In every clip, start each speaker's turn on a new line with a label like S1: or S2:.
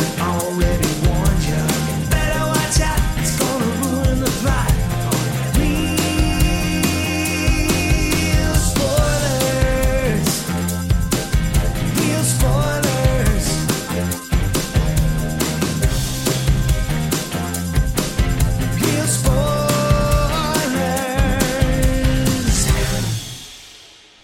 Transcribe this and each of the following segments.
S1: we already warned ya. Better watch out, it's gonna ruin the plot. Real spoilers. Real spoilers. Real spoilers.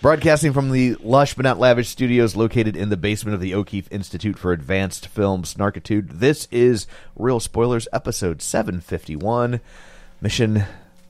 S2: Broadcasting from the lush but not lavish studios located in the basement of the O'Keefe Institute for Advanced Film Snarkitude, this is Real Spoilers, episode 751, Mission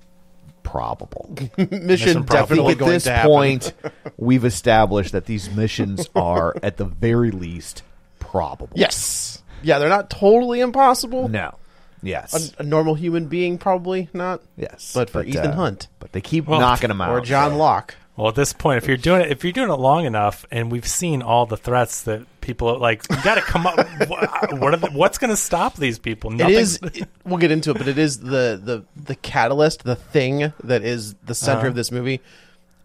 S2: Probable. mission, I
S3: probable.
S2: think at
S3: Going
S2: this
S3: to happen.
S2: point, we've established that these missions are, at the very least, probable.
S3: Yes. Yeah, they're not totally impossible.
S2: No. Yes.
S3: A, a normal human being probably not.
S2: yes.
S3: But for Ethan
S2: uh,
S3: Hunt
S2: But they keep
S4: Well,
S2: knocking them out.
S3: or John
S2: so-
S3: Locke.
S4: Well, at this point, if you're doing it, if you're doing it long enough, and we've seen all the threats that people like, you got to come up. wh- what are the, what's going to stop these people?
S3: It
S4: Nothing.
S3: is. it- we'll get into it, but it is the the the catalyst, the thing that is the center of this movie,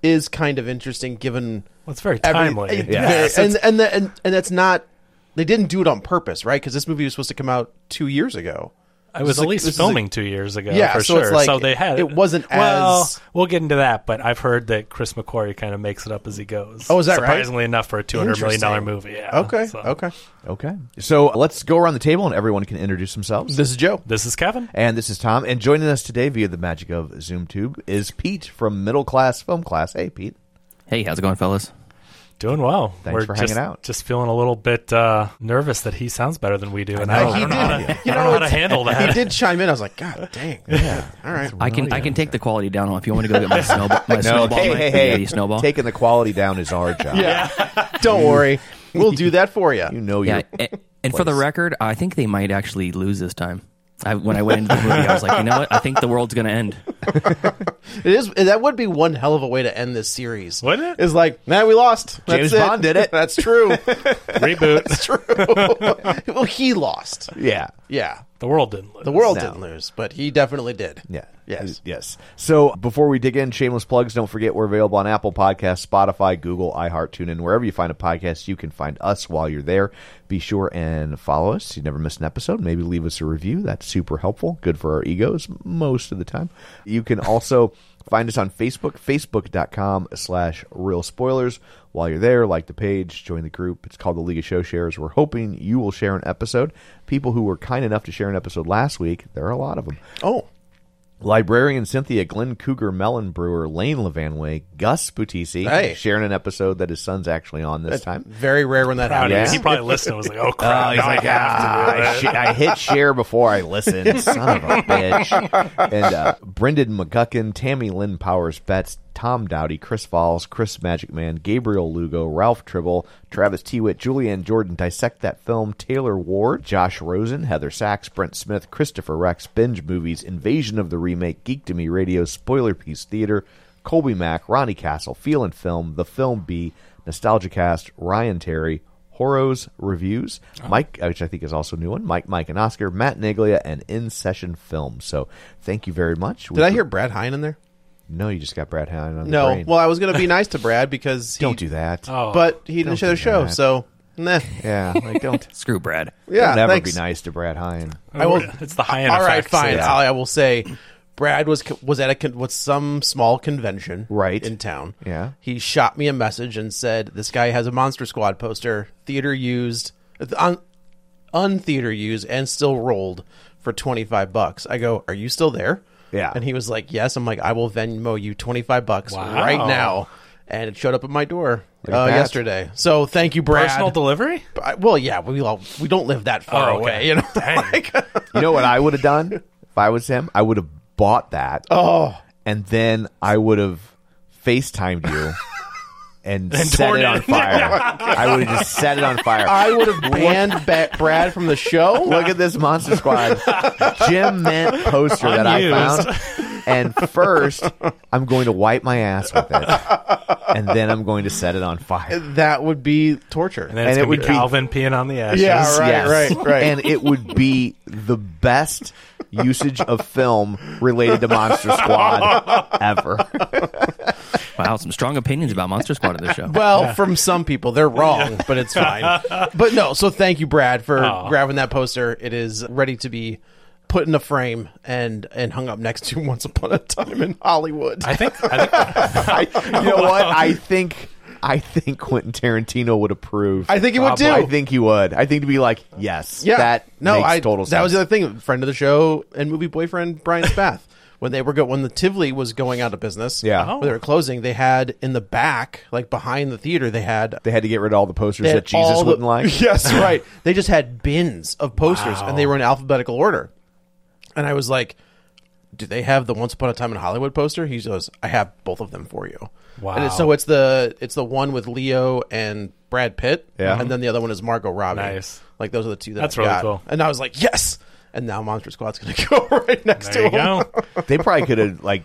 S3: is kind of interesting given.
S4: Well, it's very
S3: every-
S4: timely.
S3: it-
S4: Yes,
S3: and
S4: it's-
S3: and, the, and and that's not. They didn't do it on purpose, right? Because this movie was supposed to come out two years ago.
S4: I
S3: This
S4: was
S3: is
S4: at
S3: a-
S4: least
S3: this is a-
S4: filming two years ago.
S3: Yeah,
S4: for
S3: so
S4: sure.
S3: it's like,
S4: so they had
S3: it wasn't
S4: well,
S3: as-
S4: We'll get into that, but I've heard that Chris McQuarrie kind of makes it up as he goes.
S3: Oh, is that right?
S4: surprisingly enough for a two hundred million dollar
S3: Interesting.
S4: movie? Yeah.
S3: Okay.
S4: Oh, So,
S3: Okay.
S2: Okay. So let's go around the table and everyone can introduce themselves.
S3: This is Joe.
S4: This is Kevin.
S2: And this is Tom. And joining us today via the magic of ZoomTube is Pete from Middle Class Film Class. Hey, Pete.
S5: Hey, how's it going, fellas?
S4: Doing well.
S2: Thanks
S4: We're
S2: for hanging
S4: just,
S2: out.
S4: Just feeling a little bit uh, nervous that he sounds better than we do, and I,
S3: know,
S4: don't,
S3: he
S4: I don't know, how to,
S3: did.
S4: I don't know how to handle that.
S3: He did chime in. I was like, God dang. Yeah. All right.
S5: I can I can take the quality down if you want me to go get my snowball. My snowball
S2: hey,
S5: my
S2: hey, hey.
S5: Yeti snowball.
S2: Taking the quality down is our job.
S3: Yeah. Don't worry. We'll do that for you.
S2: You know
S5: yeah,
S2: you.
S5: and, and for the record, I think they might actually lose this time. I, when I went into the movie, I was like, you know what? I think the world's going to end.
S3: It is that would be one hell of a way to end this series.
S4: Wouldn't it?
S3: It's like, man, we lost. That's
S2: James
S3: it.
S2: Bond did it.
S3: That's true.
S4: Reboot.
S3: well, he lost.
S2: Yeah.
S3: Yeah.
S4: The world didn't lose.
S3: The world
S2: No.
S3: didn't lose, but he definitely did.
S2: Yeah.
S3: Yes.
S2: Yes. So before we dig in, shameless plugs. Don't forget we're available on Apple Podcasts, Spotify, Google, iHeart, TuneIn, wherever you find a podcast, you can find us while you're there. Be sure and follow us. You never miss an episode. Maybe leave us a review. That's super helpful. Good for our egos most of the time. You can also find us on Facebook, facebook.com slash real spoilers. While you're there, like the page, join the group. It's called the League of Show Shares. We're hoping you will share an episode. People who were kind enough to share an episode last week, there are a lot of them.
S3: Oh.
S2: Librarian Cynthia Glenn Cougar Mellon Brewer, Lane Levanway, Gus Butisi,
S3: Hey.
S2: sharing an episode that his son's actually on this time.
S3: Very rare when that
S4: Proud of
S2: Yeah.
S4: you.
S3: happens.
S4: He probably listened and was like, oh, crap. now I have
S2: "Ah,
S4: to do
S2: I,
S4: that."
S2: sh- I hit share before I listened. Son of a bitch. And uh, Brendan McGuckin, Tammy Lynn Powers Betts, Tom Dowdy, Chris Falls, Chris Magic Man, Gabriel Lugo, Ralph Tribble, Travis Tewitt, Julianne Jordan, Dissect That Film, Taylor Ward, Josh Rosen, Heather Sachs, Brent Smith, Christopher Rex, Binge Movies, Invasion of the Remake, Geek to Me Radio, Spoiler Piece Theater, Colby Mack, Ronnie Castle, Feel and Film, The Film B, Nostalgicast, Ryan Terry, Horrors Reviews,
S3: Oh.
S2: Mike, uh, which I think is also a new one, Mike, Mike, and Oscar, Matt Naglia, and In Session Film. So thank you very much.
S3: Did I hear Brad Hine in there?
S2: No, you just got Brad Hine on
S3: No,
S2: the brain.
S3: well, I was gonna be nice to Brad because he,
S2: don't do that.
S4: Oh,
S3: But he
S2: Don't
S3: didn't show the
S2: do
S3: show,
S2: that.
S3: so nah.
S2: Yeah, like don't.
S5: Screw Brad.
S3: Yeah,
S2: don't ever
S3: thanks.
S2: be nice to Brad Hine.
S3: I will-
S4: It's the high end.
S3: All right, fine.
S2: yeah.
S3: I'll- I will say, Brad was co- was at a con- was some small convention
S2: Right.
S3: in town.
S2: Yeah.
S3: he shot me a message and said this guy has a Monster Squad poster, theater used, un untheater used, and still rolled for twenty five bucks. I go, are you still there?
S2: Yeah.
S3: and he was like, yes. I'm like, I will Venmo you twenty five bucks
S4: Wow.
S3: right now. And it showed up at my door
S2: Look at
S3: uh,
S2: that.
S3: yesterday. So thank you, Brad.
S4: Personal delivery?
S3: I- well, yeah, we all, we don't live that far
S4: Oh, okay.
S3: away, you know.
S4: Dang.
S2: You know what I would have done if I was him? I would have bought that. Oh, and then I would have FaceTimed you. And, set
S4: torn
S2: it
S4: it.
S2: on fire. I would have just set it on fire.
S3: I would have banned ba- Brad from the show.
S2: Look at this Monster Squad Jim Mint poster that I found. And first, I'm going to wipe my ass with it. And then I'm going to set it on fire.
S3: That would be torture.
S4: And then it's
S2: And it
S4: going
S2: would
S4: to be
S2: be-
S4: Calvin peeing on the ashes.
S2: Ah,
S3: Yeah, right,
S2: Yes.
S3: right, right.
S2: And it would be the best usage of film related to Monster Squad ever.
S5: Wow, some strong opinions about Monster Squad at this show.
S3: well, from some people, they're wrong, but it's fine. But no, so thank you, Brad, for grabbing that poster. It is ready to be put in a frame and and hung up next to Once Upon a Time in Hollywood.
S4: I think, I think
S2: I, you know what? I think I think Quentin Tarantino would approve.
S3: I think he would
S2: Probably.
S3: too.
S2: I think he would. I think to be like, yes,
S3: yeah,
S2: that
S3: no,
S2: makes
S3: I
S2: total
S3: that
S2: sense.
S3: was the other thing. Friend of the show and movie boyfriend Brian Spath. When they were go- when the Tivoli was going out of business,
S2: Yeah.
S3: when they were closing, they had in the back, like behind the theater, they had
S2: they had to get rid of all the posters
S3: they
S2: that
S3: had
S2: Jesus
S3: all the-
S2: wouldn't like.
S3: Yes, right. They just had bins of posters, and they were in alphabetical order. And I was like, "Do they have the Once Upon a Time in Hollywood poster?" He goes, "I have both of them for you." And it's,
S4: Wow.
S3: so it's the it's the one with Leo and Brad Pitt,
S2: Yeah.
S3: and then the other one is Margot Robbie.
S4: Nice.
S3: Like those are the two that
S4: That's
S3: I
S4: really
S3: got.
S4: cool.
S3: And I was like, "Yes!" And now Monster Squad's going to go right next
S4: there
S3: to
S4: you
S3: him.
S4: go.
S2: they probably could have like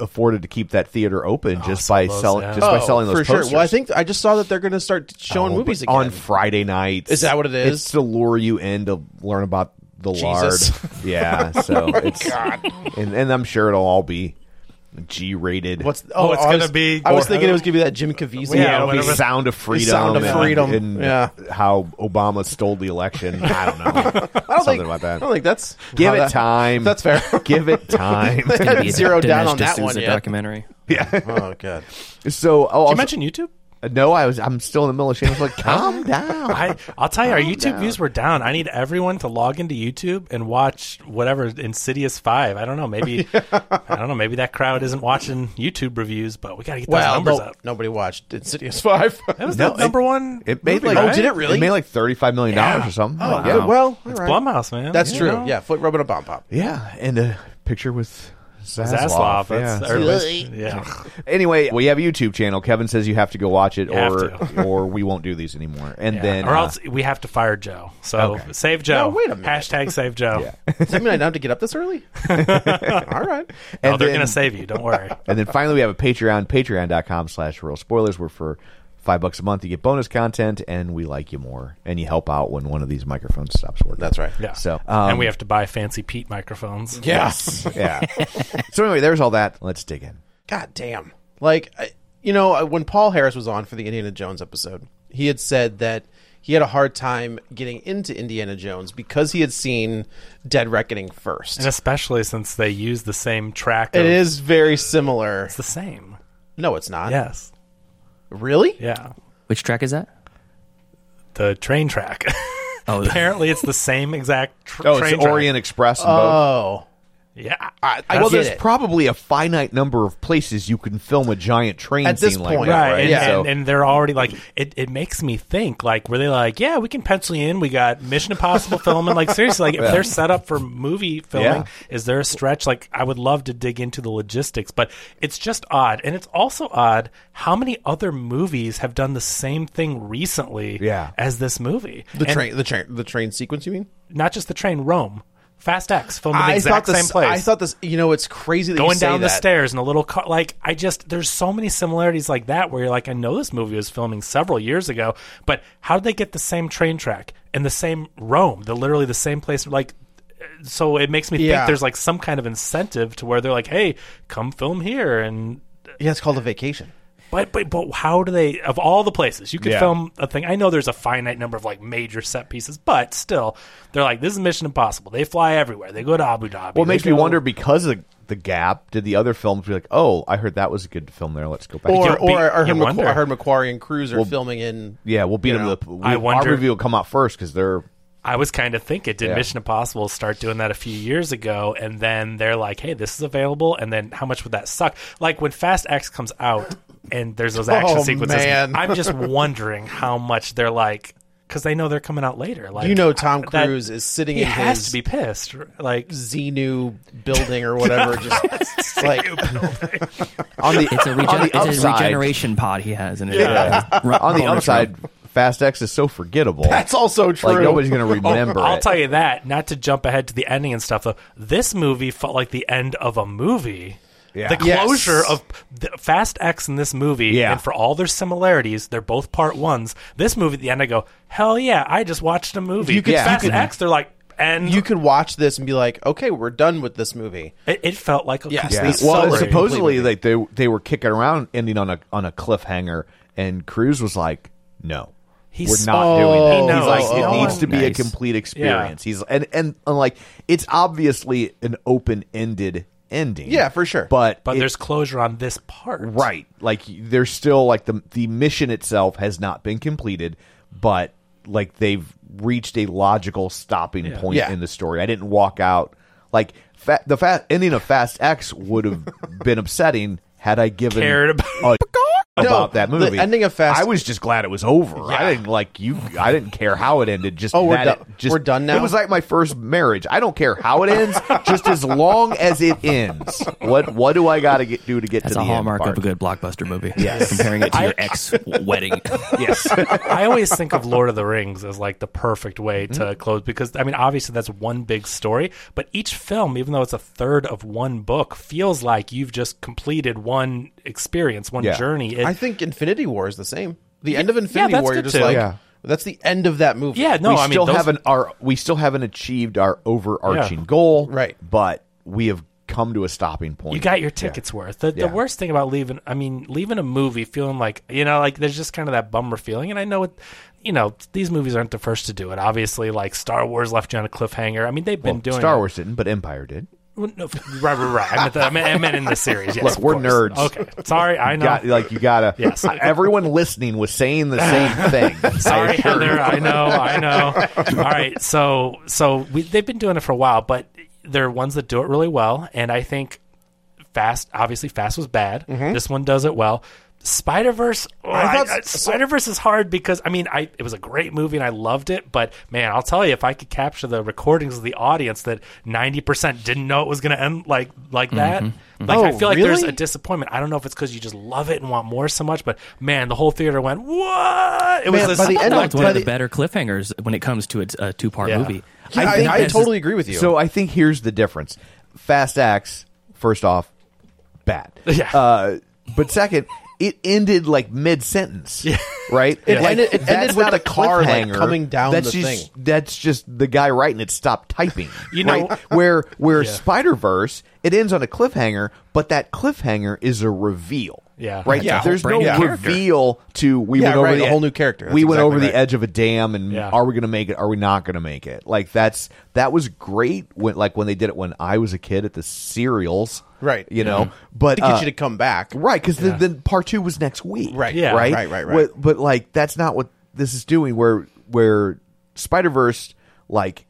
S2: afforded to keep that theater open just by
S4: Oh, those,
S2: selling
S4: yeah.
S2: just by selling those
S3: Oh, for
S2: posters.
S3: sure. Well, I think I just saw that they're going to start showing
S2: Oh,
S3: movies
S2: but
S3: again
S2: on Friday nights.
S3: Is that what it is?
S2: It's to lure you in to learn about the
S3: Jesus. Oh
S2: lard. Yeah, so it's and and I'm sure it'll all be G-rated.
S3: What's
S4: Oh, it's
S3: I
S4: gonna
S3: was-
S4: be-
S3: I was thinking it was going to be that Jim Caviezel.
S4: Yeah,
S2: Yeah, it'll be
S4: whatever.
S2: Sound of Freedom.
S3: Sound of
S2: and-
S3: Freedom,
S2: And
S3: yeah.
S2: how Obama stole the election. I don't know. I don't Something
S3: think-
S2: like
S3: I
S2: that.
S3: don't think that's
S2: Give
S3: how
S2: it
S3: that-
S2: time.
S3: That's fair.
S2: Give it time.
S5: It's gonna be a
S3: Zero down
S5: Dinesh
S3: on that one
S5: D'Souza
S3: yet.
S5: documentary.
S3: oh god.
S2: so, oh,
S4: Did
S2: also,
S4: you mention YouTube?
S2: no, I was. I'm still in the middle of shame. I was like, calm down.
S4: I, I'll tell you, our YouTube
S2: down.
S4: views were down. I need everyone to log into YouTube and watch whatever Insidious Five. I don't know. Maybe I don't know. Maybe that crowd isn't watching YouTube reviews, but we got to get those
S3: Well,
S4: numbers
S3: no-
S4: up.
S3: nobody watched Insidious Five.
S4: That was
S2: No,
S4: the
S2: it-
S4: number one.
S2: It made like
S4: movie, right?
S3: Oh, did it really? Oh,
S2: It made like thirty five million dollars or something. Like, yeah.
S3: well, all
S4: It's
S3: right.
S4: Blumhouse, man.
S3: That's
S4: You
S3: true.
S4: know?
S3: Yeah, foot rubbing a bomb pop.
S2: yeah, and a picture with Zaslav.
S4: Zaslav. That's
S2: yeah.
S4: everybody's- yeah.
S2: Anyway, we have a YouTube channel. Kevin says you have to go watch it,
S4: You have
S2: or or we won't do these anymore. And then
S4: or
S2: uh,
S4: else we have to fire Joe. So
S2: Okay.
S4: save Joe.
S3: No, wait a minute.
S4: Hashtag save Joe.
S3: Does that mean I don't have to get up this early? all right.
S4: Oh,
S2: and
S4: they're
S2: then-
S4: gonna save you. Don't worry.
S2: And then finally, we have a Patreon, patreon.com slash real spoilers, where for five bucks a month, you get bonus content and we like you more. And you help out when one of these microphones stops working.
S3: That's right.
S4: Yeah.
S2: So, um,
S4: and we have to buy fancy Pete microphones.
S3: Yes.
S2: Yeah. so, anyway, there's all that. Let's dig in.
S3: God damn. Like, I, you know, I- when Paul Harris was on for the Indiana Jones episode, he had said that he had a hard time getting into Indiana Jones because he had seen Dead Reckoning first.
S4: And especially since they use the same track.
S3: It
S4: of-
S3: is very similar.
S4: It's the same.
S3: No, it's not.
S4: Yes.
S3: Really?
S4: Yeah.
S5: Which track is that?
S4: The train track.
S5: Oh,
S4: Apparently, it's the same exact tr-
S2: Oh,
S4: train
S2: it's
S4: track.
S2: Orient Express. And both.
S3: Oh.
S4: Yeah.
S3: I, I
S2: well,
S3: get
S2: there's
S3: it.
S2: probably a finite number of places you can film a giant train
S3: At this
S2: scene like
S3: point,
S2: that,
S4: Right,
S2: right?
S4: and,
S3: yeah.
S2: So-
S4: and, and they're already like it, it. makes me think like, were they like, yeah, we can pencil you in? We got Mission Impossible filming. Like seriously, like if they're set up for movie filming,
S2: Yeah.
S4: is there a stretch? Like I would love to dig into the logistics, but it's just odd, and it's also odd how many other movies have done the same thing recently.
S2: Yeah.
S4: as this movie,
S3: The
S4: And
S3: train, the train, the train sequence. You mean?
S4: not just the train, Rome, Fast X, filmed in the exact
S3: this.
S4: same place.
S3: I thought this. You know, it's crazy that you
S4: going
S3: say
S4: down the
S3: that.
S4: stairs in a little car. Like I just there's so many similarities like that where you're like, I know this movie was filming several years ago, but how did they get the same train track and the same Rome? They're literally the same place. Like so it makes me
S3: Yeah.
S4: think there's like some kind of incentive to where they're like, hey, come film here and
S3: Yeah, it's called a vacation.
S4: But, but but how do they of all the places you could
S6: Yeah.
S4: film a thing? I know there's a finite number of like major set pieces, but still, they're like this is Mission Impossible. They fly everywhere. They go to Abu Dhabi.
S2: Well, it makes
S4: They
S2: me
S4: go-
S2: wonder because of the gap, did the other films be like, oh, I heard that was a good film there. Let's go back.
S3: Or,
S4: You
S3: or I,
S4: you
S3: heard Macqu-
S4: wonder.
S3: I heard Macquarie and Cruise are
S2: Well,
S3: filming in.
S2: yeah, we'll beat
S3: you
S2: them
S3: know,
S2: to the. We,
S4: I wonder-
S2: Our review will come out first because they're.
S4: I was kind of thinking, did
S2: Yeah.
S4: Mission Impossible start doing that a few years ago? And then they're like, hey, this is available. And then how much would that suck? Like when Fast X comes out and there's those action
S3: Oh,
S4: sequences,
S3: man.
S4: I'm just wondering how much they're like, because they know they're coming out later. Like
S3: You know, Tom
S4: that-
S3: Cruise is sitting
S4: He
S3: in
S4: has
S3: his
S4: to be pissed. Like,
S3: Xenu building or whatever. just like
S2: On the,
S5: It's a, regen-
S2: on the
S5: it's a
S2: upside,
S5: regeneration pod he has, and it Uh,
S2: Yeah. On the
S5: Ronald
S2: upside, Fast X is so forgettable.
S3: that's also true.
S2: like nobody's going to remember.
S4: I'll
S2: it.
S4: tell you that, not to jump ahead to the ending and stuff, though. This movie felt like the end of a movie. The
S3: Yes.
S4: closure of the Fast X in this movie,
S2: Yeah.
S4: and for all their similarities, they're both part ones. This movie, at the end, I go, hell yeah, I just watched a movie.
S3: You could-
S2: Yeah.
S4: Fast
S2: you could-
S4: X, they're like, and
S3: you could watch this and be like, okay, we're done with this movie.
S4: it, it felt like a
S3: Yeah.
S4: complete
S2: Yeah.
S3: It's
S2: Well,
S3: celebrated
S2: supposedly
S3: completely.
S2: like they they were kicking around ending on a on a cliffhanger, and Cruz was like, "No,
S4: He's-
S2: we're not
S4: Oh,
S2: doing
S4: he
S2: that."
S4: knows.
S2: He's like, "It
S4: Oh,
S2: needs to be
S5: nice.
S2: a complete experience." He's and and, and like it's obviously an open ended ending.
S3: Yeah, for sure.
S2: But
S4: But
S2: it-
S4: there's closure on this part.
S2: right, like there's still like the the mission itself has not been completed, but like they've reached a logical stopping point
S3: Yeah.
S2: in the story. I didn't walk out like fa- the fa- ending of Fast X would have been upsetting had I given
S4: Cared about-
S2: a about
S3: No,
S2: that
S3: the
S2: movie.
S3: ending of Fast-
S2: I was just glad it was over. I didn't like you. I didn't care how it ended. Just
S3: Oh, we're
S2: that it-
S3: done-
S2: just-
S3: we're done now?
S2: It was like my first marriage. I don't care how it ends, just as long as it ends. What what do I got to get do to get
S5: That's
S2: to
S5: a
S2: the end
S5: hallmark
S2: part?
S5: of a good blockbuster movie. Yes. Comparing it to your ex wedding.
S2: Yes.
S4: I always think of Lord of the Rings as like the perfect way to
S2: Mm-hmm.
S4: close because I mean obviously that's one big story, but each film, even though it's a third of one book, feels like you've just completed one experience, one
S2: Yeah.
S4: journey. It-
S3: I think Infinity War is the same. The end of Infinity
S4: that's
S3: War, you're
S4: good
S3: just
S4: too.
S3: like,
S2: Yeah.
S3: that's the end of that movie.
S4: yeah, no,
S2: we
S4: I mean
S2: still
S4: those-
S2: haven't our we still haven't achieved our overarching
S4: Yeah.
S2: goal,
S3: Right.
S2: But we have come to a stopping point.
S4: you got your tickets worth. The, the
S2: Yeah.
S4: worst thing about leaving, I mean, leaving a movie feeling like you know, like there's just kind of that bummer feeling. And I know it, you know, these movies aren't the first to do it. Obviously, like Star Wars left you on a cliffhanger. I mean, they've been
S2: Well,
S4: doing
S2: Star
S4: it.
S2: Wars didn't, but Empire did.
S4: Well, no, right, right, right. I meant, the, I meant, I meant in the series. Yes,
S2: Look,
S4: of
S2: we're
S4: course.
S2: nerds.
S4: Okay, sorry, I know.
S2: Got, like you gotta.
S4: Yes.
S2: Everyone listening was saying the same thing.
S4: Sorry,
S2: I assure you.
S4: Heather. I know. I know. All right. So, so we, they've been doing it for a while, but they're ones that do it really well. And I think Fast, obviously, Fast was bad.
S2: Mm-hmm.
S4: This one does it well. oh, Spider Verse,
S3: I thought-
S4: Spider Verse is hard because I mean, I it was a great movie and I loved it, but man, I'll tell you, if I could capture the recordings of the audience that ninety percent didn't know it was going to end like like that,
S2: Mm-hmm.
S4: like I
S3: Oh,
S4: feel like there's
S3: really?
S4: a disappointment. I don't know if it's because you just love it and want more so much, but man, the whole theater went what? It was
S3: Man,
S4: this,
S3: by the end
S5: That
S3: of
S5: was one of
S3: by
S5: the better cliffhangers when it comes to a, a two part
S4: Yeah.
S5: movie.
S3: I,
S5: think
S3: I
S5: this is-
S3: totally agree with you.
S2: So I think here's the difference. Fast Acts, first off, bad.
S4: Yeah.
S2: Uh, but second, it ended like mid sentence. Right?
S3: It
S2: Like,
S3: ended- it
S2: that's
S3: ended with
S2: not
S3: the
S2: a
S3: car, like,
S2: cliffhanger.
S3: coming down
S2: that's
S3: the
S2: just,
S3: thing.
S2: That's just the guy writing it stopped typing.
S4: You know-
S2: right? where where Spider Verse, it ends on a cliffhanger, but that cliffhanger is a reveal.
S4: Yeah.
S2: Right.
S3: Yeah.
S2: There's no
S5: Brand new character.
S2: reveal to we
S3: Yeah,
S2: went over
S3: right,
S2: the
S3: a whole new character. That's
S2: We went
S3: exactly
S2: over
S3: right.
S2: the edge of a dam and
S4: Yeah.
S2: are we going to make it? Are we not going to make it? Like that's that was great when like when they did it when I was a kid at the cereals,
S3: Right.
S2: You know, but
S3: to get
S2: uh,
S3: you to come back.
S2: right because then, part two was next week,
S3: Right.
S4: Yeah.
S2: right,
S3: Right, right, right.
S2: What- but like that's not what this is doing. Where where Spider Verse like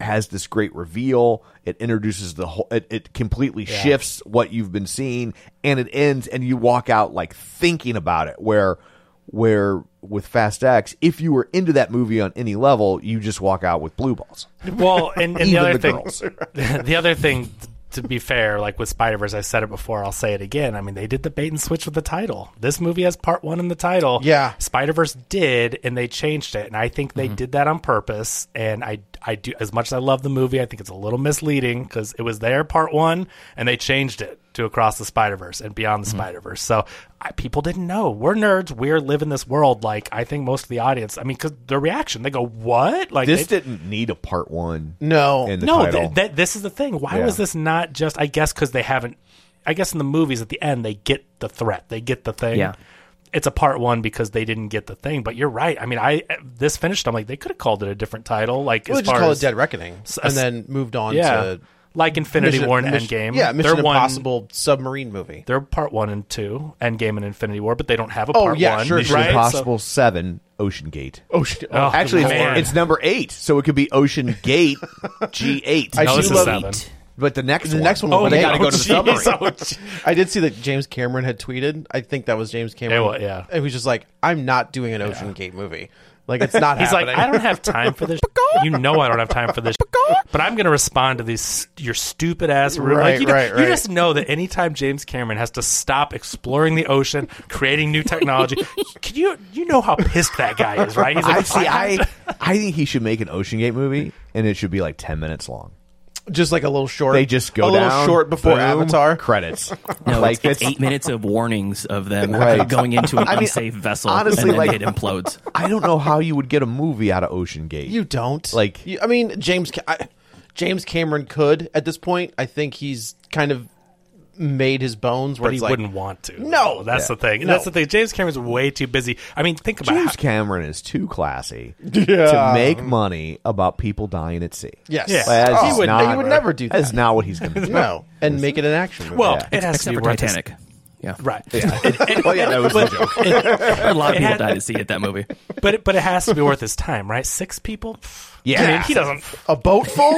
S2: has this great reveal. It introduces the whole. It, it completely shifts what you've been seeing, and it ends, and you walk out like thinking about it. Where where with Fast X, if you were into that movie on any level, you just walk out with blue balls.
S4: Well, and,
S2: Even
S4: and the other
S2: the
S4: thing,
S2: girls.
S4: the other thing, to be fair, like with Spider Verse, I said it before, I'll say it again. I mean, they did the bait and switch with the title. This movie has part one in the title.
S3: Yeah.
S4: Spider Verse did, and they changed it, and I think they did that on purpose. And I, I do as much as I love the movie, I think it's a little misleading because it was there part one, and they changed it to Across the Spider Verse and Beyond the Spider Verse. So I, people didn't know. We're nerds. We're living this world. Like I think most of the audience. I mean, because their reaction, they go, "What?" Like
S2: This
S4: they-
S2: didn't need a part one.
S3: No.
S2: in the
S4: no,
S2: title.
S4: th- th- this is the thing. Why
S2: Yeah.
S4: was this not just? I guess because they haven't. I guess in the movies at the end they get the threat, they get the thing.
S5: Yeah.
S4: It's a part one because they didn't get the thing. But you're right. I mean, I this finished. I'm like they could have called it a different title. Like
S3: Well, they
S4: as
S3: just
S4: far
S3: call
S4: as
S3: it Dead Reckoning,
S4: S-
S3: and
S4: s-
S3: then moved on
S4: yeah,
S3: to
S4: like Infinity
S3: Mission-
S4: War and
S3: Mission-
S4: Endgame.
S3: Yeah, Mission
S4: They're one-
S3: Impossible submarine movie.
S4: they're part one and two, Endgame and Infinity War, but they don't have a
S3: Oh,
S4: part
S3: yeah,
S4: one.
S3: sure,
S2: Mission
S3: sure.
S4: right? So-
S2: Impossible Seven, Ocean Gate.
S3: Oh, shit.
S4: Oh,
S2: Actually,
S4: man.
S2: it's, it's number eight, so it could be Ocean Gate G eight.
S3: I No,
S4: this
S3: do
S4: is
S3: love
S4: seven.
S2: But the next
S3: The
S2: one,
S3: next one
S2: but
S3: will
S2: they
S3: be
S2: got to
S3: eight.
S2: go to the
S4: Oh,
S2: submarine.
S4: jeez. Oh, jeez.
S3: I did see that James Cameron had tweeted. I think that was James Cameron.
S4: It wa- yeah.
S3: it was just like, I'm not doing an Ocean Gate movie. Like it's not.
S4: He's like,
S3: happening.
S4: I don't have time for this. you know, I don't have time for this. but I'm going to respond to these your stupid ass. Ru-
S3: Right,
S4: like, you, know-
S3: right,
S4: you
S3: right.
S4: just know that anytime James Cameron has to stop exploring the ocean, creating new technology, can you you know how pissed that guy is, right? He's
S2: I
S4: like,
S2: see.
S4: have
S2: I
S4: to-
S2: I think he should make an Ocean Gate movie, and it should be like ten minutes long.
S3: just like a little short.
S2: They just go
S3: a little
S2: down,
S3: short before
S2: boom,
S3: Avatar.
S2: credits.
S5: No,
S2: like
S5: it's, it's
S2: that's-
S5: eight minutes of warnings of them
S2: Right.
S5: going into an
S2: I mean,
S5: unsafe vessel,
S2: honestly,
S5: and then
S2: like-
S5: it implodes.
S2: I don't know how you would get a movie out of Ocean Gate.
S3: You don't
S2: Like-
S3: You, I mean, James. Ca- I, James Cameron could at this point. I think he's kind of made his bones where
S4: But he
S3: it's like,
S4: wouldn't want to.
S3: No.
S4: that's
S2: Yeah.
S4: the thing. That's the thing. James Cameron's way too busy. I mean, think about
S2: James
S4: how-
S2: Cameron is too classy to make money about people dying at sea.
S3: Yes.
S4: Yeah.
S2: Like, that's
S3: He would-
S2: not-
S3: he would never do
S2: That's
S3: that.
S2: not what he's going to do.
S3: No, and make it an action movie.
S4: Well,
S2: Yeah.
S4: it has to
S5: Except
S4: be
S5: for
S4: worth his-
S5: Titanic. Yeah,
S4: Right. It- it-
S2: Oh yeah, that was a joke.
S5: a lot of people
S4: had-
S5: died to see it that movie.
S4: but it, but it has to be worth his time, right? Six people. Pfft.
S2: Yeah.
S4: I mean, he doesn't.
S3: a boat full.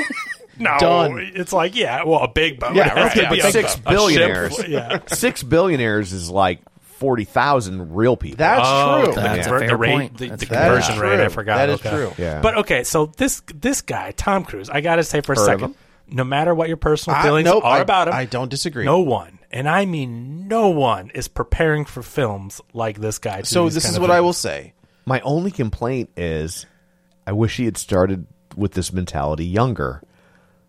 S4: No,
S3: Done.
S4: it's like yeah, well, a big boat.
S3: Yeah,
S4: It has
S3: right.
S4: to be
S3: Yeah,
S4: a-
S2: six
S4: a ship-
S2: billionaires.
S4: yeah,
S2: Six billionaires is like forty thousand real people.
S3: That's
S4: Oh,
S3: true.
S4: The,
S5: That's
S4: conver-
S5: a fair
S4: the rate,
S5: point.
S4: the,
S5: That's
S4: the
S5: a fair
S4: conversion
S3: point.
S4: rate. I
S3: True.
S4: forgot.
S3: That is
S4: okay.
S3: true.
S2: Yeah.
S4: But okay, so this this guy, Tom Cruise, I gotta say for a
S2: Heard of
S4: second,
S2: him?
S4: no matter what your personal
S3: I-
S4: feelings
S3: nope,
S4: are
S3: I-
S4: about him,
S3: I don't disagree.
S4: No one, and I mean no one, is preparing for films like this guy. to
S3: So
S4: these
S3: this
S4: kind
S3: is
S4: of
S3: what I
S4: things.
S3: will say.
S2: My only complaint is I wish he had started with this mentality younger.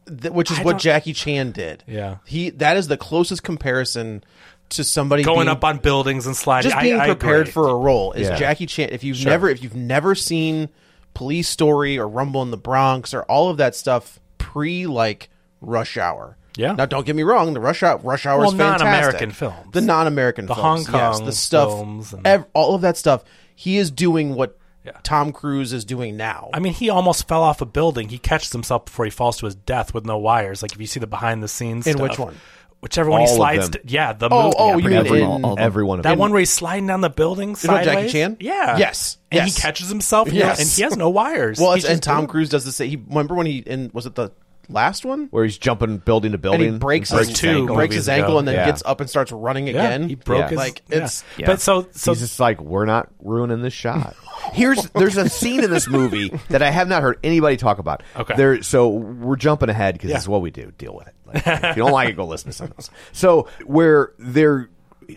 S3: th- which is what Jackie Chan did.
S4: Yeah.
S3: he that is the closest comparison to somebody
S4: Going
S3: being-
S4: up on buildings and sliding,
S3: just
S4: I-
S3: being
S4: I
S3: prepared
S4: agree.
S3: for a role is
S2: Yeah.
S3: Jackie Chan. If you've never if you've never seen Police Story or Rumble in the Bronx or all of that stuff pre like Rush Hour.
S4: Yeah.
S3: Now don't get me wrong, the Rush Hour Rush Hour
S4: Well,
S3: is fantastic.
S4: non-American films.
S3: the non-American,
S4: The
S3: films,
S4: Hong
S3: yes,
S4: Kong
S3: the stuff,
S4: films and-
S3: ev- all of that stuff. He is doing what
S4: Yeah.
S3: Tom Cruise is doing now.
S4: I mean, he almost fell off a building. He catches himself before he falls to his death with no wires. Like if you see the behind the scenes.
S3: In
S4: stuff.
S3: which one?
S4: Whichever one he
S2: All of
S4: slides.
S2: them.
S4: To, yeah, the
S3: Oh,
S4: movie.
S3: oh,
S4: yeah,
S3: you
S4: pretty
S3: mean
S4: much.
S3: in-
S2: Every, all, every one of
S4: that
S2: them.
S4: one where he's sliding down the building
S3: know Jackie
S4: sideways?
S3: Chan?
S4: Yeah.
S3: Yes,
S4: And
S3: yes.
S4: he catches himself. and-
S3: Yes.
S4: And he has no wires.
S3: well,
S4: He's
S3: it's, and
S4: just
S3: Tom
S4: doing-
S3: Cruise does the same. He remember when he in was it the last one?
S2: where he's jumping building to building.
S3: and he breaks,
S4: breaks
S3: his,
S4: his ankle.
S3: breaks his
S4: Movies ago.
S3: ankle and then
S2: Yeah.
S3: gets up and starts running
S4: Yeah,
S3: again.
S4: he broke
S2: Yeah.
S4: his.
S3: like
S4: yeah.
S3: it's
S5: Yeah.
S4: But so so
S2: he's just like, we're not ruining this shot. Here's there's a scene in this movie that I have not heard anybody talk about.
S4: Okay.
S2: there. So we're jumping ahead because this is
S4: Yeah.
S2: what we do. Deal with it. Like, if you don't like it, go listen to something else. So where they're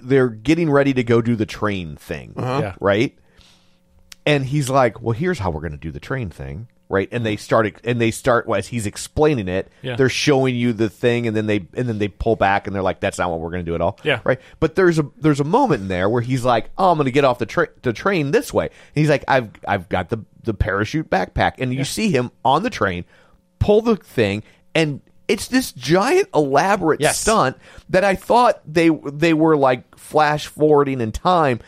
S2: they're getting ready to go do the train thing,
S4: Yeah.
S2: right? And he's like, "Well, here's how we're going to do the train thing." Right, and they start, and they start well, as he's explaining it.
S4: Yeah.
S2: They're showing you the thing, and then they, and then they pull back, and they're like, "That's not what we're going to do at all."
S4: Yeah.
S2: right. But there's a there's a moment in there where he's like, "Oh, I'm going to get off the tra- the train this way." And he's like, "I've I've got the the parachute backpack," and you see him on the train pull the thing, and it's this giant elaborate
S3: Yes.
S2: stunt that I thought they they were like flash forwarding in time.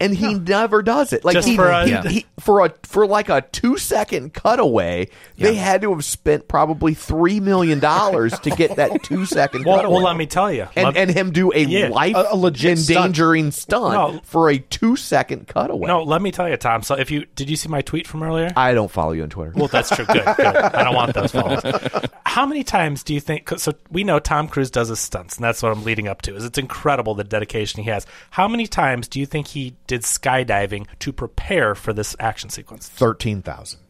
S2: And he never does it. Like
S4: Just
S2: he,
S4: for a-
S2: he-
S4: Yeah.
S2: he- for a for like a two second cutaway, they had to have spent probably three million dollars to get that two second
S4: well,
S2: cutaway
S4: well, let me tell you.
S2: and,
S4: Let-
S2: and him do a
S4: Yeah.
S2: life
S3: A- a legit stunt.
S2: endangering stunt,
S4: No.
S2: for a two second cutaway.
S4: no, let me tell you, Tom. So if you did you see my tweet from earlier?
S2: I don't follow you on Twitter.
S4: Well, that's true. Good, good. I don't want those follows. How many times do you think? 'cause- So we know Tom Cruise does his stunts, and that's what I'm leading up to. Is it's incredible the dedication he has. How many times do you think he did skydiving to prepare for this action sequence?
S2: Thirteen thousand.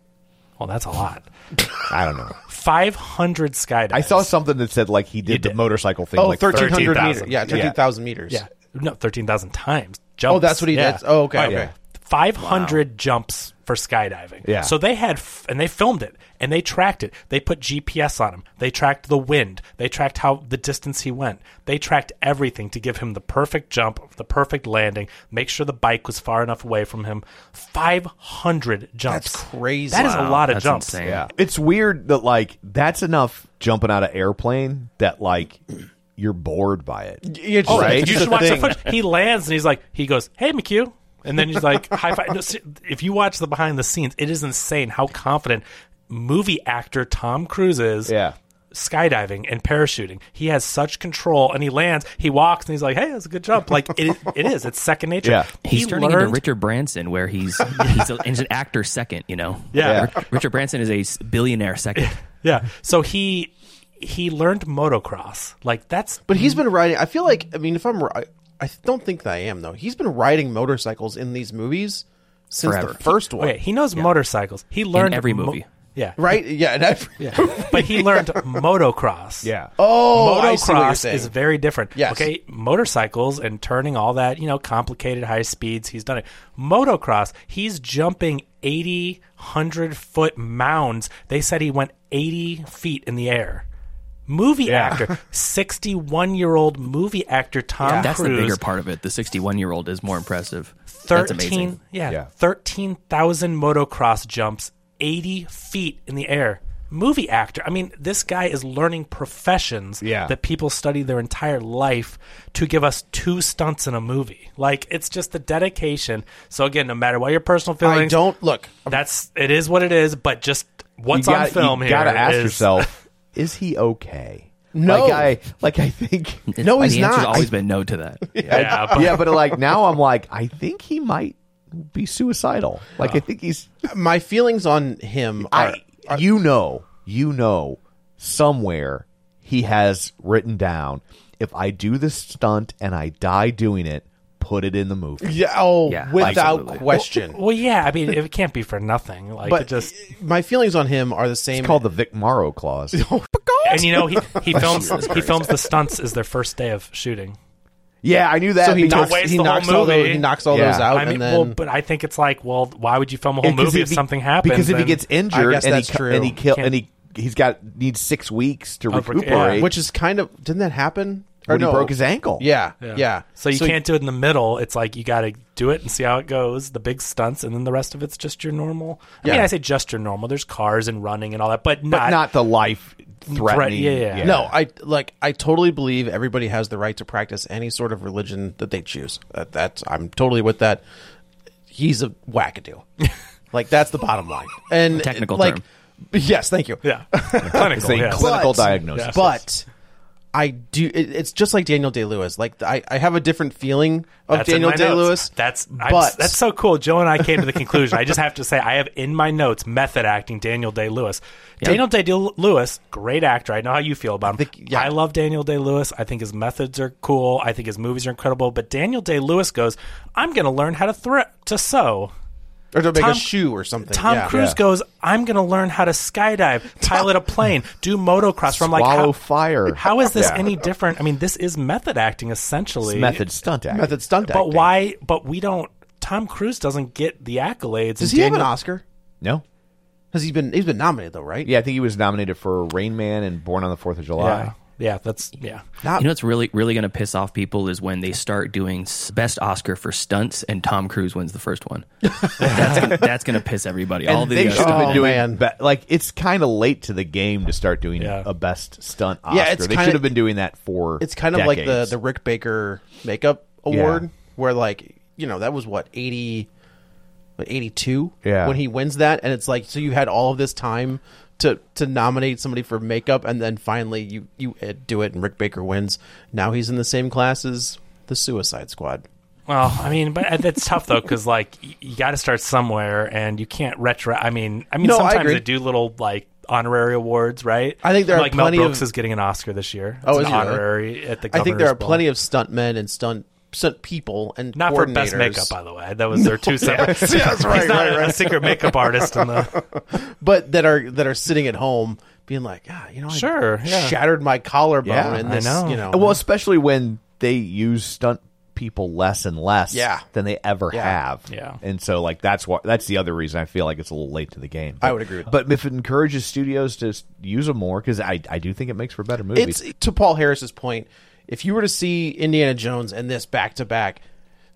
S4: Well, that's a lot.
S2: I don't know.
S4: Five hundred skydives.
S2: I saw something that said like he did, the
S4: did.
S2: motorcycle thing.
S3: oh,
S2: like
S3: 1300
S4: 13,000.
S3: meters. Yeah, 13,000 meters.
S4: Yeah, no, thirteen thousand times. Jumps.
S3: Oh, that's what he
S4: yeah.
S3: did. Oh, okay.
S4: Right.
S3: Okay.
S4: Five hundred jumps for skydiving.
S2: Yeah.
S4: So they had, f- and they filmed it, and they tracked it. They put GPS on him. They tracked the wind. They tracked how the distance he went. They tracked everything to give him the perfect jump, the perfect landing. Make sure the bike was far enough away from him. Five hundred jumps.
S3: That's crazy.
S4: That is a lot of
S5: That's
S4: jumps.
S5: insane.
S2: Yeah. It's weird that like that's enough jumping out of airplane that like you're bored by it.
S3: It's
S4: Oh,
S2: Right?
S4: you
S2: That's
S4: should watch the footage. He lands and he's like, he goes, "Hey, McHugh," and then he's like, "High five. No, se- If you watch the behind the scenes, it is insane how confident movie actor Tom Cruise is.
S2: Yeah.
S4: skydiving and parachuting. He has such control, and he lands. He walks, and he's like, "Hey, that's a good jump." Like it, it is. It's second nature.
S2: Yeah.
S5: He's
S4: He
S5: turning into
S4: learned-
S5: Richard Branson, where he's he's, a, he's an actor second, you know.
S4: Yeah.
S5: Rich- Richard Branson is a s- billionaire second.
S4: Yeah. So he he learned motocross. Like that's
S3: But he's been riding. I feel like. I mean, if I'm, ri- I, I don't think that I am though. He's been riding motorcycles in these movies since
S5: Forever.
S3: the first one,
S4: okay. He knows motorcycles. He learned
S5: every
S4: mo-
S5: movie.
S4: yeah.
S3: right? Yeah. And I've,
S4: But he learned motocross.
S2: Yeah.
S3: Oh, I see what you're
S4: motocross
S3: saying.
S4: is very different.
S3: Yes.
S4: Okay, motorcycles and turning all that, you know, complicated high speeds, he's done it. Motocross, he's jumping 80, 100 foot mounds. They said he went 80 feet in the air. Movie actor, 61 year old movie actor Tom
S5: That's
S4: Cruise.
S5: the bigger part of it. The 61 year old is more impressive. That's
S4: 13,
S5: amazing.
S4: yeah,
S2: Yeah.
S4: 13,000 motocross jumps, 80 feet in the air. Movie actor. I mean, this guy is learning professions
S2: Yeah.
S4: that people study their entire life to give us two stunts in a movie. Like, it's just the dedication. So, again, no matter what your personal
S3: I
S4: feelings,
S3: don't look.
S4: that's it is what it is, but just what's
S2: you
S4: on
S2: gotta-
S4: film
S2: you
S4: here
S2: gotta ask
S4: is-
S2: yourself, is he okay?
S3: No.
S2: Like I like I think
S5: It's-
S3: No, he's
S5: the answer's
S3: not.
S5: always
S3: I-
S5: been no to that.
S4: Yeah, but-
S2: yeah, but like now I'm like, I think he might be suicidal. Like I think he's
S3: My feelings on him. Are,
S2: I you know, you know somewhere he has written down if I do this stunt and I die doing it, put it in the movie.
S3: yeah. Oh,
S5: Yeah,
S3: without
S5: absolutely.
S3: question.
S4: Well, yeah. I mean, it can't be for nothing. Like,
S3: but
S4: it just
S3: my feelings on him are the same.
S2: It's called the Vic Morrow clause.
S4: and you know he, he films he films the stunts as their first day of shooting.
S2: Yeah, I knew that.
S3: so he
S2: because-
S3: knocks,
S4: waste
S3: he
S4: the whole
S3: knocks all those,
S4: movie.
S3: he knocks all
S2: Yeah.
S3: those out,
S4: I mean,
S3: and then
S4: well, but I think it's like, well, why would you film a whole
S2: because
S4: movie if
S2: he-
S4: something happens?
S2: Because if he
S4: then-
S2: gets injured
S3: guess
S2: and he,
S3: that's
S2: cu-
S3: true.
S2: and he kill
S4: Can't-
S2: and he he's got needs six weeks to
S4: Of rec-
S2: recuperate,
S4: yeah.
S2: which
S3: which is kind of didn't that happen?
S2: when he broke his ankle.
S3: Yeah, yeah.
S4: So you can't do it in the middle. It's like you got to do it and see how it goes, the big stunts, and then the rest of it's just your normal. I mean,
S3: Yeah.
S4: I say just your normal. There's cars and running and all that, but
S2: but
S4: not.
S2: not the life threatening.
S4: yeah, yeah.
S3: No, I like. I totally believe everybody has the right to practice any sort of religion that they choose. Uh, that's I'm totally with that. He's a wackadoo. like that's the bottom line. And
S5: Technical
S3: like,
S5: term.
S3: Yes, thank you.
S4: yeah. Clinical,
S2: It's a
S4: yeah.
S2: clinical diagnosis.
S3: But I do. It, it's just like Daniel Day Lewis. Like I, I have a different feeling of
S4: That's in
S3: Daniel
S4: my
S3: Day Lewis.
S4: notes. That's I'm-
S3: but
S4: that's so cool. Joe and I came to the conclusion. I just have to say I have in my notes method acting Daniel Day Lewis. Daniel Day Lewis, great actor. I know how you feel about him. I,
S3: think- yeah.
S4: love Daniel Day Lewis. I think his methods are cool. I think his movies are incredible. But Daniel Day Lewis goes, I'm going to learn how to thre- to sew.
S3: or to make
S4: Tom-
S3: a shoe or something.
S4: Tom
S3: yeah.
S4: Cruise goes, I'm going to learn how to skydive, pilot a plane, do motocross. From like
S2: Swallow
S4: how,
S2: fire.
S4: How is this any different? I mean, this is method acting essentially.
S2: It's method stunt acting.
S3: method stunt
S4: But
S3: acting.
S4: why? But we don't. Tom Cruise doesn't get the accolades.
S3: does
S4: and
S3: he have an
S4: Daniel-
S3: Oscar?
S2: No.
S3: Has he been? He's been nominated though, right?
S2: Yeah, I think he was nominated for Rain Man and Born on the Fourth of July.
S4: Yeah, yeah, that's yeah.
S5: You know what's really really going to piss off people is when they start doing s- best Oscar for stunts and Tom Cruise wins the first one. that's gonna, that's going to piss everybody. All the
S2: they
S5: other
S2: should have
S5: stuff-
S2: been
S3: Oh,
S2: doing
S3: man.
S2: be- like it's kind of late to the game to start doing
S4: Yeah.
S2: a best stunt Oscar.
S3: Yeah, it's
S2: they
S3: kinda-
S2: should have been doing that for.
S3: It's kind of like the
S2: decades.
S3: the Rick Baker makeup award, where like you know that was what eighty, eighty two.
S2: Yeah.
S3: when he wins that, and it's like so you had all of this time to to nominate somebody for makeup, and then finally you you uh, do it, and Rick Baker wins. Now he's in the same class as the Suicide Squad.
S4: Well, I mean, but that's tough though because like y- you got to start somewhere, and you can't retro. I mean, I mean,
S3: No, I
S4: sometimes
S3: agree.
S4: they do little like honorary awards, right?
S3: I think there are
S4: like Mel
S3: plenty
S4: Brooks
S3: of-
S4: is getting an Oscar this year.
S3: Oh,
S4: It's
S3: is
S4: an
S3: he really?
S4: honorary at the.
S3: I think there
S4: Governor's
S3: are
S4: Ball.
S3: plenty of stuntmen and stunt stunt people and
S4: Not for best
S3: coordinators.
S4: makeup, by the way. That was their two separate.
S3: Yes, yes, right,
S4: He's not
S3: right,
S4: a- a
S3: right.
S4: secret makeup artist in the.
S3: but that are that are sitting at home being like, ah, you know, I
S4: Sure, yeah.
S3: shattered my collarbone
S2: Yeah,
S3: in
S2: I
S3: this,
S4: know.
S3: you know,
S2: well, especially when they use stunt people less and less
S3: Yeah.
S2: than they ever have.
S4: Yeah.
S2: And so like that's why that's the other reason I feel like it's a little late to the game.
S3: I would agree with that.
S2: But if it encourages studios to s- use them more cuz I I do think it makes for better movies.
S3: It's to Paul Harris's point. If you were to see Indiana Jones and this back to back,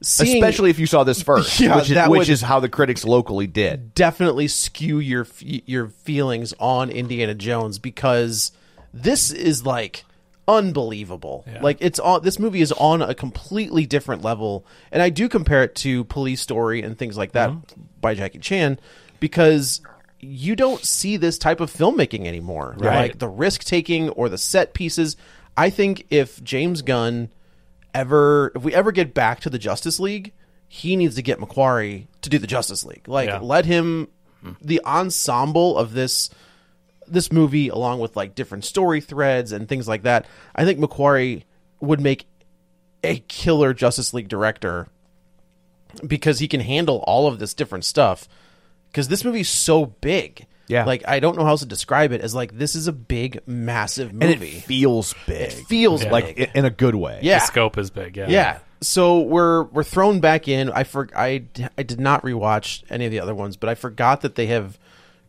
S3: seeing-
S2: Especially if you saw this first,
S3: Yeah,
S2: which, is,
S3: that
S2: which
S3: would-
S2: is how the critics locally did.
S3: definitely skew your f- your feelings on Indiana Jones because this is like unbelievable. Like it's on this movie is on a completely different level, and I do compare it to Police Story and things like that by Jackie Chan because you don't see this type of filmmaking anymore. Like the risk taking or the set pieces. I think if James Gunn ever if we ever get back to the Justice League, he needs to get Macquarie to do the Justice League. Like
S4: Yeah.
S3: let him the ensemble of this this movie along with like different story threads and things like that. I think Macquarie would make a killer Justice League director because he can handle all of this different stuff because this movie's so big.
S2: Yeah.
S3: Like I don't know how else to describe it as like this is a big massive movie.
S2: And it feels big.
S3: It feels
S2: like
S3: big.
S2: i- in a good way.
S3: yeah.
S4: The scope is big. Yeah.
S3: Yeah. So we're we're thrown back in. I for I, d- I did not rewatch any of the other ones, but I forgot that they have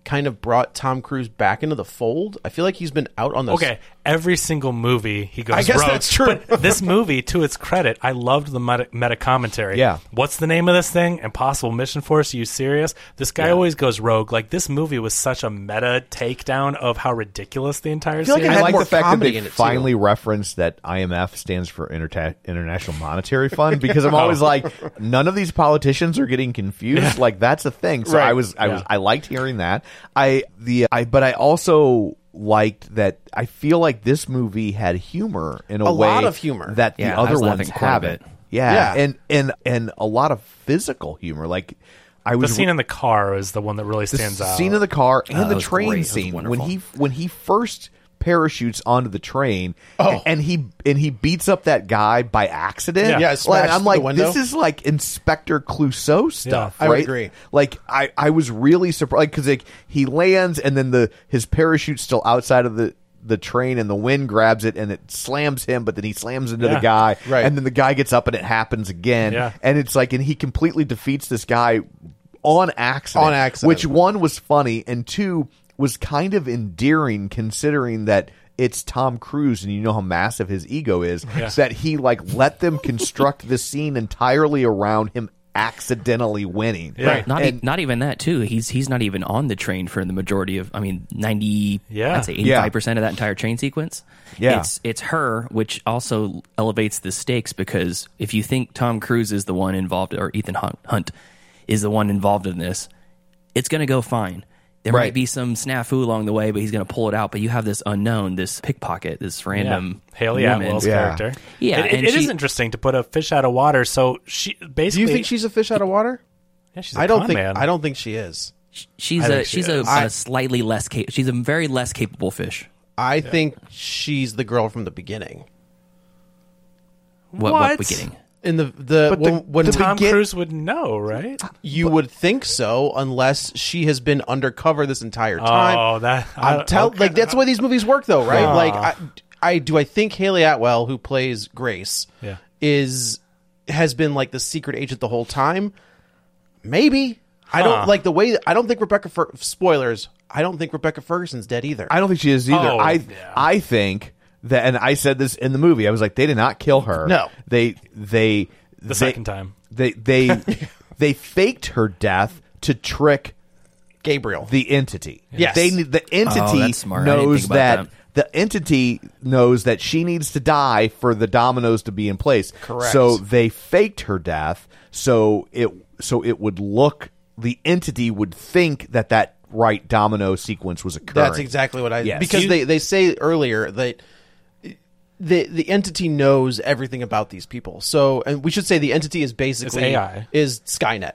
S3: kind of brought Tom Cruise back into the fold. I feel like he's been out on the
S4: Okay, every single movie he goes.
S3: I guess
S4: rogue.
S3: that's true.
S4: But this movie, to its credit, I loved the meta, meta commentary.
S2: Yeah.
S4: What's the name of this thing? Impossible Mission Force? Are you serious? This guy always goes rogue. Like this movie was such a meta takedown of how ridiculous the entire
S3: feel like it
S4: series.
S3: had
S2: I like
S3: more
S2: the fact that
S3: comedy
S2: they
S3: in it, too.
S2: finally referenced that IMF stands for Interta- International Monetary Fund because I'm always
S3: Oh.
S2: like, none of these politicians are getting confused. Like that's a thing. So I was, I was, I liked hearing that. I the I, but I also liked that. I feel like this movie had humor in a,
S3: A
S2: way
S3: lot of humor.
S2: that
S5: Yeah,
S2: the
S5: I was
S2: other
S5: laughing
S2: ones
S5: quite a
S2: haven't.
S5: bit.
S2: Yeah.
S3: Yeah.
S2: and and and a lot of physical humor. Like I
S4: the
S2: was
S4: scene in the car is the one that really stands out.
S2: scene of the car and
S5: that
S2: the
S5: was
S2: train
S5: great. That was
S2: scene when
S5: wonderful.
S2: he when he first parachutes onto the train
S3: Oh.
S2: and, he and he beats up that guy by accident.
S4: Yeah. Yeah,
S2: like,
S3: smashed
S2: I'm
S3: the
S2: like
S3: window.
S2: this is like Inspector Clouseau stuff.
S3: I would
S2: right?
S3: agree.
S2: Like I I was really surprised because like he lands and then the his parachute's still outside of the the train and the wind grabs it and it slams him, but then he slams into the
S4: Yeah.
S2: guy,
S3: Right.
S2: and then the guy gets up and it happens again,
S4: Yeah.
S2: and it's like and he completely defeats this guy on accident,
S3: On accident.
S2: which one was funny and two was kind of endearing considering that it's Tom Cruise and you know how massive his ego is so that he like let them construct this scene entirely around him accidentally winning.
S4: Yeah.
S5: Not, e-
S2: And-
S5: not even that too. He's he's not even on the train for the majority of. I mean, ninety.
S4: Yeah.
S5: I'd say eighty five percent of that entire train sequence.
S2: Yeah.
S5: it's it's her, which also elevates the stakes because if you think Tom Cruise is the one involved, or Ethan Hunt, Hunt is the one involved in this, it's going to go fine. There
S2: Right.
S5: might be some snafu along the way, but he's going to pull it out. But you have this unknown, this pickpocket, this
S4: Yeah.
S5: random
S4: Haley
S5: woman.
S4: Atwell's
S2: Yeah.
S4: character.
S5: Yeah,
S4: It- it-
S5: and
S4: it is
S5: she-
S4: interesting to put a fish out of water. So she basically.
S3: Do you think she's a fish out of water?
S4: Yeah, she's a
S3: I don't
S4: con
S3: think
S4: man.
S3: I don't think she is.
S5: She's
S4: I
S5: a
S4: think she
S5: she's a,
S4: is.
S5: a slightly less cap- she's a very less capable fish.
S3: I think she's the girl from the beginning.
S5: What, what
S4: What?
S5: beginning?
S3: In the the
S4: But
S3: when,
S4: the,
S3: when
S4: Tom
S3: we get,
S4: Cruise would know, right?
S3: you would think so unless she has been undercover this entire time.
S4: Oh, that
S3: I'm tell like that's why these movies work though, right? Like I, I do I think Haley Atwell who plays Grace
S4: Yeah.
S3: is has been like the secret agent the whole time? Maybe. I don't like the way I don't think Rebecca Fer- spoilers. I don't think Rebecca Ferguson's dead either.
S2: I don't think she is either.
S4: Oh,
S2: I
S4: yeah.
S2: I think that, and I said this in the movie. I was like, they did not kill her.
S3: No.
S2: they they
S4: the second time.
S2: they they they faked her death to trick
S3: Gabriel.
S2: the entity.
S3: Yes.
S2: They the entity
S5: Oh, that's smart. I didn't think
S2: knows
S5: about
S2: that,
S5: that.
S2: the entity knows that she needs to die for the dominoes to be in place.
S3: Correct.
S2: So they faked her death so it so it would look the entity would think that that right domino sequence was occurring.
S3: That's exactly what I
S2: Yes.
S3: because
S2: You-
S3: they they say earlier that the the entity knows everything about these people. So and we should say the entity is basically
S4: AI.
S3: is Skynet.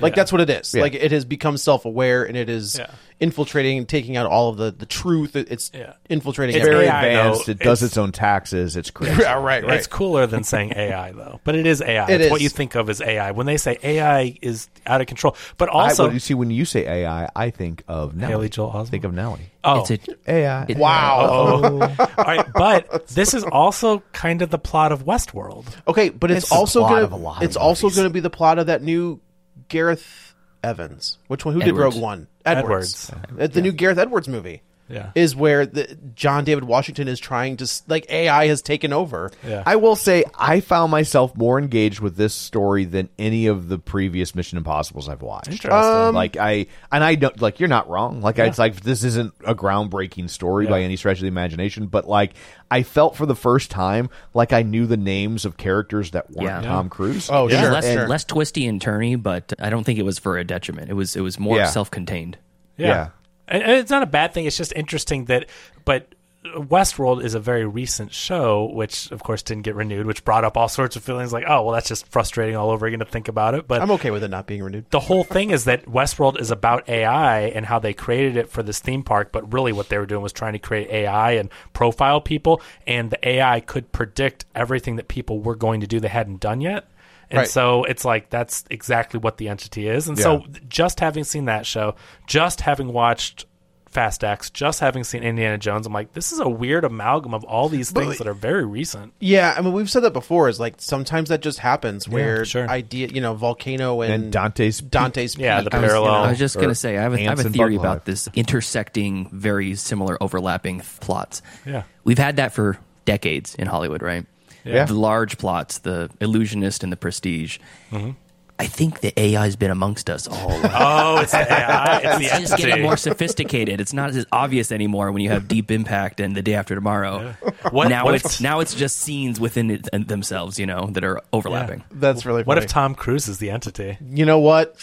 S3: Like that's what it is.
S2: Yeah.
S3: Like it has become self-aware and it is
S4: Yeah.
S3: infiltrating and taking out all of the the truth. It- It's
S4: Yeah.
S3: infiltrating.
S4: It's
S2: very
S3: everything.
S4: AI,
S2: advanced.
S4: though,
S2: it does
S4: it's-
S2: its own taxes. It's crazy.
S3: Yeah, right, right.
S4: It's cooler than saying AI though, but it is AI.
S3: It
S4: it's what
S3: is.
S4: you think of as AI. When they say AI is out of control, but
S2: I-
S4: also
S2: well, you see, when you say AI, I think of Nelly.
S4: Haley Joel Osment.
S2: Think of Nelly.
S4: oh,
S5: It's a,
S2: AI.
S5: it-
S4: all right, but this is also kind of the plot of Westworld.
S3: Okay, but it's,
S2: It's the
S3: also
S2: plot
S3: gonna
S2: of a lot of
S3: it's also
S2: movies.
S3: gonna be the plot of that new Gareth Evans. Which one? Who
S5: Edwards.
S3: did Rogue One?
S4: Edwards.
S3: Uh, The new Gareth Edwards movie.
S4: Yeah.
S3: Is where the John David Washington is trying to s- like AI has taken over.
S4: Yeah.
S2: I will say I found myself more engaged with this story than any of the previous Mission Impossible's I've watched. Um,
S4: Interesting.
S2: like I and I don't like you're not wrong. Like it's like this isn't a groundbreaking story by any stretch of the imagination, but like I felt for the first time like I knew the names of characters that weren't
S5: Yeah.
S2: Tom Cruise.
S3: Oh,
S5: it was
S3: sure.
S5: less,
S3: And-
S5: less twisty and turny, but I don't think it was for a detriment. It was it was more
S2: Yeah.
S5: self-contained.
S2: Yeah.
S4: And, and it's not a bad thing. It's just interesting that, but Westworld is a very recent show, which of course didn't get renewed, which brought up all sorts of feelings like, oh, well, that's just frustrating all over again to think about it. But
S3: I'm okay with it not being renewed.
S4: the whole thing is that Westworld is about AI and how they created it for this theme park, but really what they were doing was trying to create AI and profile people, and the AI could predict everything that people were going to do they hadn't done yet. And
S3: Right.
S4: so it's like that's exactly what the entity is. And so just having seen that show, just having watched Fast X, just having seen Indiana Jones, I'm like, this is a weird amalgam of all these things that are very recent.
S3: Yeah, I mean we've said that before. Is like sometimes that just happens where
S4: sure.
S3: idea, you know, volcano and,
S2: And Dante's Peak.
S3: Dante's
S4: Yeah,
S3: Peak.
S4: the
S3: I was-
S4: parallel.
S5: I was just
S2: or
S5: gonna say I have a, I have
S2: ants
S5: a
S2: and
S5: theory
S2: butterfly.
S5: about this intersecting very similar overlapping th- plots.
S4: Yeah.
S5: we've had that for decades in Hollywood, right?
S2: Yeah.
S5: the large plots, the illusionist and the prestige. I think the AI has been amongst us all. along.
S4: Oh, it's the AI. It's the
S5: It's just
S4: entity.
S5: getting more sophisticated. It's not as obvious anymore when you have Deep Impact and The Day After Tomorrow.
S4: What-
S5: now
S4: what if-
S5: it's now it's just scenes within it, and themselves, you know, that are overlapping.
S3: That's really. Funny.
S4: What if Tom Cruise is the entity?
S3: you know what?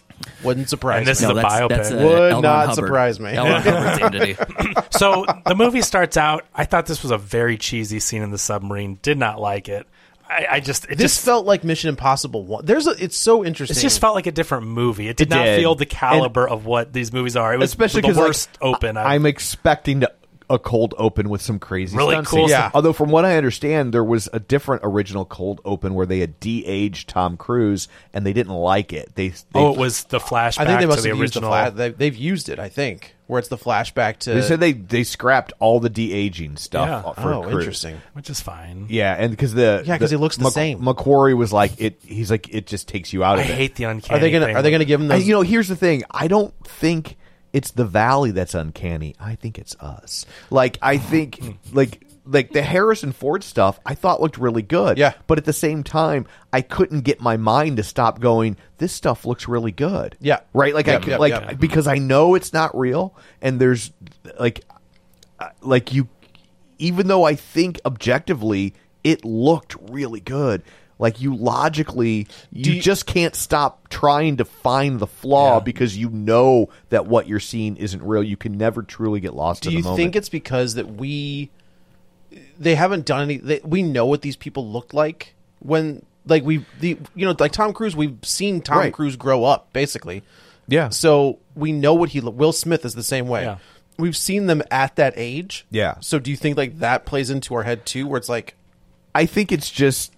S3: Wouldn't surprise.
S4: And this
S3: me.
S4: is a
S5: that's,
S4: biopic.
S5: that's a
S3: Would
S5: L. Ron
S3: not
S5: Hubbard.
S3: surprise me.
S5: L. Ron Hubbard's entity.
S4: so the movie starts out. I thought this was a very cheesy scene in the submarine. Did not like it. I, I just it
S3: this
S4: just
S3: felt like Mission Impossible One. There's a. It's so interesting.
S4: it just felt like a different movie. It did not
S2: did.
S4: feel the caliber of what these movies are. It was
S2: especially
S4: the
S2: because
S4: worst open. I-
S2: I'm expecting to, a cold open with some crazy,
S4: Really
S2: stunt
S4: cool
S2: scenes.
S3: stuff. Yeah.
S2: Although, from what I understand, there was a different original cold open where they had de-aged Tom Cruise, and they didn't like it. They, they
S4: oh, it was the flashback
S3: I think they must
S4: to the
S3: have used the
S4: original.
S3: flash. They, they've used it. I think where it's the flashback to.
S2: They said they they scrapped all the de aging stuff
S4: Yeah.
S2: for
S3: oh,
S2: Cruise.
S3: interesting.
S4: which is fine.
S2: Yeah, and because the
S3: Yeah, 'cause he looks the same.
S2: Macquarie was like it. He's like it just takes you out
S4: I
S2: of it.
S4: hate the uncanny.
S3: Are they gonna?
S4: Thing
S3: Are they gonna give him
S2: I-
S3: those?
S2: you know, here's the thing. I don't think it's the valley that's uncanny. I think it's us. Like I think like like the Harrison Ford stuff I thought looked really good.
S3: Yeah.
S2: But at the same time, I couldn't get my mind to stop going, this stuff looks really good.
S3: Yeah.
S2: Right? Like I
S3: Yeah,
S2: like
S3: yeah.
S2: because I know it's not real and there's like uh, like you even though I think objectively it looked really good, like you logically you,
S3: you-
S2: just can't stop trying to find the flaw
S4: Yeah.
S2: because you know that what you're seeing isn't real. You can never truly get lost
S3: Do
S2: in
S3: you
S2: the moment.
S3: think it's because that we they haven't done any? They, we know what these people looked like when, like we, the you know, like Tom Cruise. We've seen Tom
S2: Right.
S3: Cruise grow up, basically.
S2: Yeah.
S3: So we know what he. lo- Will Smith is the same way.
S4: Yeah.
S3: We've seen them at that age.
S2: Yeah.
S3: So do you think like that plays into our head too, where it's like,
S2: I think it's just.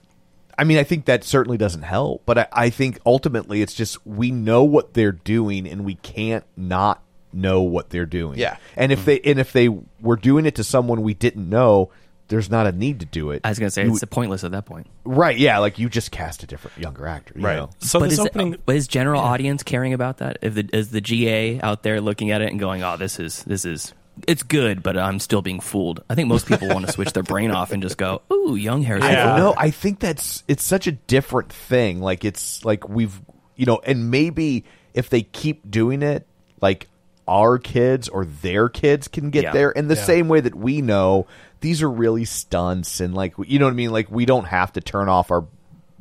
S2: I mean, I think that certainly doesn't help, but I, I think ultimately it's just we know what they're doing, and we can't not know what they're doing.
S3: Yeah.
S2: and
S5: Mm-hmm.
S2: if they and if they were doing it to someone we didn't know, there's not a need to do it.
S5: I was gonna say
S2: You-
S5: it's pointless at that point.
S2: right? Yeah, like you just cast a different younger actor, you
S3: Right.
S2: know?
S4: So
S5: but
S4: this
S5: is,
S4: opening.
S5: but is general audience caring about that? If the, is the GA out there looking at it and going, "Oh, this is this is it's good," but I'm still being fooled. I think most people want to switch their brain off and just go, "Ooh, young Harrison."
S2: I
S4: Yeah.
S2: don't know. I think that's it's such a different thing. Like it's like we've you know, and maybe if they keep doing it, like our kids or their kids can get
S5: Yeah.
S2: there in the same way that we know these are really stunts and like you know what I mean. Like we don't have to turn off our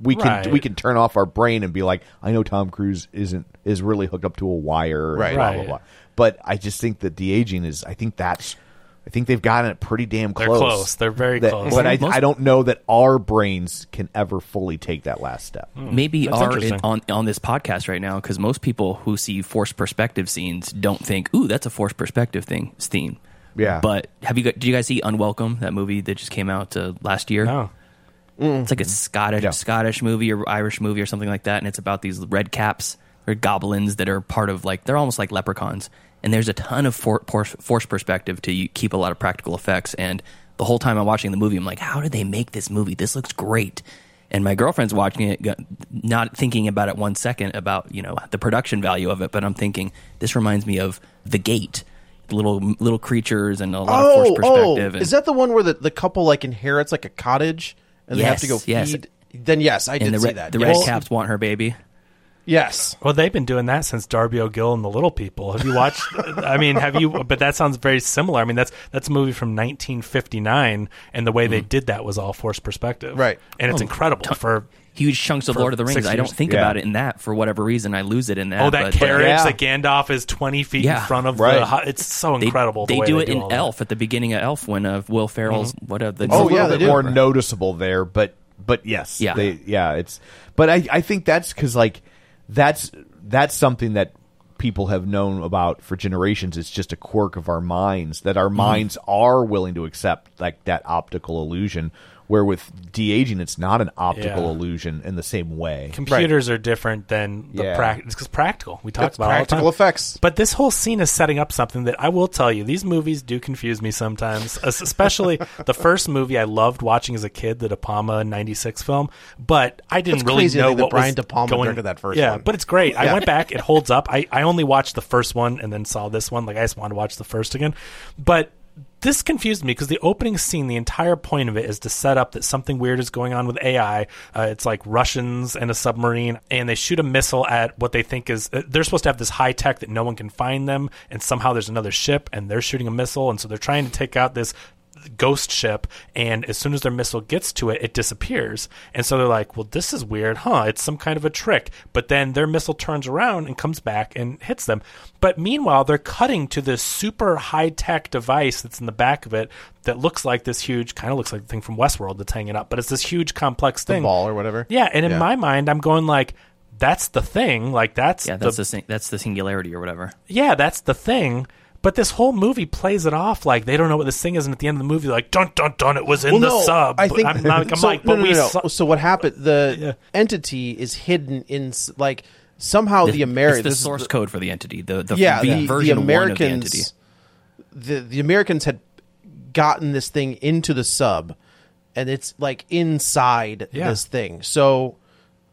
S2: we can
S4: Right.
S2: we can turn off our brain and be like, I know Tom Cruise isn't is really hooked up to a wire, and
S3: Right.
S2: Blah, blah,
S4: Right.
S2: blah. But I just think that de aging is. I think that's. I I think they've gotten it pretty damn
S4: They're
S2: close.
S4: close. They're very
S2: That-
S4: close.
S2: But I,
S5: Most-
S2: I don't know that our brains can ever fully take that last step.
S5: maybe
S4: Hmm. That's
S5: are
S4: interesting.
S5: in, on on this podcast right now because most people who see forced perspective scenes don't think, "Ooh, that's a forced perspective thing theme."
S2: Yeah.
S5: But have you? got- Did you guys see Unwelcome? That movie that just came out uh, last year.
S4: No.
S5: It's
S3: Mm-hmm.
S5: like a Scottish
S2: Yeah.
S5: Scottish movie or Irish movie or something like that, and it's about these red caps or goblins that are part of like they're almost like leprechauns. And there's a ton of for, for, force perspective to you- keep a lot of practical effects. And the whole time I'm watching the movie, I'm like, how did they make this movie? This looks great. And my girlfriend's watching it, go- not thinking about it one second about you know the production value of it, but I'm thinking this reminds me of The Gate, little little creatures and a lot of force perspective. and,
S3: Oh, is that the one where the, the couple like inherits like a cottage and they have to go
S5: Yes, yes.
S3: feed? Then yes, I did
S5: and the,
S3: see
S5: red,
S3: that.
S5: the
S3: yes.
S5: red caps want her baby.
S3: Yes.
S4: Well, they've been doing that since Darby O'Gill and the Little People. Have you watched? I mean, have you? But that sounds very similar. I mean, that's that's a movie from 1959, and the way
S2: Mm.
S4: they did that was all forced perspective,
S3: Right.
S4: And
S5: Oh,
S4: it's incredible for
S5: huge chunks of
S4: For
S5: Lord of the
S4: six
S5: Rings. I
S4: years.
S5: don't think
S2: Yeah.
S5: about it in that for whatever reason. I lose it in that.
S4: oh that
S5: but-
S4: carriage
S2: Yeah.
S4: that Gandalf is 20 feet
S5: Yeah.
S4: in front of
S2: Right.
S4: the. hu- It's so
S5: They,
S4: incredible. the
S5: they
S4: way
S5: do it
S4: do
S5: in
S4: all that.
S5: Elf at the beginning of Elf when uh, Will Ferrell's what uh, the
S2: oh
S3: little
S2: yeah,
S3: bit
S2: they more
S3: different.
S2: noticeable there, but but yes,
S5: Yeah.
S2: they, yeah, it's. But I I think that's because like that's that's something that people have known about for generations. It's just a quirk of our minds that our minds are willing to accept like that optical illusion. Where with de aging, it's not an optical
S4: Yeah.
S2: illusion in the same way.
S4: computers are different than the
S2: Yeah.
S4: practice because practical. We talked
S3: It's
S4: about it all the time.
S3: practical effects.
S4: But this whole scene is setting up something that I will tell you. These movies do confuse me sometimes, es- especially the first movie I loved watching as a kid, the De Palma '96 film. But I didn't
S3: That's
S4: really
S3: crazy to
S4: know
S3: think that
S4: what
S3: Brian
S4: was
S3: De Palma
S4: going
S3: directed that first
S4: yeah,
S3: one.
S4: but it's great. I went back; it holds up. I I only watched the first one and then saw this one. Like I just wanted to watch the first again, but. This confused me because the opening scene, the entire point of it is to set up that something weird is going on with AI. Uh, it's like Russians and a submarine, and they shoot a missile at what they think is. uh, They're supposed to have this high tech that no one can find them, and somehow there's another ship, and they're shooting a missile, and so they're trying to take out this ghost ship and as soon as their missile gets to it it disappears and so they're like well this is weird huh it's some kind of a trick but then their missile turns around and comes back and hits them but meanwhile they're cutting to this super high-tech device that's in the back of it that looks like this huge kind of looks like the thing from westworld that's hanging up but it's this huge complex thing
S3: ball or whatever.
S4: yeah and in
S3: Yeah.
S4: my mind i'm going like that's the thing like that's
S5: yeah,
S4: the
S5: that's the, sing- that's the singularity or whatever.
S4: yeah, that's the thing. But this whole movie plays it off like they don't know what this thing is, and at the end of the movie, they're like dun dun dun, it was in the sub.
S3: I think
S4: I'm, not- I'm
S3: so,
S4: like,
S3: no,
S4: but
S3: no,
S4: we
S3: no, no.
S4: su-
S3: so what happened? The
S4: Yeah.
S3: entity is hidden in s- like somehow the, American
S5: it's the source code for the entity. The the,
S3: yeah,
S5: the
S3: the,
S5: version
S3: the
S5: one of the entity.
S3: Americans, the, the Americans had gotten this thing into the sub, and it's like inside
S4: Yeah.
S3: this thing. So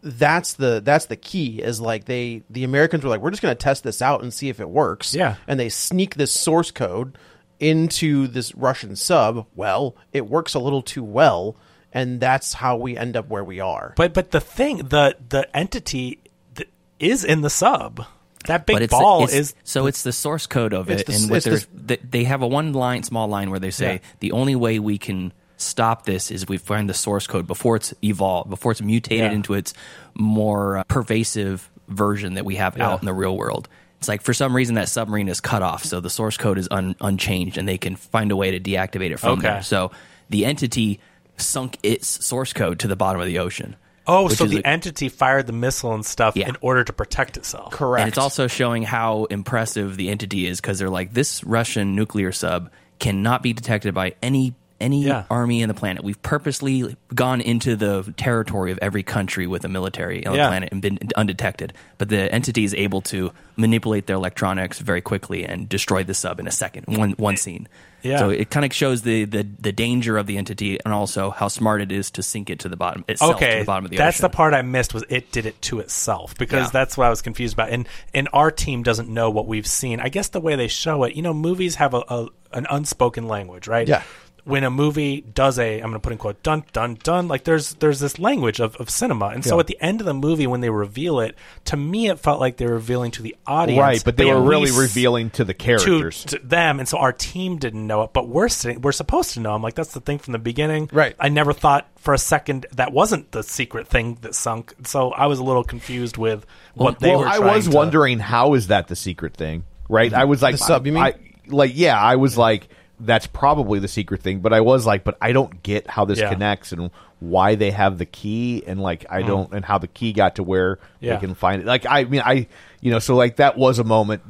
S3: that's the that's the key is like they the Americans were like we're just going to test this out and see if it works.
S4: Yeah.
S3: and they sneak this source code into this Russian sub. Well, it works a little too well, and that's how we end up where we are.
S4: but but the thing, the the entity th- is in the sub. That big
S5: but it's,
S4: ball
S5: it's-
S4: is
S5: so it's the source code of
S3: It's
S5: it,
S3: the-
S5: and what
S3: it's the-
S5: they're- th- they have a one line, small line where they say
S4: Yeah.
S5: the only way we can stop this is we find the source code before it's evolved, before it's mutated
S4: Yeah.
S5: into its more uh, pervasive version that we have out in the real world. It's like for some reason that submarine is cut off, so the source code is un- unchanged, and they can find a way to deactivate it from
S4: Okay.
S5: there. So the entity sunk its source code to the bottom of the ocean.
S4: oh,
S5: which
S4: so
S5: is
S4: the
S5: a-
S4: entity fired the missile and stuff
S5: Yeah.
S4: in order to protect itself.
S3: Correct.
S5: And it's also showing how impressive the entity is because they're like, this Russian nuclear sub cannot be detected by any any
S4: Yeah.
S5: army in the planet. We've purposely gone into the territory of every country with a military on
S4: Yeah.
S5: the planet and been undetected. But the entity is able to manipulate their electronics very quickly and destroy the sub in a second, one one scene.
S4: Yeah.
S5: So it kind of shows the, the the danger of the entity and also how smart it is to sink it to the bottom itself to the bottom of the
S4: that's
S5: ocean.
S4: the part I missed was it did it to itself because
S5: Yeah.
S4: that's what I was confused about. And and our team doesn't know what we've seen. I guess the way they show it, you know, movies have a, a an unspoken language, right?
S3: Yeah.
S4: When a movie does a, I'm going to put in quote dun dun dun, like there's there's this language of, of cinema, and so at the end of the movie when they reveal it, to me it felt like they were revealing to the audience,
S2: Right, but they
S4: at
S2: were really
S4: least-
S2: revealing to the
S4: to,
S2: characters.
S4: to them, and so our team didn't know it. But we're sitting, we're supposed to know. I'm like, that's the thing from the beginning.
S3: Right.
S4: I never thought for a second that wasn't the secret thing that sunk. So I was a little confused with what they
S2: well,
S4: were.
S2: I
S4: trying
S2: was
S4: to-
S2: wondering how is that the secret thing, right? I was like,
S3: The sub, you mean?
S2: I, like, yeah, I was like, that's probably the secret thing. But I was like, but I don't get how this
S4: Yeah. Mm-hmm.
S2: connects and why they have the key and like I don't and how the key got to where
S4: Yeah.
S2: they can find it. Like I mean, I you know, so like that was a moment.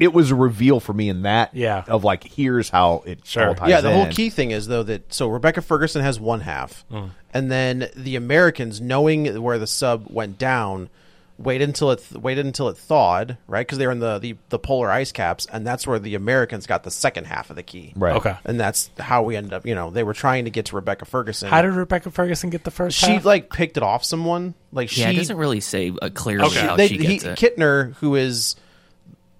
S2: It was a reveal for me in that
S4: Yeah.
S2: of like here's how it
S4: Sure.
S2: all ties
S3: yeah, the whole
S2: in.
S3: key thing is though that so Rebecca Ferguson has one half,
S4: Mm.
S3: and then the Americans, knowing where the sub went down, waited until it waited until it thawed, right? Because they were in the, the the polar ice caps, and that's where the Americans got the second half of the key,
S2: Right.
S4: Okay.
S3: And that's how we ended up. You know, they were trying to get to Rebecca Ferguson.
S4: How did Rebecca Ferguson get the first?
S3: she
S4: half?
S3: like picked it off someone? Like
S5: Yeah,
S3: she
S5: it doesn't really say uh, clearly
S4: Okay.
S5: how
S3: they,
S5: she
S3: he,
S5: gets it.
S3: Kittner, who is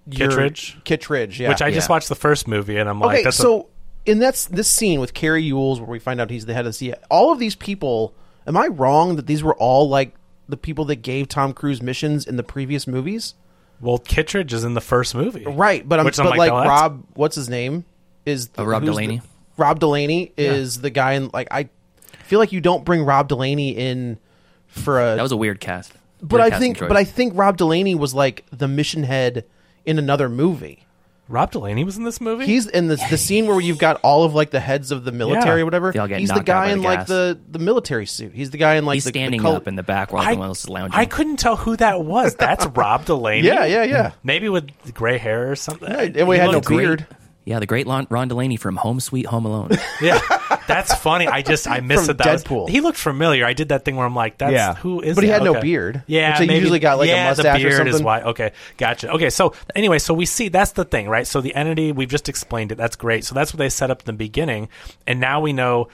S3: your-
S4: Kittredge?
S3: Kittredge, yeah,
S4: which I just
S3: yeah.
S4: watched the first movie and I'm like,
S3: Okay,
S4: that's a-
S3: so in that's this scene with Carrie Ewells where we find out he's the head of the CIA. All of these people, am I wrong that these were all like the people that gave Tom Cruise missions in the previous movies?
S4: well, Kittredge is in the first movie,
S3: Right, but I'm
S4: Which
S3: but like
S4: "Oh, that's-
S3: Rob, what's his name? Is the,
S5: Uh, Rob
S3: who's
S5: Delaney.
S3: the- Rob Delaney is the guy in like I feel like you don't bring Rob Delaney in for a
S5: that was a weird cast.
S3: but
S5: Weird
S3: I
S5: casting
S3: think
S5: choice.
S3: but I think Rob Delaney was like the mission head in another movie.
S4: Rob Delaney was in this movie.
S3: He's in the the scene where you've got all of like the heads of the military
S4: Yeah.
S3: or whatever.
S5: They all get
S3: He's the
S5: knocked out
S3: guy
S5: by
S3: in
S5: the
S3: like
S5: gas.
S3: the the military suit. He's the guy in like
S5: he's
S3: the, the
S5: standing
S3: col-
S5: up in the back while
S4: I,
S5: everyone else is lounging.
S4: I couldn't tell who that was. That's Rob Delaney.
S3: Yeah, yeah, yeah.
S4: Maybe with gray hair or something.
S3: Yeah, and we
S4: He
S3: had no
S4: looked great.
S3: beard.
S5: yeah, the great Lon- Ron Delaney from Home Sweet Home Alone.
S4: Yeah, that's funny. I just I missed
S3: From
S4: that. that was-
S3: Deadpool.
S4: he looked familiar. I did that thing where I'm like, that's
S2: Yeah.
S4: who is?
S3: But he
S4: that?
S3: had no
S4: Okay.
S3: beard,
S4: Yeah,
S3: which they
S4: maybe-
S3: usually got, like, a
S4: yeah, the
S3: mustache or
S4: beard Is
S3: something.
S4: why. Okay, gotcha. Okay, so anyway, so we see that's the thing, right? So the entity we've just explained it. That's great. So that's what they set up in the beginning, and now we know.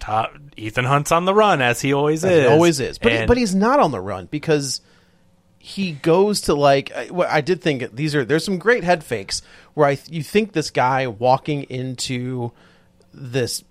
S4: To- Ethan Hunt's on the run as he always
S3: As
S4: is.
S3: He always is. But he,
S4: And-
S3: but he's not on the run because he goes to like I, well, I did think these are there's some great head fakes where I you think this guy walking into this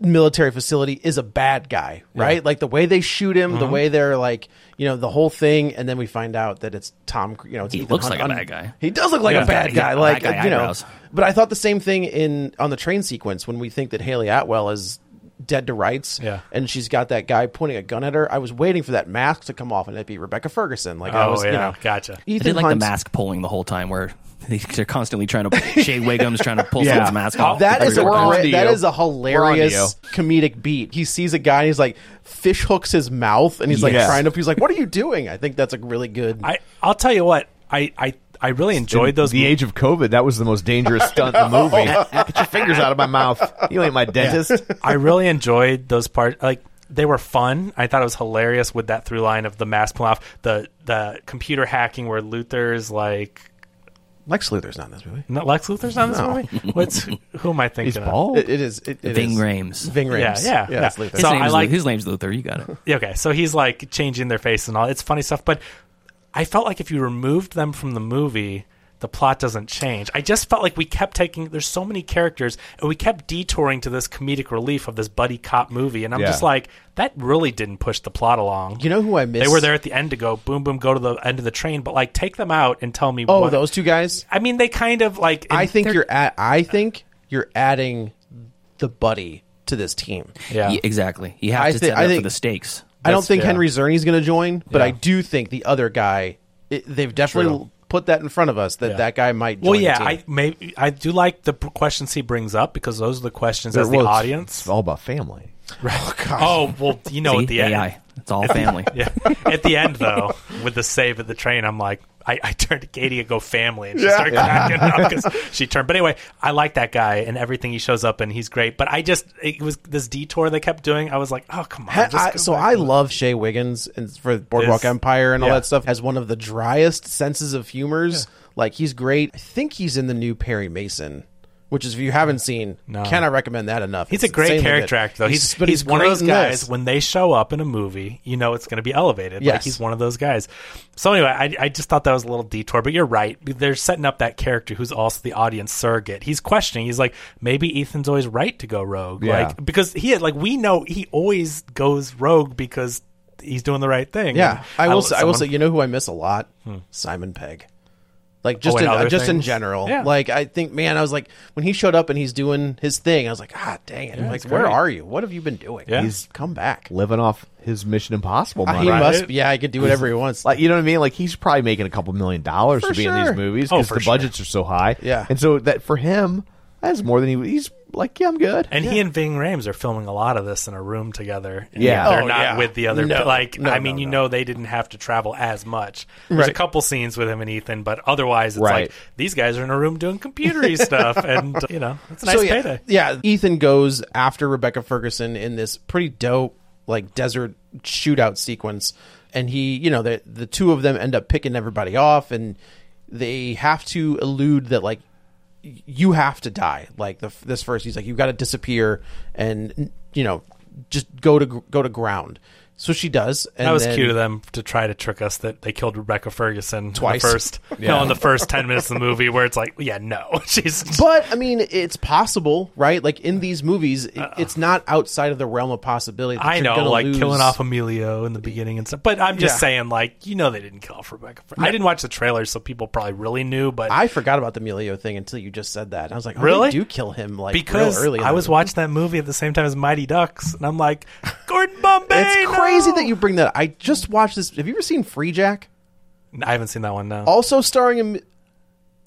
S3: military facility is a bad guy, right? Like the way they shoot him,
S5: Mm-hmm.
S3: the way they're like, you know, the whole thing and then we find out that it's Tom, Cru- you know, it's
S5: He
S3: Ethan
S5: looks
S3: Hunt
S5: like a
S3: on-
S5: bad guy.
S3: He does look like
S4: Yeah.
S3: a bad
S5: He's
S3: guy,
S5: got
S3: like
S5: black guy
S3: you know.
S5: eyebrows.
S3: But I thought the same thing in on the train sequence when we think that Haley Atwell is dead to rights,
S4: Yeah.
S3: and she's got that guy pointing a gun at her. I was waiting for that mask to come off and it'd be Rebecca Ferguson. Like I
S4: Oh,
S3: was,
S4: yeah.
S3: you know,
S4: Gotcha.
S5: I
S3: Ethan
S5: did like
S3: Hunt's-
S5: the mask pulling the whole time, where they- they're constantly trying to Shea Wiggum's trying to pull
S2: Yeah.
S5: someone's mask off.
S3: That is a
S2: We're on to
S3: great, that
S2: you.
S3: is a
S2: We're on
S3: hilarious comedic beat. He sees a guy and he's like fish hooks his mouth and he's like
S2: Yes.
S3: trying to. He's like, "What are you doing?" I think that's a really good.
S4: I I'll tell you what. I I, I really enjoyed
S2: In
S4: those.
S2: the
S4: mo-
S2: age of COVID, that was the most dangerous stunt in the movie. Get your fingers out of my mouth. You ain't my dentist.
S4: I really enjoyed those parts. Like they were fun. I thought it was hilarious with that through line of the mask pull off, the the computer hacking where Luther's like
S3: Lex Luthor's not in this movie.
S4: not Lex Luthor's on this movie. What's who am I thinking?
S2: He's
S4: of?
S2: bald.
S3: It, it is. It, it
S5: Ving
S3: is-
S5: Rhames.
S3: Ving Rhames.
S4: Yeah, yeah,
S3: yeah.
S4: yeah.
S3: it's Luthor.
S5: His,
S4: So
S5: name's
S4: I
S5: Lu-
S4: like-
S5: his name's Luther. You got it.
S4: Yeah, Okay, so he's like changing their face and all. It's funny stuff, but I felt like if you removed them from the movie, the plot doesn't change. I just felt like we kept taking. There's so many characters, and we kept detouring to this comedic relief of this buddy cop movie, and I'm
S2: Yeah.
S4: just like, that really didn't push the plot along.
S3: You know who I miss?
S4: They were there at the end to go boom, boom, go to the end of the train, but like take them out and tell me.
S3: Oh,
S4: what,
S3: those two guys.
S4: I mean, they kind of like.
S3: I
S4: and
S3: think
S4: they're-
S3: you're at. I think you're adding the buddy to this team.
S4: Yeah.
S5: Y- exactly. You have
S3: I
S5: to
S3: thi-
S5: set it
S3: I
S5: up
S3: think-
S5: for the stakes.
S3: I don't
S4: That's-
S3: think
S4: yeah.
S3: Henry Zerny's going to join, but I
S4: Yeah.
S3: do think the other guy. It, they've definitely
S4: True.
S3: put that in front of us that
S4: Yeah.
S3: that guy might. Join
S4: Well, yeah,
S3: the team.
S4: I maybe I do like the p- questions he brings up because those are the questions as the
S2: Well, it's-
S4: audience.
S2: It's all about family.
S4: Oh well, you know
S5: See?
S4: at the end,
S5: AI. It's all family.
S4: yeah. At the end though, with the save of the train, I'm like, I, I turned to Katie and go family, and she started cracking up because she turned. But anyway, I like that guy and everything. He shows up and he's great. But I just it was this detour they kept doing. I was like, oh come on.
S3: Ha-
S4: just
S3: I-
S4: go
S3: so
S4: back
S3: I
S4: to it.
S3: love Shea Wiggins and for Boardwalk
S4: Is-
S3: Empire and all
S4: yeah.
S3: that stuff. Has one of the driest senses of humors. Like he's great. I think he's in the new Perry Mason, which is if you haven't seen, cannot recommend that enough.
S4: He's a
S3: It's
S4: great
S3: insanely
S4: character
S3: good.
S4: actor, though. He's
S3: but
S4: he's, one of
S3: great
S4: those
S3: in
S4: guys
S3: this.
S4: when they show up in a movie, you know it's going to be elevated. Like
S3: Yes.
S4: he's one of those guys. So anyway, I, I just thought that was a little detour, but you're right. They're setting up that character who's also the audience surrogate. He's questioning. He's like, maybe Ethan's always right to go rogue,
S2: Yeah.
S4: like because he had like we know he always goes rogue because he's doing the right thing.
S3: Yeah, I will. say, I will say,
S4: someone- Hmm.
S3: you know who I miss a lot? Simon Pegg. Like just
S4: Oh, and
S3: in, uh,
S4: other
S3: just in
S4: things?
S3: general.
S4: Yeah.
S3: Like I think, man, I was like when he showed up and he's doing his thing. I was like, ah, dang it! like, where
S4: great.
S3: are you? What have you been doing?
S4: Yeah.
S3: He's come back.
S2: Living off his Mission Impossible money.
S3: He
S4: Right.
S3: must. Yeah, he could do whatever he wants.
S2: Like you know what I mean? Like he's probably making a couple million dollars
S3: For
S2: to be in these
S3: sure.
S2: movies
S4: Oh,
S2: because
S4: for
S2: the
S4: sure.
S2: budgets are so high.
S3: Yeah.
S2: and so that for him, that's more than he he's like, yeah, I'm good.
S4: And he and Ving Rhames are filming a lot of this in a room together. And
S2: Yeah.
S4: they're
S3: Oh,
S4: not
S3: yeah.
S4: with the other.
S3: No.
S4: like,
S3: No,
S4: I mean,
S3: no,
S4: you
S3: no.
S4: know, they didn't have to travel as much. There's a
S3: Right.
S4: couple scenes with him and Ethan, but otherwise, it's
S2: Right.
S4: like these guys are in a room doing computery stuff, and uh, you know, it's a nice
S3: yeah,
S4: payday.
S3: Yeah, Ethan goes after Rebecca Ferguson in this pretty dope like desert shootout sequence, and he, you know, the the two of them end up picking everybody off, and they have to elude that like y- you have to die. Like the this first, he's like, you've got to disappear, and you know, just go to gr- go to ground. So she does. And
S4: that was
S3: then-
S4: cute of them to try to trick us that they killed Rebecca Ferguson
S3: Twice.
S4: In the first, no, in the first ten minutes of the movie, where it's like, yeah, no, she's
S3: But I mean, it's possible, right? Like in these movies, it, it's not outside of the realm of possibility. that
S4: Uh, I
S3: you're
S4: know,
S3: gonna
S4: like killing
S3: lose.
S4: off Emilio in the beginning and stuff. But I'm just
S3: Yeah.
S4: saying, like, you know, they didn't kill off Rebecca. Fer- I didn't watch the trailer, so people probably really knew. But
S3: I forgot about the Emilio thing until you just said that. And I was like, oh,
S4: Really?
S3: They do kill him like
S4: because
S3: real early. in
S4: I
S3: the
S4: was
S3: movie.
S4: watching that movie at the same time as Mighty Ducks, and I'm like, Gordon Bombay.
S3: It's
S4: no!
S3: crazy that you bring that. up. I just watched this. Have you ever seen Free Jack?
S4: I haven't seen that one. No.
S3: Also starring, Em-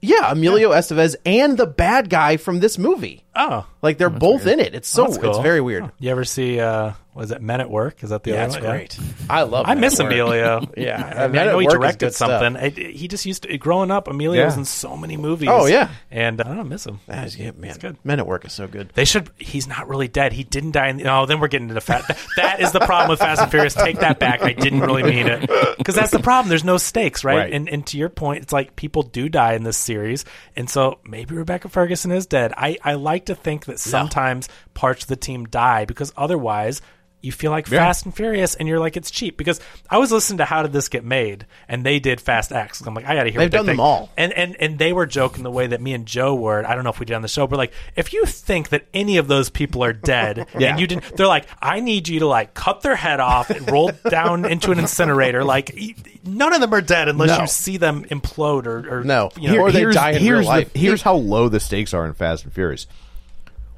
S3: yeah, Emilio Estevez and the bad guy from this movie.
S4: Oh.
S3: Like they're both in it. It's so
S4: That's
S3: it's
S4: cool.
S3: very weird.
S4: You ever see? uh Was it Men at Work? Is that the
S3: Yeah,
S4: other
S3: it's
S4: one? Yeah.
S3: great. I love.
S4: I miss
S3: Network.
S4: Emilio.
S3: Yeah,
S4: I, mean,
S3: Men
S4: I
S3: at
S4: know he
S3: Work is
S4: directed
S3: good stuff.
S4: something. I, he just used to growing up. Emilio
S2: Yeah.
S4: was in so many movies.
S3: Oh, yeah.
S4: and I don't miss him.
S3: That is- yeah, man,
S4: good.
S3: Men at Work is so good.
S4: They should. He's not really dead. He didn't die. In the, no, then we're getting into fat. That, that is the problem with Fast and Furious. Take that back. I didn't really mean it because that's the problem. There's no stakes, right?
S2: Right.
S4: And and to your point, it's like people do die in this series, and so maybe Rebecca Ferguson is dead. I I like to think that sometimes parts of the team die because otherwise. You feel like Fast and Furious, and you're like it's cheap because I was listening to How Did This Get Made, and they did Fast X. I'm like, I got to hear.
S3: They've
S4: what they
S3: done them
S4: think.
S3: all.
S4: And and and they were joking the way that me and Joe were. and I don't know if we did on the show, but like if you think that any of those people are dead and you didn't they're like, I need you to like cut their head off and roll down into an incinerator. Like e- none of them are dead unless
S3: No.
S4: you see them implode or, or
S3: No.
S4: you know,
S3: Here- Or they
S2: here's,
S3: die in
S2: here's
S3: real life.
S2: The, here's how low the stakes are in Fast and Furious.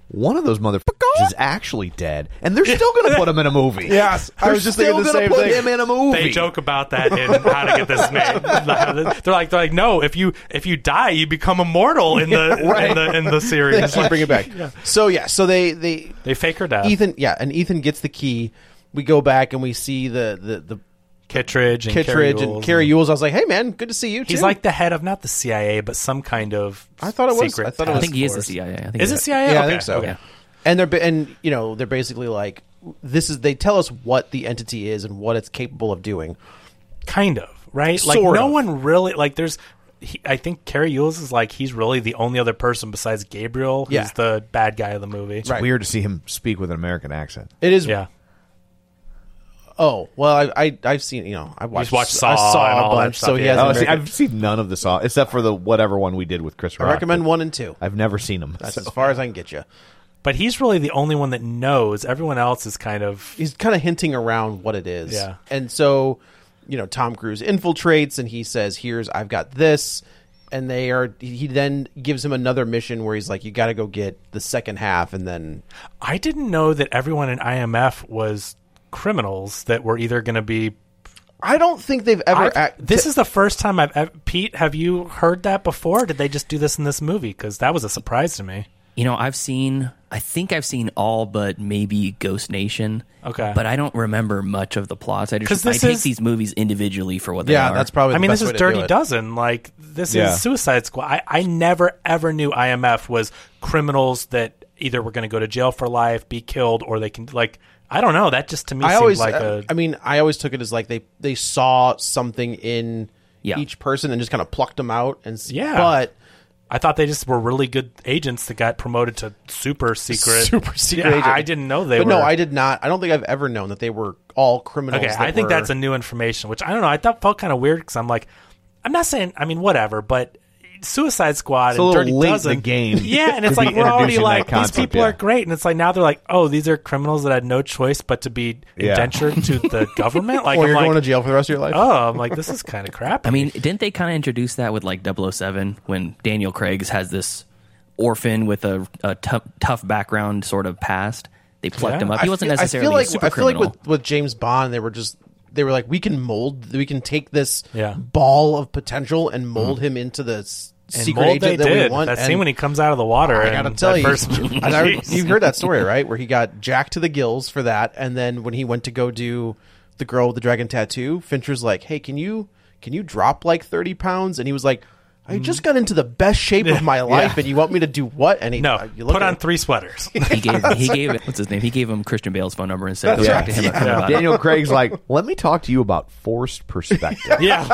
S2: One of those motherfuckers is actually dead, and they're still going to put him in a movie.
S3: Yes, I
S2: they're
S3: was just
S2: still
S3: thinking the
S2: gonna
S3: same
S2: put
S3: thing.
S2: him in a movie.
S4: they joke about that in how to get this made. they're like they're like, no, if you if you die, you become immortal in the in the in the series.
S3: Bring it back. So yeah, so they they
S4: They fake her death.
S3: Ethan, yeah, and Ethan gets the key. We go back and we see the the, the
S4: Kittredge and
S3: Kittredge and
S4: Ules
S3: Carrie Ewells. I was like, hey man, good to see you.
S4: He's
S3: too."
S4: like the head of not the CIA, but some kind of.
S3: I thought it was-
S4: Secret
S3: I thought it
S5: I
S3: was-
S5: think he is the
S4: force.
S5: CIA. I think
S4: Is
S5: he
S4: it CIA?
S3: yeah, I
S4: Okay,
S3: think so.
S4: okay.
S3: And they're ba- and you know they're basically like this is they tell us what the entity is and what it's capable of doing.
S4: Kind of right. Like
S3: Sort
S4: no
S3: of.
S4: one really like. There's. He, I think Carrie Ewells is like he's really the only other person besides Gabriel who's
S3: Yeah.
S4: the bad guy of the movie.
S3: Right.
S2: Weird to see him speak with an American accent.
S3: It is
S4: Yeah.
S3: oh well I, I I've seen you know I watched,
S4: watched
S3: I
S4: Saw and all
S3: saw a
S4: that
S3: bunch
S4: stuff,
S3: so he
S4: yeah.
S3: has
S4: Oh,
S3: an
S2: Uh, see,
S3: American-
S2: I've seen none of the song except for the whatever one we did with Chris Rock.
S3: I recommend one and two.
S2: I've never seen them.
S3: That's as far as I can get you.
S4: But he's really the only one that knows. Everyone else is kind of.
S3: he's kind of hinting around what it is.
S4: Yeah.
S3: And so, you know, Tom Cruise infiltrates and he says, "Here's I've got this." And they are he then gives him another mission where he's like, "You got to go get the second half and then
S4: I didn't know that everyone in IMF was criminals that were either going to be.
S3: I don't think they've ever
S4: I-
S3: act-
S4: this is the first time I've. ev- Pete, have you heard that before? Did they just do this in this movie? Because that was a surprise to me.
S5: You know, I've seen, I think I've seen all but maybe Ghost Nation.
S4: Okay.
S5: But I don't remember much of the plots. I
S4: 'Cause
S5: just, I
S4: this
S5: take
S4: is-
S5: these movies individually for what they
S3: Yeah,
S5: are.
S3: that's probably
S4: I
S3: the
S4: mean,
S3: best
S4: this is
S3: way to do
S4: Dirty
S3: it.
S4: Dozen. Like this
S2: Yeah.
S4: is Suicide Squad. I, I never ever knew IMF was criminals that either were going to go to jail for life, be killed, or they can like I don't know. That just to me
S3: I
S4: seems
S3: always uh,
S4: like
S3: I
S4: a
S3: I mean, I always took it as like they they saw something in
S5: Yeah.
S3: each person and just kind of plucked them out and s-
S4: Yeah.
S3: but
S4: I thought they just were really good agents that got promoted to super secret.
S3: Super secret
S4: Yeah,
S3: agent.
S4: I didn't know they
S3: but
S4: were.
S3: no, I did not. I don't think I've ever known that they were all criminals.
S4: Okay,
S3: that
S4: I think
S3: were-
S4: that's a new information, which I don't know. I thought felt kind of weird because I'm like, I'm not saying. I mean, whatever, but. Suicide Squad
S2: a
S4: and
S2: little
S4: Dirty
S2: late in
S4: Dozen.
S2: the game
S4: Yeah, and it's
S2: to be
S4: like we're already
S2: introducing that
S4: like
S2: concept,
S4: these people
S2: yeah.
S4: are great, and it's like now they're like, oh, these are criminals that had no choice but to be
S2: Yeah.
S4: indentured to the government. Like,
S3: or
S4: I'm
S3: "Oh, you're
S4: like,
S3: going to jail for the rest of your life.
S4: Oh, I'm like, this is kind of crap.
S5: I mean, didn't they kind of introduce that with like 007 when Daniel Craig's has this orphan with a, a tou- tough background sort of past? They plucked
S4: Yeah.
S5: him up. He wasn't
S3: feel-
S5: necessarily
S3: I feel like
S5: a super
S3: I feel like
S5: criminal.
S3: with, with James Bond, they were just they were like, we can mold, we can take this
S4: Yeah. Mm.
S3: ball of potential and mold him into this secret
S4: Mold
S3: agent
S4: they
S3: that
S4: did.
S3: we want.
S4: that
S3: and
S4: scene when he comes out of the water.
S3: I
S4: and
S3: gotta tell
S4: that
S3: you,
S4: first-
S3: and I-
S4: Jeez.
S3: you've heard that story, right? Where he got jacked to the gills for that, and then when he went to go do the girl with the dragon tattoo, Fincher's like, "Hey, can you can you drop like thirty pounds?" And he was like. I
S4: Mm.
S3: just got into the best shape of my life, and you want me to do what? And he
S4: no,
S3: uh, you look
S4: put
S3: at
S4: on
S3: him.
S4: three sweaters.
S5: He gave he gave what's his name? He gave him Christian Bale's phone number and said, "Go talk to him."
S4: Yeah.
S5: about it."
S2: Daniel Craig's like, let me talk to you about forced perspective.
S4: yeah,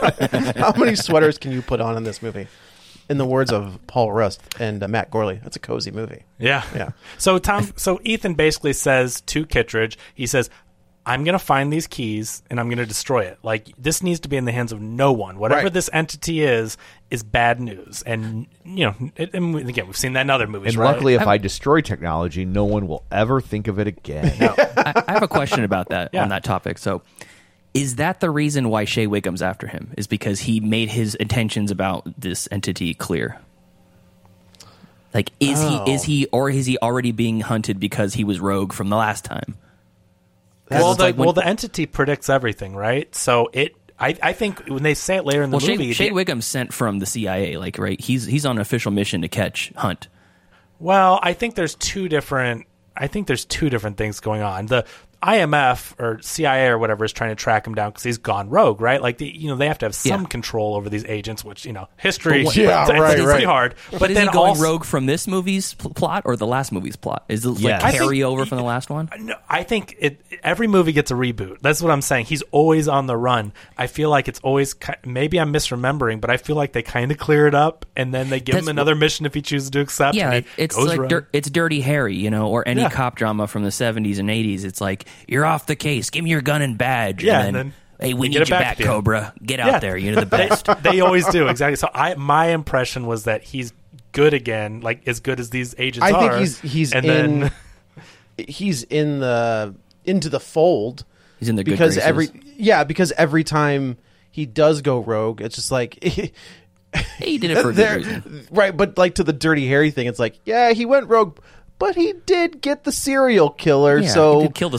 S3: How many sweaters can you put on in this movie? In the words of Paul Rust and uh, Matt Gorley, that's a cozy movie.
S4: Yeah.
S3: Yeah.
S4: So Tom so Ethan basically says to Kittredge, he says, I'm gonna find these keys and I'm gonna destroy it. Like this needs to be in the hands of no one. Whatever
S3: Right.
S4: this entity is, is bad news. And you know, it, and we- again, we've seen that in other movies.
S2: And
S4: right?
S2: luckily, if I destroy technology, no one will ever think of it again.
S5: I, I have a question about that
S4: Yeah.
S5: on that topic. So, is that the reason why Shea Wiggum's after him? Is because he made his intentions about this entity clear? Like, is he is he
S4: Oh.
S5: or is he already being hunted because he was rogue from the last time?
S4: well,
S5: it's
S4: the,
S5: like when-
S4: well, the entity predicts everything, right? So it, I, I think when they say it later in the
S5: Well, Shea,
S4: movie,
S5: Shea
S4: they-
S5: Wiggum's sent from the CIA, like right? He's he's on an official mission to catch Hunt.
S4: Well, I think there's two different. I think there's two different things going on. The IMF or CIA or whatever is trying to track him down because he's gone rogue, right? Like the, you know they have to have some
S5: Yeah.
S4: control over these agents, which you know history.
S5: But what-
S3: Yeah,
S4: it's
S3: right,
S4: pretty
S3: right.
S4: hard.
S5: But,
S4: But,
S5: is
S4: then
S5: he going
S4: also,
S5: rogue from this movie's pl- plot or the last movie's plot? Is it
S2: Yes. I
S5: like
S4: think-
S5: carryover from the last one?
S4: No, I think it. Every movie gets a reboot. That's what I'm saying. He's always on the run. I feel like it's always. ki- Maybe I'm misremembering, but I feel like they kind of clear it up and then they give
S5: That's-
S4: him another mission if he chooses to accept.
S5: yeah,
S4: and
S5: it-
S4: he
S5: it's
S4: goes
S5: like
S4: rogue.
S5: dir- it's Dirty Harry, you know, or any
S4: Yeah.
S5: cop drama from the '70s and '80s. It's like you're off the case. Give me your gun and badge.
S4: Yeah,
S5: and
S4: and
S5: then,
S4: then
S5: hey, we
S4: you
S5: need
S4: get
S5: you
S4: it back
S5: back,
S4: at the end.
S5: Cobra. Get out
S4: Yeah.
S5: there. You're the best.
S4: they always do exactly. So I my impression was that he's good again, like as good as these agents
S3: I
S4: are.
S3: think he's he's
S4: and
S3: in
S4: then
S3: he's in the into the fold.
S5: He's in the good
S3: because
S5: graces.
S3: every yeah because every time he does go rogue, it's just like
S5: he did it for a good
S3: There-
S5: reason.
S3: Right, but like to the Dirty Harry thing, it's like, yeah, he went rogue, but he did get the serial killer,
S5: Yeah,
S3: so
S5: he did kill the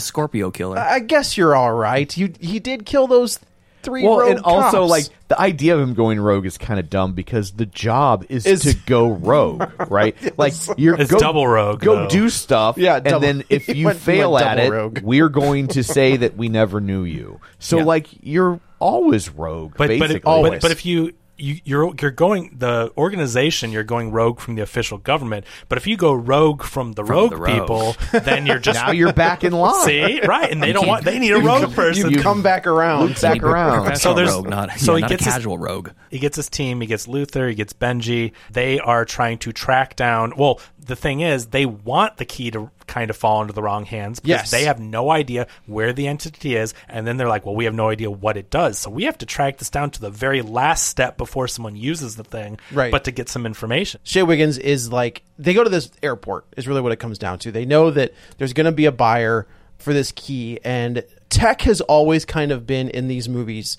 S5: Scorpio killer.
S3: I guess you're all right. You he did kill those three.
S2: well,
S3: rogue
S2: and also,
S3: cops.
S2: like, the idea of him going rogue is kind of dumb because the job is,
S3: Is-
S2: to go rogue, right? Like, you're
S4: It's
S2: go,
S4: double rogue,
S2: Go
S4: though.
S2: do stuff.
S3: Yeah, double-
S2: and then if
S3: he
S2: you
S3: went- he
S2: fail
S3: went
S2: at
S3: double
S2: it,
S3: rogue.
S2: we're going to say that we never knew you. So,
S5: Yeah.
S2: like, you're always rogue,
S4: but but,
S2: basically.
S4: if, but but if you. You, you're you're going the organization. You're going rogue from the official government. But if you go rogue from the, rogue,
S5: the rogue.
S4: people, then you're just
S2: now you're back in line.
S4: see right, and they
S5: You
S4: don't
S5: can't-
S4: want. They need a rogue person.
S3: you come back around.
S2: Loop back
S5: But
S2: around.
S5: professional
S4: So there's-
S5: rogue, not,
S4: so
S5: yeah,
S4: he
S5: not
S4: gets
S5: a
S4: his-
S5: casual rogue.
S4: He gets his team. He gets Luther. He gets Benji. They are trying to track down. Well, the thing is, they want the key to kind of fall into the wrong hands because
S3: Yes.
S4: they have no idea where the entity is, and then they're like, "Well, we have no idea what it does, so we have to track this down to the very last step before someone uses the thing,
S3: Right.
S4: But to get some information,
S3: Shea Wiggins is like they go to this airport is really what it comes down to. They know that there's going to be a buyer for this key, and tech has always kind of been in these movies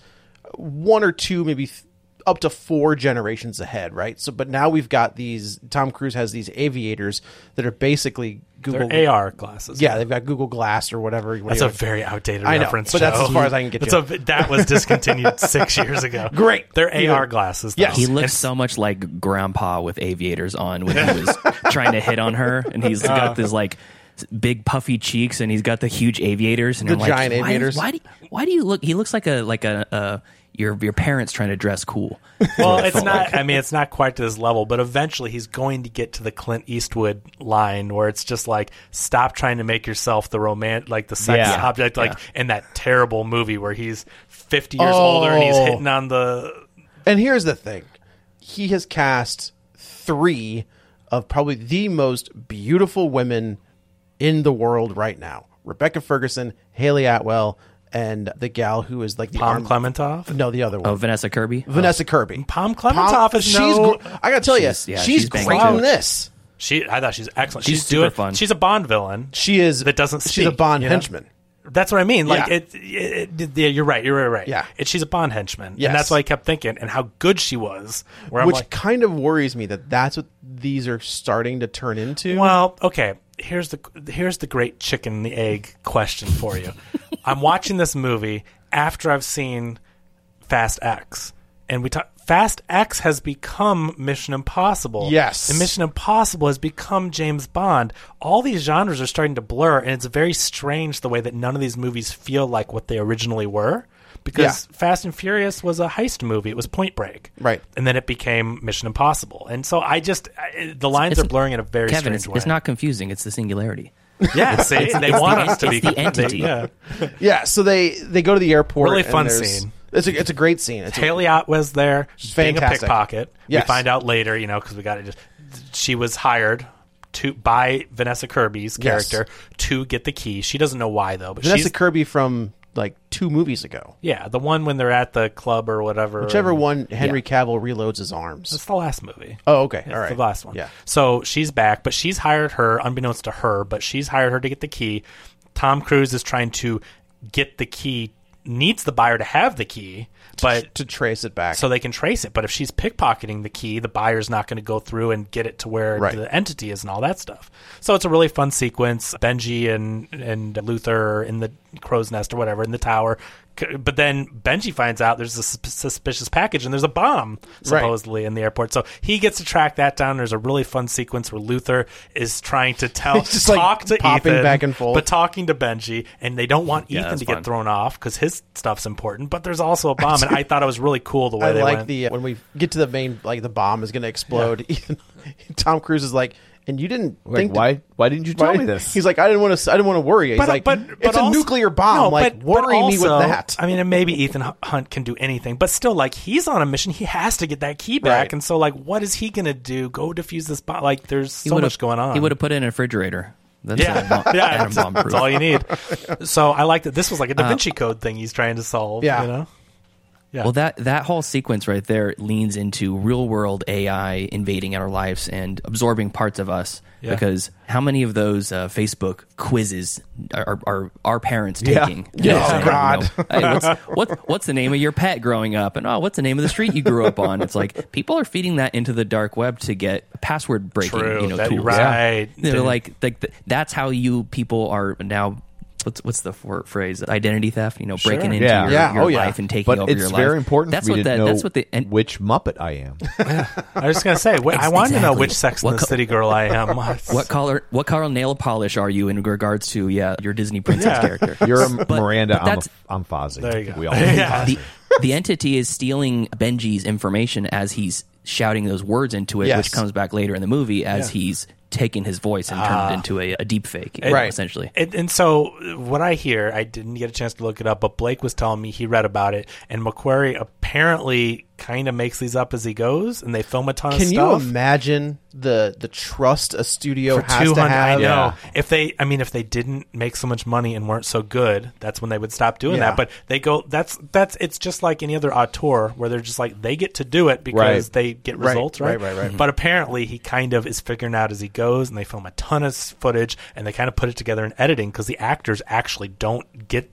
S3: one or two, maybe th- up to four generations ahead, right? So, but now we've got these. Tom Cruise has these aviators that are basically
S4: they're
S3: Google
S4: AR glasses.
S3: Yeah, they've got Google Glass or whatever.
S4: That's
S3: whatever.
S4: a very outdated
S3: I know,
S4: reference.
S3: but that's
S4: Joe.
S3: as far as I can get
S4: That's
S3: you.
S4: a- that was discontinued six years ago.
S3: Great.
S4: They're
S3: Either-
S4: AR glasses. Though.
S3: Yes.
S5: He looks
S4: And
S5: so much like Grandpa with aviators on when he was trying to hit on her, and he's
S4: Uh.
S5: got this like s- big puffy cheeks, and he's got the huge aviators, and
S3: The
S5: I'm like,
S3: giant
S5: why,
S3: aviators.
S5: Why do, why do you look? He looks like a like a uh, your your parents trying to dress cool.
S4: Well, it's not. I mean, it's not quite to this level, but eventually he's going to get to the Clint Eastwood line where it's just like, stop trying to make yourself the romance, like the sex
S2: Yeah.
S4: object, like in that terrible movie where he's fifty years older and he's
S3: Oh.
S4: hitting on the.
S3: And here's the thing he has cast three of probably the most beautiful women in the world right now Rebecca Ferguson, Haley Atwell, and the gal who is like the
S4: Palm
S3: arm-
S4: Clementov?
S3: No, the other one.
S5: Oh, Vanessa Kirby.
S3: Vanessa Kirby.
S4: Palm Clementov is
S3: she's
S4: no-
S3: gr- I gotta tell you,
S5: She's-
S3: she's,
S5: yeah, she's
S3: great
S5: banging.
S3: in this.
S4: She, I thought she's excellent.
S5: She's
S4: She's, doing.
S5: super fun.
S4: She's a Bond villain.
S3: She is.
S4: That doesn't
S3: She's a
S4: speak,
S3: Bond
S4: you know?
S3: henchman.
S4: That's what I mean. Like
S3: Yeah.
S4: it, it, it- yeah, you're right. You're right. Right.
S3: Yeah.
S4: It, she's a Bond henchman.
S3: Yes.
S4: And that's what I kept thinking, and how good she was. Where I'm
S3: Which
S4: like,
S3: kind of worries me that that's what these are starting to turn into.
S4: Well, okay. Here's the here's the great chicken and the egg question for you. I'm watching this movie after I've seen Fast X, and we talk Fast X has become Mission Impossible.
S3: Yes.
S4: And Mission Impossible has become James Bond. All these genres are starting to blur, and it's very strange the way that none of these movies feel like what they originally were. Because Fast and Furious was a heist movie; it was Point Break,
S3: Right.
S4: And then it became Mission Impossible, and so I just I, the lines
S5: It's-
S4: are blurring in a very
S5: Oh, Kevin,
S4: strange
S5: it's,
S4: way.
S5: it's not confusing. It's the singularity.
S4: yeah. See, they
S5: it's
S4: want
S5: the-
S4: us to be
S5: it's the entity.
S4: They, yeah.
S3: Yeah, so they they go to the airport.
S4: Really
S3: and
S4: fun
S3: there's-
S4: scene.
S3: It's a it's a great scene. It's a-
S4: Haley Atwa's there. She's being a
S3: fantastic.
S4: pickpocket.
S3: Yes.
S4: We find out later, you know, because we got to just. She was hired to by Vanessa Kirby's
S3: Yes.
S4: character to get the key. She doesn't know why though, but
S3: Vanessa
S4: she's
S3: Kirby from like two movies ago.
S4: yeah, the one when they're at the club or whatever.
S3: Whichever
S4: and-
S3: one Henry Cavill reloads his arms.
S4: It's the last movie.
S3: Oh, okay.
S4: It's
S3: All right.
S4: The last one.
S3: Yeah.
S4: So she's back, but she's hired her, unbeknownst to her, but she's hired her to get the key. Tom Cruise is trying to get the key, needs the buyer to have the key, but
S3: to trace it back.
S4: so they can trace it. But if she's pickpocketing the key, the buyer's not going to go through and get it to where
S3: Right.
S4: the entity is and all that stuff. So it's a really fun sequence. Benji and and Luther in the crow's nest or whatever in the tower. C- But then Benji finds out there's a sus- suspicious package and there's a bomb
S3: Right.
S4: supposedly in the airport. So he gets to track that down. There's a really fun sequence where Luther is trying to tell
S3: He's just, like,
S4: talk to
S3: popping
S4: Ethan,
S3: back and forth.
S4: but talking to Benji, and they don't want Ethan
S5: that's
S4: to
S5: fun.
S4: get thrown off because his stuff's important. But there's also a bomb, and I thought it was really cool the way
S3: I
S4: they
S3: like
S4: went.
S3: the uh, when we get to the main like the bomb is going to explode. Ethan, Tom Cruise is like, and you didn't
S2: Like,
S3: think to-
S2: why? Why didn't you tell
S3: why-"
S2: me this?
S3: He's like, I didn't want to. I didn't want to worry. you. He's
S4: but,
S3: like,
S4: but, but
S3: it's a
S4: also-
S3: nuclear bomb.
S4: No,
S3: like,
S4: but- but
S3: worry me with
S4: also-
S3: that.
S4: I mean, and maybe Ethan Hu- Hunt can do anything, but still, like he's on a mission. He has to get that key back,
S3: Right.
S4: and so like, what is he gonna do? Go defuse this bomb? Like, there's
S5: He
S4: so
S5: would've-
S4: much going on.
S5: He would have put it in a refrigerator. That's
S4: yeah,
S5: atom bomb-
S4: yeah,
S5: atom
S4: that's,
S5: bomb
S4: that's
S5: proof.
S4: all you need. So I like that. This was like a
S5: Uh,
S4: Da Vinci Code thing he's trying to solve.
S3: Yeah.
S4: you know. Yeah.
S5: Well, that that whole sequence right there leans into real world AI invading our lives and absorbing parts of us.
S4: Yeah.
S5: Because how many of those uh, Facebook quizzes are are our parents taking?
S3: Yeah.
S5: Saying,
S3: Oh, God.
S5: you know, hey, what's, what, what's the name of your pet growing up? And oh, what's the name of the street you grew up on? It's like people are feeding that into the dark web to get password breaking.
S4: True.
S5: You know,
S4: That-
S5: tools.
S4: right.
S5: They're
S4: Dude.
S5: like like th- that's how you people are now. What's what's the for, phrase? Identity theft. You know, breaking into
S2: Yeah.
S5: your,
S3: Yeah.
S5: your
S3: Oh, yeah.
S5: life and taking
S2: but
S5: over
S2: it's
S5: your
S2: very
S5: life.
S2: important
S5: That's
S2: for me
S5: what
S2: to
S5: that,
S2: know
S5: That's what the and,
S2: which Muppet I am.
S4: I was just gonna say, wh- I
S5: Ex-
S4: wanted to know
S5: exactly.
S4: which Sex
S5: What
S4: and the
S5: co-
S4: City girl I am.
S5: what color what color nail polish are you in regards to yeah your Disney princess
S4: Yeah.
S5: character.
S2: You're a Miranda.
S5: but that's-
S2: I'm, a, I'm Fozzie.
S4: There you go.
S2: We all
S4: Yeah.
S5: The, the entity is stealing Benji's information as he's shouting those words into it,
S3: Yes.
S5: which comes back later in the movie as he's taking his voice and
S2: Ah.
S5: turned it into a, a deep fake, you know,
S3: Right.
S5: essentially.
S4: And, and so what I hear, I didn't get a chance to look it up, but Blake was telling me he read about it, and Macquarie apparently kind of makes these up as he goes, and they film a ton of
S3: Can you
S4: stuff.
S3: imagine the the trust a studio
S4: for
S3: has
S4: two
S3: to
S4: hundred, I
S3: have?
S4: know. If they, I mean, if they didn't make so much money and weren't so good, that's when they would stop doing
S3: Yeah.
S4: that. But they go, that's that's it's just like any other auteur where they're just like they get to do it because
S2: Right.
S4: they get
S3: Right,
S4: results, right?
S3: right, right, right.
S4: But apparently, he kind of is figuring out as he goes, and they film a ton of s- footage and they kind of put it together in editing because the actors actually don't get.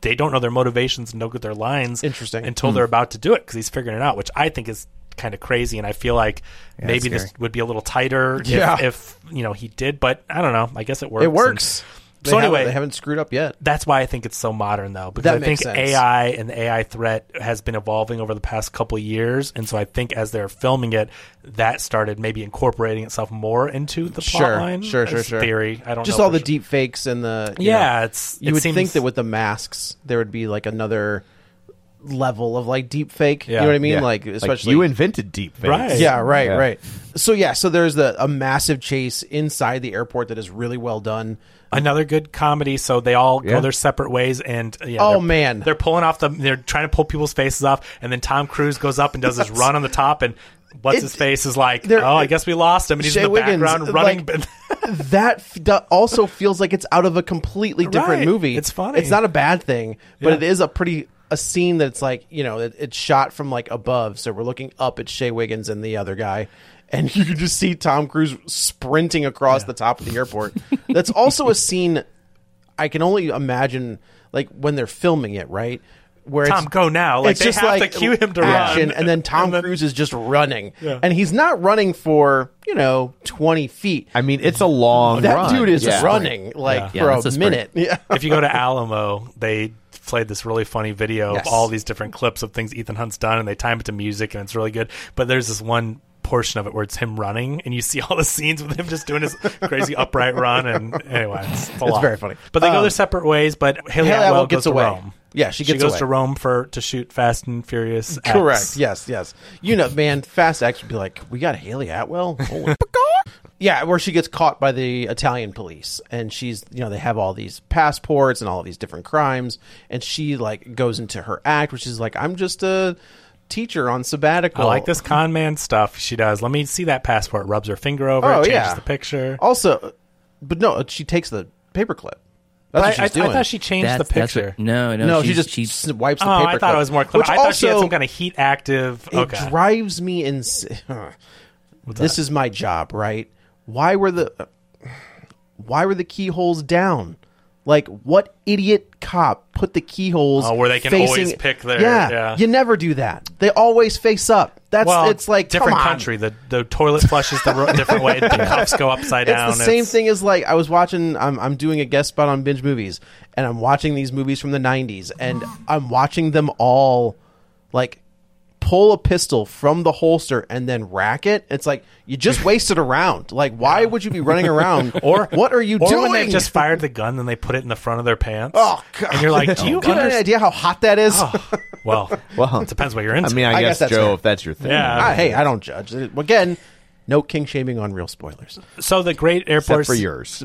S4: They don't know their motivations and don't get their lines
S3: Interesting.
S4: until they're about to do it because he's figuring it out, which I think is kind of crazy. And I feel like maybe this
S5: scary.
S4: would be a little tighter if-
S3: Yeah.
S4: if you know he did but i don't know i guess it works
S3: It works.
S4: And- so
S3: They haven't-
S4: anyway
S3: they haven't screwed up yet.
S4: that's why i think it's so modern though because
S3: That
S4: i think
S3: makes sense.
S4: ai and the ai threat has been evolving over the past couple years and so i think as they're filming it that started maybe incorporating itself more into the
S3: Sure,
S4: plot line
S3: sure, sure,
S4: It's
S3: sure.
S4: theory i don't
S3: Just
S4: know
S3: all
S4: for
S3: the
S4: sure.
S3: deep fakes and the you
S4: yeah
S3: know,
S4: it's
S3: you
S4: it
S3: would
S4: seems-
S3: think that with the masks there would be like another level of like deep fake. You
S4: Yeah.
S3: know what I mean?
S2: Yeah.
S3: Like especially
S2: you invented deep fakes.
S4: Right.
S3: yeah, right,
S2: Yeah.
S3: right. So yeah, so there's the a massive chase inside the airport that is really well done.
S4: another good comedy so they all
S2: Yeah.
S4: go their separate ways and uh, yeah,
S3: Oh,
S4: they're-
S3: man.
S4: they're pulling off the they're trying to pull people's faces off and then tom cruise goes up and does his run on the top and what's
S3: It-
S4: his face is like
S3: they're-
S4: oh i guess we lost him and he's
S3: Shea
S4: in the
S3: Wiggins,
S4: background running
S3: like, that f- do- also feels like it's out of a completely different
S4: Right.
S3: movie.
S4: It's funny.
S3: It's not a bad thing, but
S4: Yeah.
S3: it is a pretty a scene that's like you know it, it's shot from like above, so we're looking up at Shea Wiggins and the other guy, and you can just see Tom Cruise sprinting across the top of the airport. that's also a scene I can only imagine, like when they're filming it, right? Where
S4: Tom, go now. Like,
S3: it's
S4: they have to cue him to
S3: action,
S4: run.
S3: and then Tom Cruise is just running, and he's not running for you know twenty feet.
S2: I mean, it's a long
S3: That
S2: run.
S3: dude is
S2: Yeah.
S3: running like
S5: Yeah,
S3: for
S5: that's
S3: a,
S5: a sprint.
S3: minute. Yeah.
S4: if you go to alamo they played this really funny video
S3: Yes.
S4: of all these different clips of things Ethan Hunt's done, and they time it to music, and it's really good. But there's this one portion of it where it's him running, and you see all the scenes with him just doing his crazy upright run. And anyway, it's, it's, a lot.
S3: very funny.
S4: But they go
S3: Um,
S4: their separate ways. But Haley,
S3: Haley
S4: Atwell
S3: Atwell
S4: gets
S3: gets
S4: to
S3: away.
S4: Rome.
S3: Yeah, she
S4: she
S3: gets
S4: goes
S3: away.
S4: to Rome for to shoot Fast and Furious. X.
S3: Correct. Yes, yes. You know, man, Fast X would be like, we got Haley Atwell. Holy yeah, where she gets caught by the Italian police, and she's you know they have all these passports and all these different crimes, and she like goes into her act, which is like, I'm just a teacher on sabbatical.
S4: I like this con man stuff she does. Let me see that passport. Rubs her finger over. it,
S3: Oh
S4: changes
S3: yeah,
S4: the picture.
S3: Also, but no, she takes the paperclip. That's what
S4: I, I,
S3: she's doing.
S4: I thought she changed
S5: That's-
S4: the
S5: that's what-
S4: picture.
S5: no, no,
S3: no, she
S5: she's-
S3: just
S5: she's-
S3: s- wipes the
S4: Oh,
S3: paper.
S4: I thought it was more clever.
S3: Which
S4: I thought she had
S3: also-
S4: some kind of heat active.
S3: It
S4: okay.
S3: drives me insane. This is my job, right? Why were the why were the keyholes down? Like, what idiot cop put the keyholes?
S4: Oh, where they can
S3: facing,
S4: always pick their-
S3: Yeah,
S4: yeah.
S3: you never do that. They always face up. That's
S4: well,
S3: it's like come
S4: different
S3: on.
S4: country. The the toilet flushes the ro- different way. The cuffs go upside
S3: It's
S4: down.
S3: the same thing as like I was watching. I'm I'm doing a guest spot on binge movies, and I'm watching these movies from the '90s, and I'm watching them all, like pull a pistol from the holster and then rack it. It's like you just wasted a round. Like why would you be running around? or what are you
S4: Or
S3: doing?
S4: when they've just fired the gun, then they put it in the front of their pants.
S3: Oh, God.
S4: And you're like, do you Oh,
S3: Do you have any
S4: understand?
S3: idea how hot that is?
S4: Well,
S2: Well,
S4: it depends what you're into.
S2: I mean, I,
S3: I guess
S2: guess,
S3: that's
S2: Joe,
S3: fair.
S2: if that's your thing.
S4: Yeah.
S3: Ah, hey, I don't judge. Again, no king shaming on real spoilers.
S4: so the great airport.
S2: Except for yours.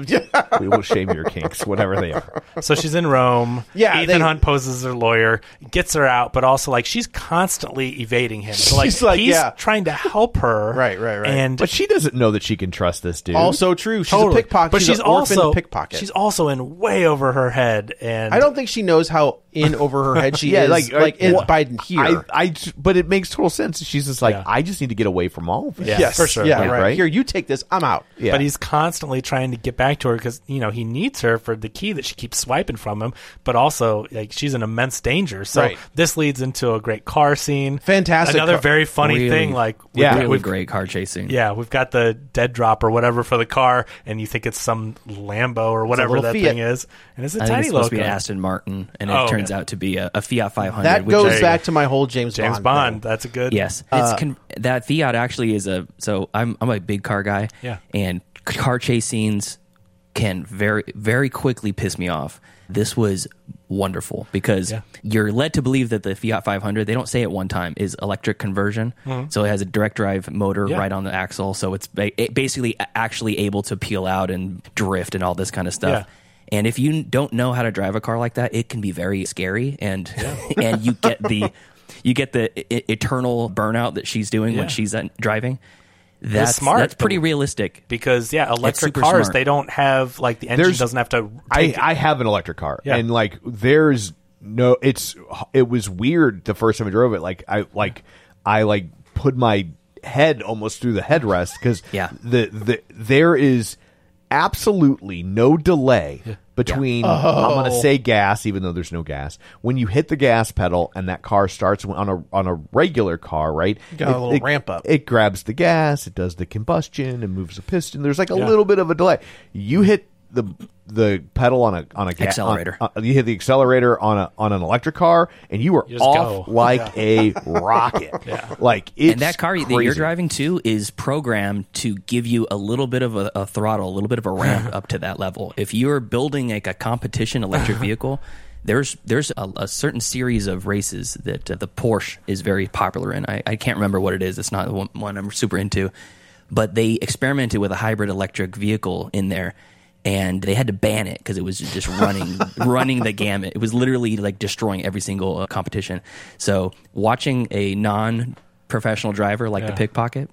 S2: we will shame your kinks, whatever they are.
S4: So she's in Rome.
S3: Yeah,
S4: Ethan
S3: they-
S4: Hunt poses as her lawyer, gets her out, but also like she's constantly evading him. So like,
S3: She's like,
S4: he's
S3: yeah.
S4: trying to help her.
S3: Right, right, right.
S4: And
S2: But she doesn't know that she can trust this dude.
S3: Also true. She's
S4: totally.
S3: a pickpocket.
S4: But she's,
S3: an orphan
S4: also
S3: pickpocket.
S4: She's also in way over her head. And
S3: I don't think she knows how in over her head she
S2: yeah,
S3: is.
S2: like
S3: Like, in, by here.
S2: I, I j- but it makes total sense. She's just like,
S4: Yeah.
S2: I just need to get away from all of this.
S4: Yeah. Yes. for sure.
S3: Yeah,
S2: Yeah,
S3: right.
S2: right?
S3: Here, you take this. I'm out.
S2: Yeah.
S4: But he's constantly trying to get back to her because you know he needs her for the key that she keeps swiping from him. But also, like she's in immense danger. So
S3: Right.
S4: this leads into a great car scene.
S3: Fantastic
S4: Another
S3: car-
S4: very funny
S5: Really-
S4: thing. Like we've
S2: Yeah.
S4: got-
S5: really
S4: we've-
S5: great car chasing.
S4: Yeah, we've got the dead drop or whatever for the car, and you think it's some Lambo or whatever
S3: little
S4: that
S3: Fiat.
S4: thing is, and it's a
S5: I think
S4: tiny
S5: it's
S4: little
S5: supposed to be an
S4: car.
S5: Aston Martin, and it
S4: Oh,
S5: turns
S4: okay.
S5: out to be a, a Fiat 500.
S3: That
S5: which
S3: goes
S5: is-
S3: back to my whole James,
S4: James Bond.
S3: Bond. thing.
S4: That's a good.
S5: Yes,
S4: uh,
S5: it's con- that Fiat actually is a. So I'm I'm a big car guy.
S4: Yeah.
S5: and c- car chase scenes can very very quickly piss me off. This was wonderful because
S4: Yeah.
S5: you're led to believe that the Fiat 500 they don't say it one time is electric conversion, so it has a direct drive motor
S4: Mm-hmm. Yeah.
S5: right on the axle, so it's ba- it basically a- actually able to peel out and drift and all this kind of stuff.
S4: Yeah.
S5: And if you don't know how to drive a car like that, it can be very scary, and and you get the you get the e- eternal burnout that she's doing
S4: Yeah.
S5: when she's uh, driving. That's
S4: smart.
S5: That's pretty realistic.
S4: because yeah, electric
S5: super
S4: cars
S5: smart.
S4: they don't have like the engine
S2: There's-
S4: doesn't have to.
S2: I,
S4: Take it.
S2: I have an electric car,
S4: Yeah.
S2: and like there's no. It's it was weird the first time I drove it. Like I like I like put my head almost through the headrest because
S5: Yeah.
S2: the the there is absolutely no delay between I'm gonna
S3: Oh.
S2: say gas even though there's no gas when you hit the gas pedal and that car starts on a on a regular car right
S3: Got a little ramp up.
S2: it grabs the gas, it does the combustion, it moves the piston. There's like a little bit of a delay. You hit the the pedal on a on a ga-
S5: Accelerator.
S2: on- on- you hit the accelerator on a on an electric car, and you are
S4: just
S2: off
S4: go.
S2: like a rocket. Like it's
S5: And that car that you're
S2: crazy.
S5: driving to is programmed to give you a little bit of a, a throttle, a little bit of a ramp up to that level. If you're building like a competition electric
S2: Uh-huh.
S5: vehicle, there's there's a, a certain series of races that uh, the Porsche is very popular in. I, I can't remember what it is. It's not the one, one I'm super into, but they experimented with a hybrid electric vehicle in there. And they had to ban it because it was just running, running the gamut. It was literally like destroying every single uh, competition. So watching a non-professional driver like
S4: Yeah.
S5: the pickpocket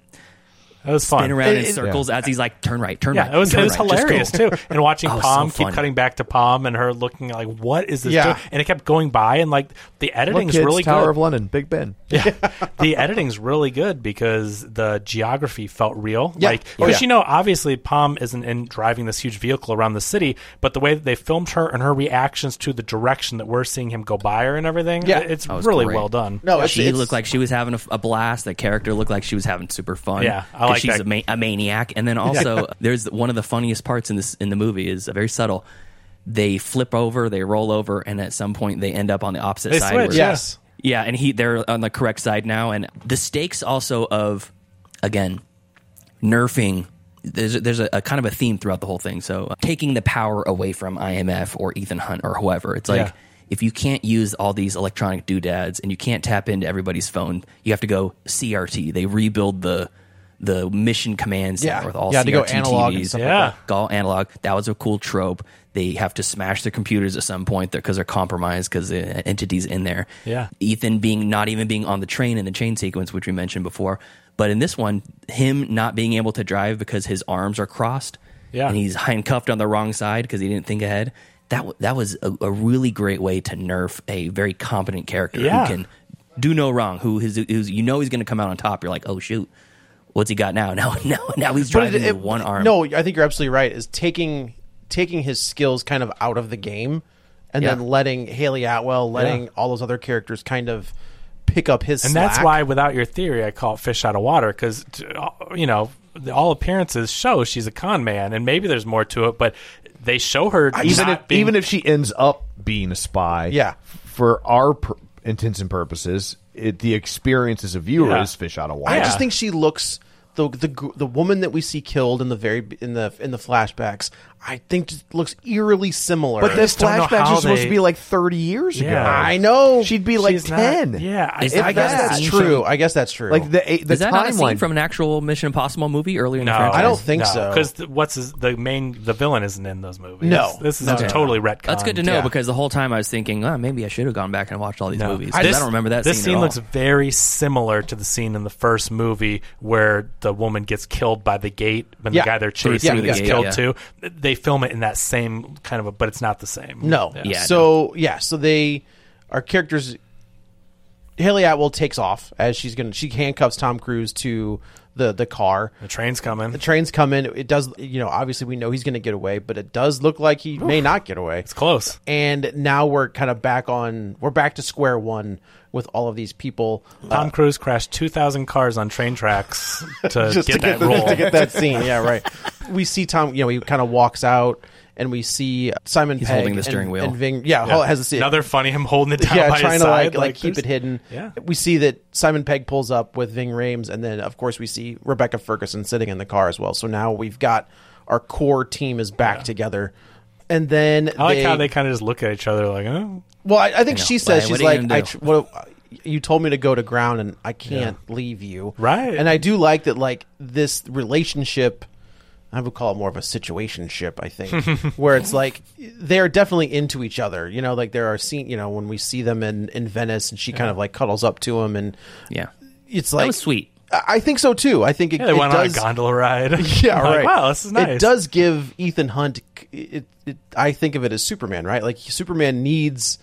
S4: that was fun.
S5: spin around in
S3: It- it-
S5: circles as he's like, turn right, turn
S4: Yeah,
S5: right.
S4: it was, it
S5: turn
S4: was
S5: right, just go."
S4: hilarious too. And watching
S5: Oh, so
S4: Palm keep
S5: funny.
S4: cutting back to Palm and her looking like, "What is this?"
S3: Yeah.
S4: doing? And it kept going by, and like the
S2: Look,
S4: editing's
S2: kids,
S4: really
S2: Tower
S4: good.
S2: of London, Big Ben.
S4: the editing's really good because the geography felt real.
S3: Yeah.
S4: Like,
S3: Oh, yeah.
S4: because you know, obviously, Palm isn't in driving this huge vehicle around the city, but the way that they filmed her and her reactions to the direction that we're seeing him go by her and everything,
S3: Yeah.
S4: it- it's
S5: That was
S4: really
S5: great.
S4: well done.
S3: No, it's,
S5: she
S3: it's-
S5: looked like she was having a, a blast. The character looked like she was having super fun.
S4: Yeah, I
S5: 'Cause
S4: like
S5: she's
S4: that.
S5: A, ma- a maniac. And then also, there's one of the funniest parts in this in the movie is very subtle. they flip over, they roll over, and at some point they end up on the opposite
S4: They
S5: side.
S4: switch,
S5: where-
S3: Yes.
S5: yeah, and he they're on the correct side now, and the stakes also of again nerfing. There's there's a, a kind of a theme throughout the whole thing. So uh, taking the power away from IMF or Ethan Hunt or whoever. It's like
S4: Yeah.
S5: if you can't use all these electronic doodads and you can't tap into everybody's phone, you have to go CRT. They rebuild the the mission command center
S3: Yeah.
S5: with all
S3: You had to
S5: CRT
S3: go analog and
S5: TVs.
S3: stuff
S4: like Yeah. that.
S5: all analog. That was a cool trope. They have to smash their computers at some point because they're compromised because the entity's in there.
S4: Yeah.
S5: Ethan being not even being on the train in the chain sequence, which we mentioned before. But in this one, him not being able to drive because his arms are crossed.
S4: Yeah.
S5: And he's handcuffed on the wrong side because he didn't think ahead. That, w- that was a, a really great way to nerf a very competent character
S4: Yeah.
S5: who can do no wrong, who is, who's, you know he's going to come out on top. You're like, oh, shoot. What's he got now? Now, now, now he's
S3: But
S5: driving
S3: it-
S5: with
S3: it-
S5: one arm.
S3: No, I think you're absolutely right. Is taking taking his skills kind of out of the game, and
S5: Yeah.
S3: then letting Haley Atwell, letting all those other characters kind of pick up his.
S4: And that's
S3: slack.
S4: why, without your theory, I call it fish out of water because, you know, the- all appearances show she's a con man, and maybe there's more to it, but they show her
S2: even
S4: not
S2: if
S4: being-
S2: even if she ends up being a spy,
S3: Yeah.
S2: for our per- intents and purposes, it, the experience as a viewer
S4: Yeah.
S2: is fish out of water.
S3: I
S4: Yeah.
S3: just think she looks the the gr- the woman that we see killed in the very in the in the flashbacks. I think just looks eerily similar.
S2: But this
S4: just don't know
S2: flashbacks
S4: how
S2: are supposed
S4: they-
S2: to be like thirty years
S4: Yeah.
S2: ago.
S3: I know
S2: she'd be like
S4: she's not-
S2: ten.
S4: yeah, I,
S5: Is
S4: I
S5: that
S3: I guess
S5: that
S3: that's
S5: scene
S3: true.
S5: from-
S3: I guess that's true.
S2: like the the
S5: Is that not a scene
S2: timeline
S5: from an actual Mission Impossible movie earlier in the
S4: no,
S5: franchise?
S3: I don't think so.
S4: Because what's his, the main the villain isn't in those movies.
S3: No.
S4: this is
S3: No, no, no.
S4: totally retcon.
S5: That's good to know
S3: Yeah.
S5: because the whole time I was thinking, oh, maybe I should have gone back and watched all these
S4: No.
S5: movies. 'cause I don't remember that
S4: This
S5: scene.
S4: scene
S5: at all.
S4: looks very similar to the scene in the first movie where the woman gets killed by the gate when
S3: Yeah.
S4: the guy they're
S5: Through-
S4: chasing
S5: through the
S4: gets
S5: gate,
S4: killed
S5: yeah.
S4: too. They film it in that same kind of a, but it's not the same.
S3: No.
S4: Yeah.
S5: Yeah,
S3: so yeah, so they our characters Haley Atwell takes off as she's gonna she handcuffs Tom Cruise to the the car.
S4: The train's coming.
S3: The train's coming. It does you know, obviously we know he's gonna get away, but it does look like he may not get away.
S4: it's close.
S3: And now we're kind of back on we're back to square one with all of these people.
S4: Tom Cruise crashed 2,000 cars on train tracks to,
S3: to
S4: get, that
S3: get the-
S4: role.
S3: to get that scene. Yeah, right. we see Tom. You know, he kind of walks out, and we see Simon.
S5: He's
S3: Pegg
S5: holding the steering
S3: and,
S5: wheel.
S3: And Ving, yeah,
S4: Yeah.
S3: Oh, has the scene.
S4: Another funny him holding it down
S3: yeah,
S4: by
S3: trying
S4: his
S3: to
S4: side,
S3: like, like keep it
S4: there's-
S3: hidden.
S4: Yeah.
S3: we see that Simon Pegg pulls up with Ving Rhames, and then of course we see Rebecca Ferguson sitting in the car as well. So now we've got our core team is back together. And then
S4: I like how they kind of just look at each other like, oh.
S3: well, I, I think she says
S5: Why-
S3: she's
S5: what are you
S3: like,
S5: gonna
S3: I
S5: do?
S3: tr- what, you told me to go to ground, and I can't leave you.
S4: Right.
S3: And I do like that, like this relationship. I would call it more of a situationship, I think, where it's like they're definitely into each other. You know, like there are scene, you know, when we see them in in Venice, and she kind of like cuddles up to him, and
S5: yeah,
S3: it's
S5: that
S3: like
S5: was sweet.
S3: I I think so too. I think it,
S4: Yeah, they
S3: it
S4: went
S3: does,
S4: on a gondola ride.
S3: yeah,
S4: Like,
S3: right.
S4: Wow, this is nice.
S3: It does give Ethan Hunt. It, it, I think of it as Superman, right? Like Superman needs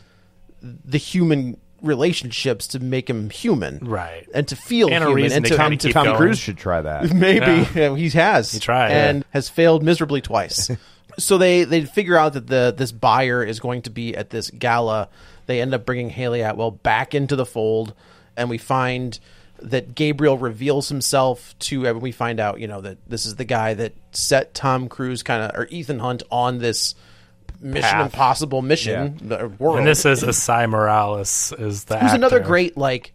S3: the human relationships to make him human,
S4: Right.
S3: And to feel
S4: And a
S3: human,
S4: reason
S3: and
S4: to
S3: to,
S4: kinda
S3: and to-
S4: keep
S2: Tom
S4: going.
S2: Cruise should try that.
S3: maybe Yeah, he has. He
S4: tried.
S3: and has failed miserably twice. so they they figure out that the this buyer is going to be at this gala. They end up bringing Haley Atwell back into the fold, and we find that Gabriel reveals himself to. And we find out, you know, that this is the guy that set Tom Cruise kind of or Ethan Hunt on this Mission
S4: Path.
S3: Impossible mission the world.
S4: And this is Asai Morales is the
S3: who's another
S4: actor.
S3: great like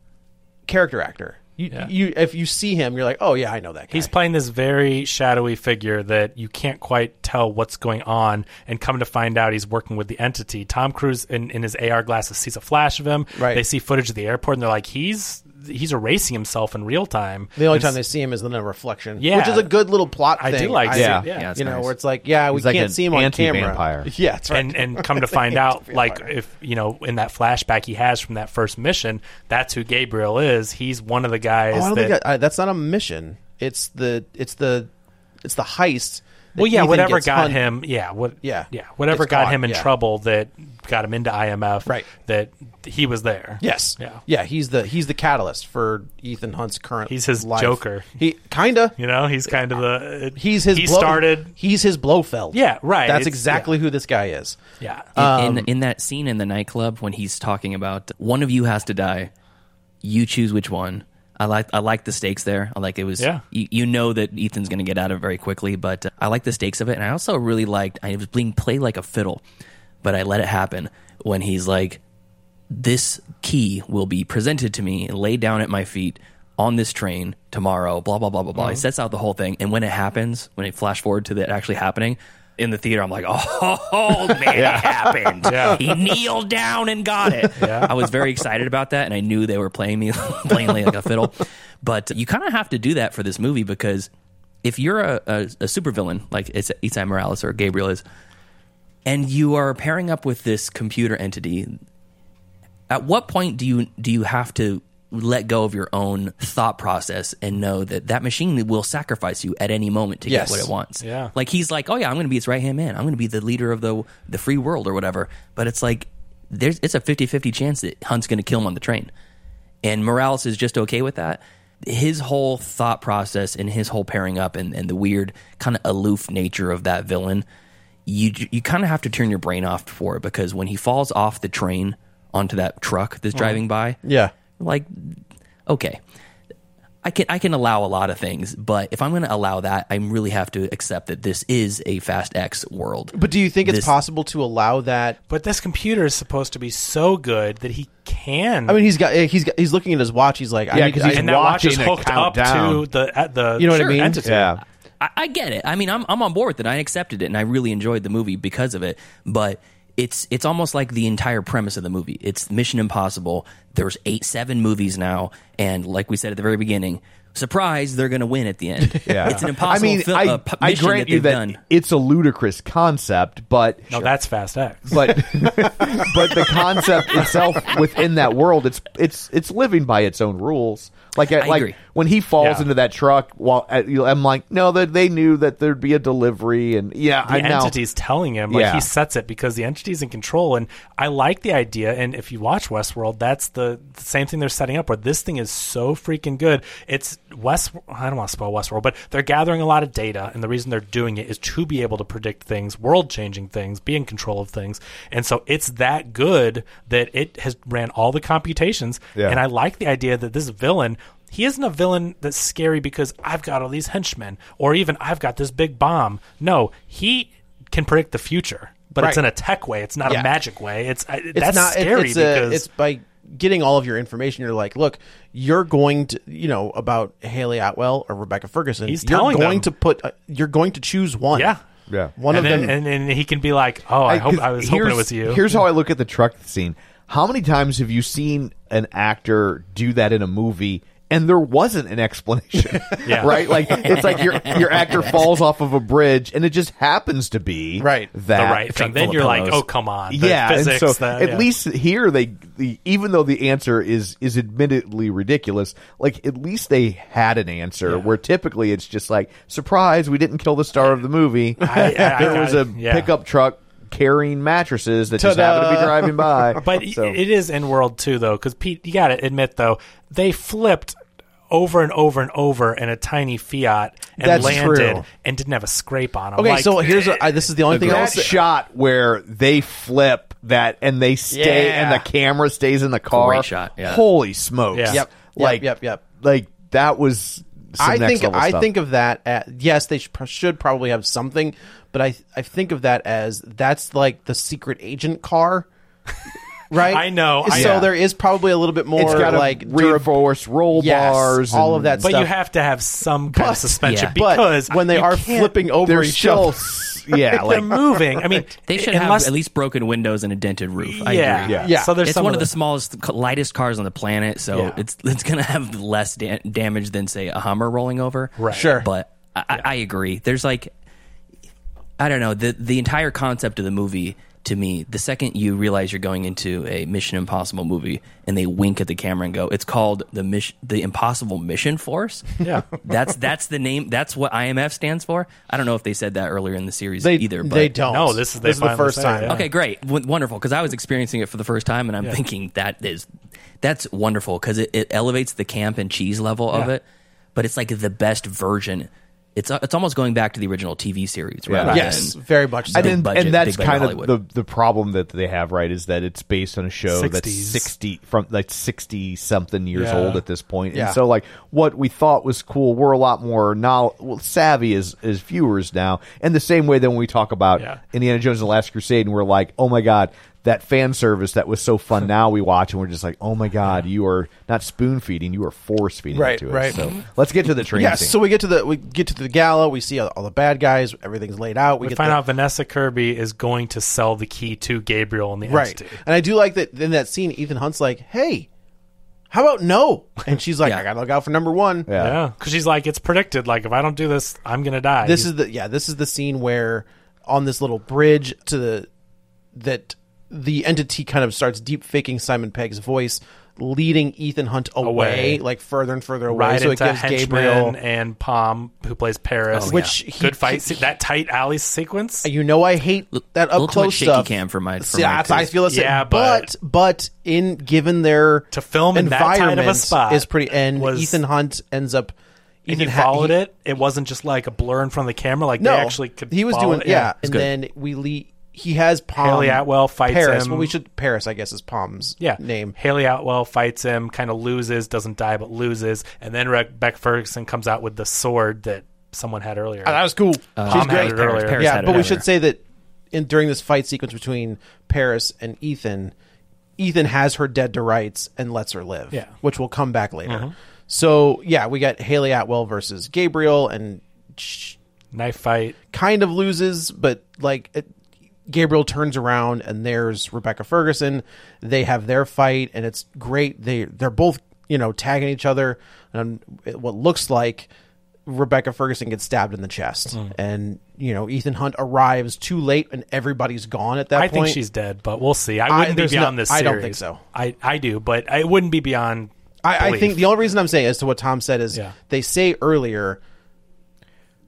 S3: character actor. You,
S4: Yeah.
S3: you if you see him, you're like, oh yeah, I know that guy.
S4: He's playing this very shadowy figure that you can't quite tell what's going on, and come to find out he's working with the entity. Tom Cruise in, in his AR glasses sees a flash of him.
S3: Right.
S4: They see footage of the airport, and they're like, he's he's erasing himself in real time.
S3: The only
S4: And
S3: time they see him is in a reflection,
S4: Yeah.
S3: which is a good little plot.
S4: I do
S3: thing.
S4: like
S3: I,
S4: it,
S2: Yeah.
S4: yeah.
S5: Yeah, it's
S3: you know,
S5: nice.
S3: where it's like, yeah, we
S2: He's like
S3: can't
S2: an
S3: see him on camera.
S2: anti-vampire.
S3: Yeah, that's right.
S4: and and come to find out like if you know in that flashback he has from that first mission that's who gabriel is he's one of the guys
S3: oh, I don't
S4: that,
S3: think I, I, that's not a mission. It's the it's the it's the heist. that
S4: well yeah
S3: Ethan
S4: whatever
S3: gets
S4: got
S3: hunt-
S4: him yeah what
S3: Yeah.
S4: yeah whatever
S3: Gets
S4: got
S3: caught,
S4: him in
S3: yeah.
S4: trouble that got him into imf
S3: Right.
S4: that he was there
S3: Yes.
S4: yeah
S3: Yeah. He's the he's the catalyst for Ethan Hunt's current.
S4: He's his
S3: life.
S4: Joker.
S3: He kinda.
S4: you know he's kind of the
S3: He's his.
S4: he
S3: Blo-
S4: started
S3: He's his Blofeld.
S4: Yeah, right.
S3: That's
S4: It's-
S3: exactly who this guy is.
S4: yeah
S3: Uh,
S5: In, in, in that scene in the nightclub when he's talking about one of you has to die, you choose which one. I like I like the stakes there. I like it was
S4: Yeah.
S5: you, you know that Ethan's going to get out of it very quickly, but uh, I like the stakes of it, and I also really liked I was being played like a fiddle. but I let it happen when he's like, this key will be presented to me and laid down at my feet on this train tomorrow, blah, blah, blah, blah, blah. He sets out the whole thing. And when it happens, when it flash forward to that actually happening in the theater, I'm like, oh, man, it happened. He kneeled down and got it. I was very excited about that. And I knew they were playing me, playing me like a fiddle. But you kind of have to do that for this movie because if you're a, a, a supervillain, like it's Itai Morales or Gabriel is, and you are pairing up with this computer entity at what point do you do you have to let go of your own thought process and know that that machine will sacrifice you at any moment to
S3: Yes.
S5: get what it wants
S4: Yeah.
S5: like he's like oh yeah i'm gonna be his right hand man i'm gonna be the leader of the the free world or whatever but it's like there's it's a 50-50 chance that hunt's gonna kill him on the train and morales is just okay with that his whole thought process and his whole pairing up and, and the weird kind of aloof nature of that villain you you kind of have to turn your brain off for it because when he falls off the train onto that truck that's driving by,
S3: Yeah.
S5: like okay, I can I can allow a lot of things, but if I'm going to allow that, I really have to accept that this is a Fast X world.
S3: But do you think it's
S5: This-
S3: possible to allow that?
S4: But this computer is supposed to be so good that he can.
S3: I mean, he's got eh, he's got, he's looking at his watch. He's like, I
S2: Yeah,
S3: need-
S2: 'cause
S3: I-
S2: he's
S4: and that watch is
S2: watching it
S4: hooked up
S2: count down.
S4: to the at the
S3: You know what I mean?
S4: entity.
S2: Yeah.
S5: I, I get it. I mean, I'm I'm on board with it. I accepted it, and I really enjoyed the movie because of it. But it's it's almost like the entire premise of the movie. It's Mission Impossible. There's eight seven movies now, and like we said at the very beginning, surprise, they're going to win at the end.
S2: Yeah.
S5: it's an impossible.
S2: I mean,
S5: fil-
S2: I,
S5: uh, p-
S2: I
S5: mission
S2: grant
S5: that
S2: you
S5: they've
S2: that
S5: done.
S2: it's a ludicrous concept, but
S4: No, that's Fast X.
S2: but but the concept itself within that world, it's it's it's living by its own rules. Like I,
S5: I
S2: like
S5: agree.
S2: when he falls
S4: Yeah.
S2: into that truck, while at, you know, I'm like, no, that they knew that there'd be a delivery, and yeah,
S4: the
S2: I know.
S4: entity's telling him like
S2: Yeah.
S4: he sets it because the entity's in control and i like the idea and if you watch westworld that's the, the same thing they're setting up where this thing is so freaking good it's west i don't want to spoil westworld but they're gathering a lot of data and the reason they're doing it is to be able to predict things world changing things be in control of things and so it's that good that it has ran all the computations
S2: Yeah.
S4: and i like the idea that this villain he isn't a villain that's scary because I've got all these henchmen or even I've got this big bomb. No, he can predict the future, but it's
S3: Right.
S4: in a tech way. It's not
S3: Yeah.
S4: a magic way. It's, I
S3: it's
S4: that's
S3: not it-
S4: scary
S3: it's a-
S4: because
S3: it's by getting all of your information. You're like, look, you're going to you know about Haley Atwell or Rebecca Ferguson.
S4: He's
S3: you're
S4: telling
S3: going to
S4: them.
S3: put uh, you're going to choose one.
S4: yeah,
S2: Yeah.
S3: one
S4: and
S3: of
S4: then
S3: them.
S4: and, and he can be like, oh, I, hope
S2: 'cause
S4: I was hoping it
S2: here's-
S4: was you.
S2: Here's how I look at the truck scene. How many times have you seen an actor do that in a movie? And there wasn't an explanation,
S4: Yeah.
S2: right? Like it's like your your actor falls off of a bridge, and it just happens to be
S3: Right.
S2: that
S4: the right thing.
S5: full
S4: Then
S5: of
S4: you're like,
S5: pillows.
S4: oh come on, the
S2: yeah,
S4: physics,
S2: and so
S4: the-
S2: at
S4: yeah.
S2: least here they, the, even though the answer is is admittedly ridiculous, like at least they had an answer. Where typically it's just like, surprise, we didn't kill the star of the movie.
S4: I- I-
S2: there
S4: I-
S2: was a
S4: yeah.
S2: pickup truck carrying mattresses that just happened to be driving by.
S4: But i
S2: So-
S4: it is in world too, though, because Pete, you got to admit though, they flipped over and over and over in a tiny Fiat and
S2: That's
S4: landed
S2: true.
S4: and didn't have a scrape on them.
S3: okay,
S4: Like,
S3: so here's a, I, this is the only thing I will
S2: that
S3: say.
S2: shot where they flip that and they stay
S3: Yeah.
S2: and the camera stays in the car.
S5: Great shot, yeah.
S2: Holy smokes!
S4: Yeah.
S3: Yep,
S2: Like
S3: yep, yep.
S2: Like that was. Some
S3: I
S2: next
S3: think
S2: level
S3: I
S2: stuff.
S3: think of that at yes, they should, should probably have something, but I I think of that as that's like the secret agent car, right?
S4: I know,
S3: So
S4: I
S2: know.
S3: there is probably a little bit more
S2: it's got
S3: like
S2: like reinforced roll
S3: yes,
S2: bars,
S3: all of
S2: and
S3: that
S4: but
S3: stuff.
S4: you have to have some kind of suspension
S5: yeah.
S3: but
S4: because
S3: when they
S4: you
S3: are
S4: can't-
S3: flipping over
S2: They're
S3: each
S2: still,
S3: other,
S2: s- yeah,
S4: they're
S2: like
S4: moving. I mean,
S5: They should
S4: unless,
S5: have at least broken windows and a dented roof. I
S4: yeah,
S5: agree.
S2: Yeah.
S3: Yeah.
S4: So there's
S5: it's
S4: some
S5: one of the,
S4: the
S5: smallest, c- lightest cars on the planet, so
S4: Yeah.
S5: it's it's gonna have less da- damage than say a Hummer rolling over.
S4: Right.
S3: Sure.
S5: but I, I I agree. There's like, I don't know the the entire concept of the movie to me. The second you realize you're going into a Mission Impossible movie, and they wink at the camera and go, "It's called the mission, the Impossible Mission Force."
S4: Yeah.
S5: that's that's the name. That's what IMF stands for. I don't know if they said that earlier in the series
S3: they
S5: either. But
S3: they don't.
S4: No, this is- they
S3: this is the
S4: finally
S3: first
S4: say it,
S3: time.
S4: yeah.
S5: Okay, great, w- wonderful. Because I was experiencing it for the first time, and I'm thinking that is that's wonderful because it, it elevates the camp and cheese level of
S4: Yeah.
S5: it. But it's like the best version. It's uh, it's almost going back to the original TV series,
S2: Yeah.
S5: right?
S3: Yes, very much so.
S2: and, then,
S5: budget,
S2: and that's
S5: big budget
S2: kind of
S5: Hollywood.
S2: the, the problem that they have right is that it's based on a show that's
S4: 60s.
S2: 60 from like 60 something years
S4: Yeah.
S2: old at this point
S3: Yeah.
S2: and so like what we thought was cool we're a lot more now well, savvy as as viewers now and the same way that when we talk about
S4: Yeah.
S2: indiana jones and the last crusade and we're like oh my god that fan service that was so fun now we watch and we're just like oh my god you are not spoon feeding you are force feeding
S3: Right,
S2: to it
S3: right.
S2: so let's get to the train
S3: yeah,
S2: scene.
S3: so we get to the we get to the gala. We see all, all the bad guys. Everything's laid out. We,
S4: We
S3: get
S4: find
S3: the-
S4: out Vanessa Kirby is going to sell the key to Gabriel and the
S3: right,
S4: entity.
S3: and I do like that in that scene. Ethan Hunt's like, "Hey, how about no?" And she's like,
S5: Yeah.
S3: "I gotta look out for number one."
S2: Yeah.
S4: Yeah, because she's like, it's predicted. Like, if I don't do this, I'm gonna die.
S3: This
S4: He's-
S3: is the yeah. This is the scene where on this little bridge to the that the entity kind of starts deep faking Simon Pegg's voice, leading Ethan Hunt away,
S4: Away.
S3: like further and further away.
S4: right
S3: so it
S4: into
S3: gives
S4: Henchman
S3: Gabriel.
S4: and Palm, who plays Paris.
S3: yeah. Which he-
S4: good fight se- that tight alley sequence.
S3: You know I hate that up
S5: a little too much
S3: close
S5: shaky
S3: stuff.
S5: cam for my. For
S3: See,
S5: my
S3: that's how I
S5: taste.
S3: feel.
S4: Yeah,
S3: Yeah, but, but in given their
S4: To film in that tight of a
S3: environment
S4: spot
S3: is pretty. And
S4: was-
S3: Ethan Hunt ends up.
S4: and
S3: Ethan
S4: he
S3: ha-
S4: followed
S3: he-
S4: it. It wasn't just like a blur in front of the camera. Like
S3: No,
S4: they actually could.
S3: he was
S4: follow
S3: doing
S4: it.
S3: yeah. And
S5: good.
S3: then we le- he has Palm
S4: Haley Atwell fights
S3: Paris.
S4: him.
S3: Well, we should Paris. I guess is Palm's
S4: Yeah.
S3: name.
S4: Haley Atwell fights him, kind of loses, doesn't die, but loses. And then Rebecca Ferguson comes out with the sword that someone had earlier.
S3: Oh, that was cool.
S4: Uh, Palm
S3: She's
S4: had
S3: great.
S4: it earlier.
S5: Paris
S3: yeah,
S5: had it
S3: but we
S5: earlier.
S3: should say that in during this fight sequence between Paris and Ethan, Ethan has her dead to rights and lets her live.
S4: Yeah. Uh-huh.
S3: which will come back later. So yeah, we got Haley Atwell versus Gabriel, and sh-
S4: Knife fight.
S3: kind of loses, but like it, Gabriel turns around and there's Rebecca Ferguson. They have their fight, and it's great. They they're both you know tagging each other, and it- what looks like Rebecca Ferguson gets stabbed in the chest,
S4: Hmm.
S3: and you know Ethan Hunt arrives too late, and everybody's gone at that
S4: I
S3: point.
S4: think she's dead, but we'll see. I
S3: I-
S4: wouldn't be
S3: there's no-
S4: beyond this
S3: I
S4: series.
S3: don't think so.
S4: I, I do, but it wouldn't be beyond.
S3: I, I
S4: belief.
S3: think the only reason I'm saying as to what Tom said is
S4: Yeah.
S3: they say earlier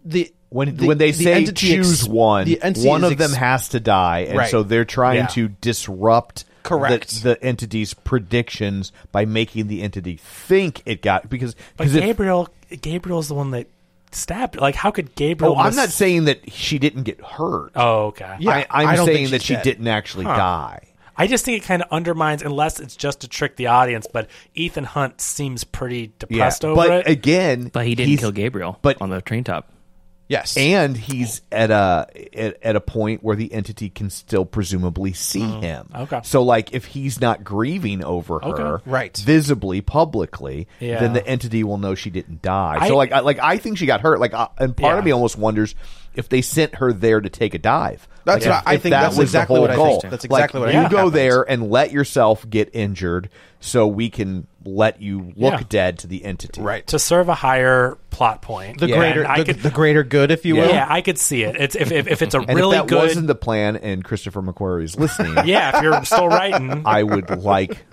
S3: the
S2: when
S3: the-
S2: when they
S3: the
S2: say
S3: entity ex-
S2: choose one,
S3: the entity
S2: one
S3: is
S2: of them
S3: ex-
S2: has to die, and
S3: Right.
S2: so they're trying
S4: Yeah.
S2: to disrupt
S3: Correct.
S2: the, the entity's predictions by making the entity think it got because
S4: But
S2: because if-
S4: Gabriel, Gabriel's the one that stabbed. Like, how could Gabriel?
S2: oh, I'm
S4: miss-
S2: not saying that she didn't get hurt.
S4: Oh, okay.
S3: Yeah,
S2: I, I'm
S3: I don't think
S2: saying that
S3: she's
S2: she
S3: dead.
S2: didn't actually die.
S4: I just think it kind of undermines, unless it's just to trick the audience. But Ethan Hunt seems pretty depressed over
S2: but
S4: it.
S2: again,
S5: But he didn't
S2: he's-
S5: kill Gabriel.
S2: but-
S5: on the train top,
S3: yes
S2: and he's at a at, at a point where the entity can still presumably see him.
S4: Mm. okay.
S2: So like if he's not grieving over her
S4: Okay.
S3: Right.
S2: visibly publicly,
S4: Yeah.
S2: then the entity will know she didn't die.
S4: I-
S2: so like I, like I think she got hurt like uh, and part of
S4: Yeah.
S2: me almost wonders if they sent her there to take a dive.
S3: That's
S2: like
S3: what I think that's
S2: was the
S3: exactly
S2: whole
S3: what I
S2: goal.
S3: think. That's
S2: Like,
S3: exactly what I
S2: you
S3: think
S2: go
S3: happened.
S2: there and let yourself get injured so we can let you look
S4: Yeah.
S2: dead to the entity.
S3: right
S4: to serve a higher plot point,
S3: the
S4: And
S3: greater
S4: I
S3: the,
S4: could,
S3: the greater good, if you
S4: yeah.
S3: will.
S4: I could see it. It's if if, if it's a
S2: And
S4: really
S2: if that
S4: good,
S2: wasn't the plan, and Christopher McQuarrie is listening,
S4: yeah. If you're still writing,
S2: I would like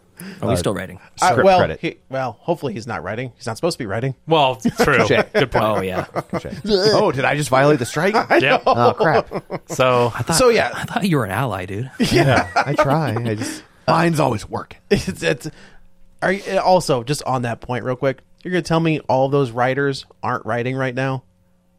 S5: are we still writing?
S3: Uh,
S2: script
S3: well,
S2: credit.
S3: he- well, hopefully he's not writing. He's not supposed to be writing.
S4: well, true.
S2: Check.
S4: Good point.
S5: Oh yeah,
S2: oh, did I just violate the strike?
S4: Yeah.
S2: Oh crap!
S4: So
S3: so yeah,
S5: I thought you were an ally, dude.
S2: I try. I just mine's always working.
S3: it's, it's are you, and also just on that point real quick. You're gonna tell me all those writers aren't writing right now?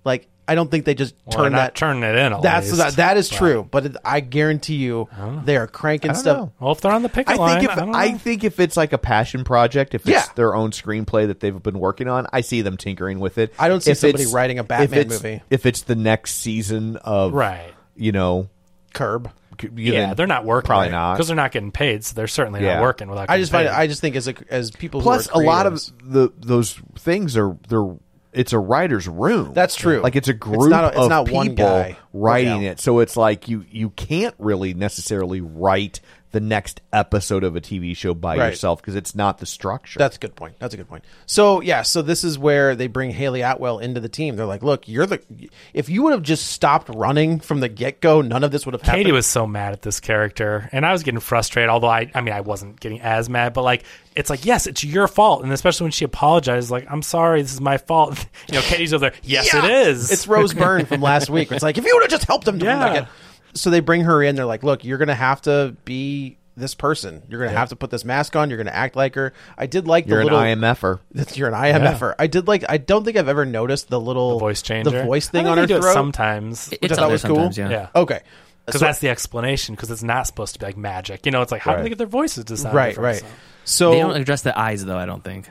S3: Like I don't think they just
S4: Well,
S3: turn
S4: they're
S3: that.
S4: not turning it in. At
S3: that's
S4: least.
S3: that, that is true, but it, I guarantee you they are cranking stuff.
S2: know.
S4: Well, if they're on the
S2: I
S4: picket line,
S2: think if
S4: I, don't
S2: I,
S4: know.
S2: think if it's like a passion project, if
S3: Yeah.
S2: it's their own screenplay that they've been working on, I see them tinkering with it.
S3: I don't see
S2: If
S3: somebody
S2: it's-
S3: writing a
S2: if
S3: Batman
S2: it's-
S3: movie.
S2: If it's the next season of
S4: Right.
S2: you know,
S3: Curb.
S2: c- you
S4: yeah,
S2: then-
S4: they're not working.
S2: Probably not
S4: because they're not getting paid, so they're certainly
S2: Yeah.
S4: not working without.
S3: I just find it,
S4: getting paid.
S3: I just think as a, as people who
S2: Plus,
S3: are
S2: a lot of
S3: creatives-
S2: the those things are they're it's a writer's room.
S3: That's true.
S2: Like it's a
S3: It's
S2: group
S3: not a- it's
S2: of
S3: not
S2: people
S3: one guy.
S2: writing
S3: Yeah.
S2: it, so it's like you you can't really necessarily write the next episode of a TV show by
S3: Right.
S2: yourself because it's not the structure.
S3: That's a good point. That's a good point. So yeah, so this is where they bring Haley Atwell into the team. They're like, look, you're the. If you would have just stopped running from the get go, none of this would have happened.
S4: Katie was so mad at this character, and I was getting frustrated. Although I, I mean, I wasn't getting as mad, but like, it's like, yes, it's your fault, and especially when she apologized, like, I'm sorry, this is my fault. You know, Katie's over there. Yes,
S3: Yeah!
S4: it is.
S3: It's Rose Byrne from last week. It's like if you would have just helped them. To
S4: Yeah.
S3: yeah. Get, so they bring her in. They're like, look, you're gonna have to be this person. You're going to have to put this mask on. You're going to act like her. I did like
S2: You're
S3: the
S2: an
S3: little
S2: IMFer.
S3: That's you're an IMFer. I did like. I don't think I've ever noticed the little
S4: The voice changer,
S3: the voice thing
S4: I
S3: on
S4: think
S3: her
S4: they do
S3: throat. Oh,
S4: It sometimes,
S3: Which I
S5: It's
S3: thought
S5: on there
S3: was cool.
S5: sometimes, yeah.
S4: yeah,
S3: Okay,
S4: because that's the explanation. Because it's not supposed to be like magic. You know, it's like how do they get their voices to sound
S3: right, right.
S4: different? So-
S3: So
S5: They don't address the eyes though. I don't think.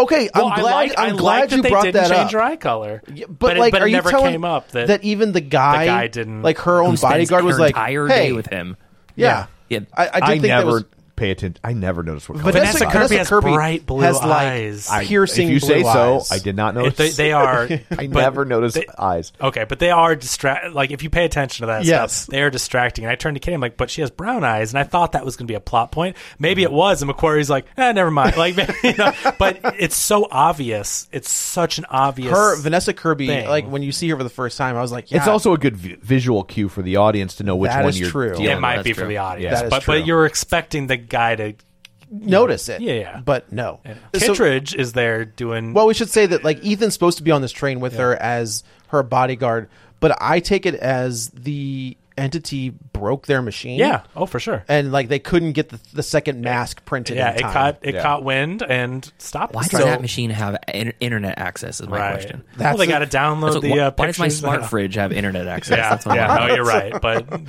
S3: okay,
S4: Well,
S3: I'm
S4: I
S3: glad.
S4: like, I
S3: I'm
S4: like
S3: glad
S4: that
S3: you
S4: they
S3: brought
S4: didn't
S3: that
S4: change
S3: up.
S4: her eye color.
S3: Yeah, But, like,
S4: but
S3: are
S4: it
S3: you
S4: never
S3: telling
S4: came up that, e-,
S3: even the guy,
S4: guy didn't-
S3: like her own
S5: Who spends
S3: bodyguard was
S5: her
S3: like,
S5: entire
S3: hey,
S5: day with him.
S3: yeah,
S5: Yeah.
S3: I, I did
S2: I
S3: think that
S2: never
S3: was
S2: pay attention. I never noticed what. color
S3: Vanessa,
S4: Vanessa Kirby
S3: Vanessa
S4: has
S3: Kirby
S4: bright blue
S3: has, like,
S4: eyes.
S2: I-
S3: piercing
S2: If you say
S3: blue
S2: so,
S3: eyes.
S2: I did not notice.
S4: If they, they are.
S2: I
S4: but
S2: never noticed
S4: they- Oh,
S2: eyes.
S4: Okay, but they are distract. Like if you pay attention to that
S3: Yes.
S4: stuff, they are distracting. And I turned to Kitty, I'm like, "But she has brown eyes," and I thought that was going to be a plot point. Maybe it was, and McQuarrie's like, "Eh, never mind." Like, you know, but it's so obvious. It's such an obvious.
S3: her Vanessa Kirby.
S4: thing.
S3: Like when you see her for the first time, I was like, yeah,
S2: It's also a good vi- visual cue for the audience to know which
S3: That
S2: one
S3: is
S2: you're
S3: true.
S2: dealing
S4: it
S5: no,
S4: might
S5: that's
S4: be for
S5: true.
S4: the
S3: That
S4: audience,
S3: is
S4: but
S3: true.
S4: but you're expecting the guy to.
S3: notice it.
S4: Yeah, yeah.
S3: but no. So-
S4: Kittredge is there doing.
S3: Well, we should say that like Ethan's supposed to be on this train with her as her bodyguard, but I take it as the entity broke their machine.
S4: yeah. Oh, for sure.
S3: and like they couldn't get the, the second mask printed.
S4: Yeah,
S3: in
S4: it
S3: time.
S4: caught it
S2: Yeah.
S4: caught wind and stopped.
S5: Why does
S4: So-
S5: that machine have in- internet access? Is my
S4: Right.
S5: question.
S4: well, they
S3: That's
S4: got to
S3: a-
S4: download
S5: That's what-
S4: the.
S5: why,
S4: uh,
S5: why does my
S4: pictures.
S5: smart fridge have internet access?
S4: Yeah,
S5: That's what I'm
S4: yeah.
S5: wondering.
S4: No, you're right, but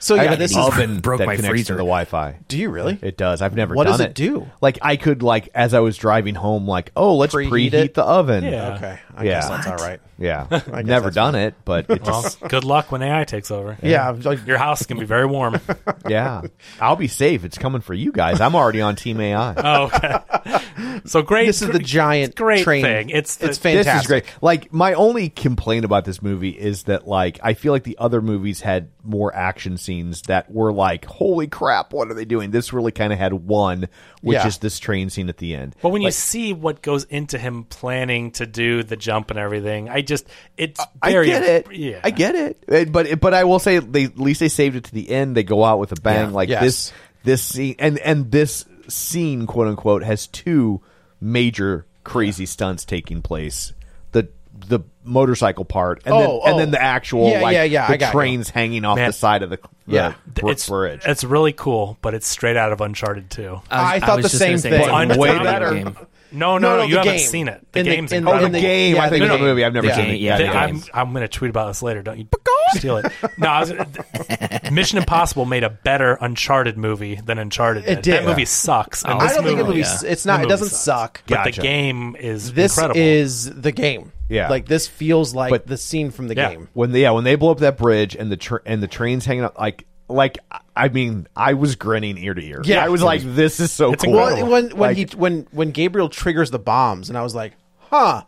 S3: So
S2: I
S3: yeah,
S2: got
S3: this
S2: this
S3: is.
S2: oven
S5: broke
S2: that
S5: my
S2: connects to
S5: freezer.
S2: the Wi-Fi.
S3: Do you really?
S2: It does. I've never.
S3: What
S2: done
S3: does it do?
S2: Like I could like as I was driving home, like oh let's
S3: Preheat
S2: preheat,
S3: it?
S2: the oven.
S4: Yeah.
S3: okay, I
S2: Yeah.
S3: guess that's all right.
S2: yeah. I've never done it, but it's
S4: well, good luck when AI takes over.
S3: Yeah, like,
S4: Your house can be very warm.
S2: yeah. I'll be safe. It's coming for you guys. I'm already on Team AI.
S4: Oh, okay. So great.
S3: this is the giant
S4: great
S3: train.
S4: thing. It's the-
S3: it's
S2: This
S3: fantastic.
S2: is great. Like my only complaint about this movie is that like I feel like the other movies had more action scenes that were like holy crap, what are they doing? This really kind of had one, which
S3: Yeah.
S2: is this train scene at the end.
S4: But when you see what goes into him planning to do the jump and everything, I just it's
S2: I
S4: very
S2: get it.
S4: Yeah,
S2: I get it. Uh, But but I will say they at least they saved it to the end. They go out with a bang. Like
S3: Yes.
S2: this this scene and and this scene quote unquote has two major crazy stunts taking place. The the motorcycle part and then
S3: Oh,
S2: and
S3: oh.
S2: then the actual
S3: Yeah,
S2: like
S3: yeah, yeah, I
S2: the
S3: got you.
S2: trains hanging off
S4: Man.
S2: the side of the, the
S3: Yeah.
S2: br-
S4: It's
S2: bridge.
S4: it's really cool, but it's straight out of Uncharted Two.
S5: was-
S3: I thought
S5: was
S3: the
S5: just gonna
S3: same
S5: say,
S3: thing.
S5: it's like
S2: Way
S5: a video
S2: better.
S5: game.
S4: No, no, no, you
S3: the
S4: haven't
S3: game.
S4: seen it. The
S3: In
S4: game's
S3: in
S4: incredible.
S3: in
S2: the game, I think of
S3: the
S2: the
S3: game.
S2: movie. I've never seen it.
S5: Yeah,
S4: They-
S5: the
S4: I'm,
S5: games.
S4: I'm going to tweet about this later. Don't you steal it? No, I was, th- Mission Impossible made a better Uncharted movie than Uncharted. Did.
S3: It did. Oh,
S4: That movie sucks. and
S5: I
S3: I
S4: this
S3: don't think it
S5: movie,
S3: would be.
S5: yeah.
S3: It's not.
S4: the
S3: It
S4: movie
S3: doesn't
S4: sucks.
S3: suck.
S4: But
S2: Gotcha.
S4: the game is
S3: This
S4: incredible.
S3: is the game.
S2: Yeah.
S3: like this feels like
S2: But-
S3: the scene from the
S4: Yeah.
S3: game.
S2: when they, yeah when they blow up that bridge and the tra- and the trains hanging out like like I mean I was grinning ear to ear.
S3: Yeah.
S2: I was like this is so cool.
S3: Well, when when
S2: Like-
S3: he when when Gabriel triggers the bombs, and I was like, huh,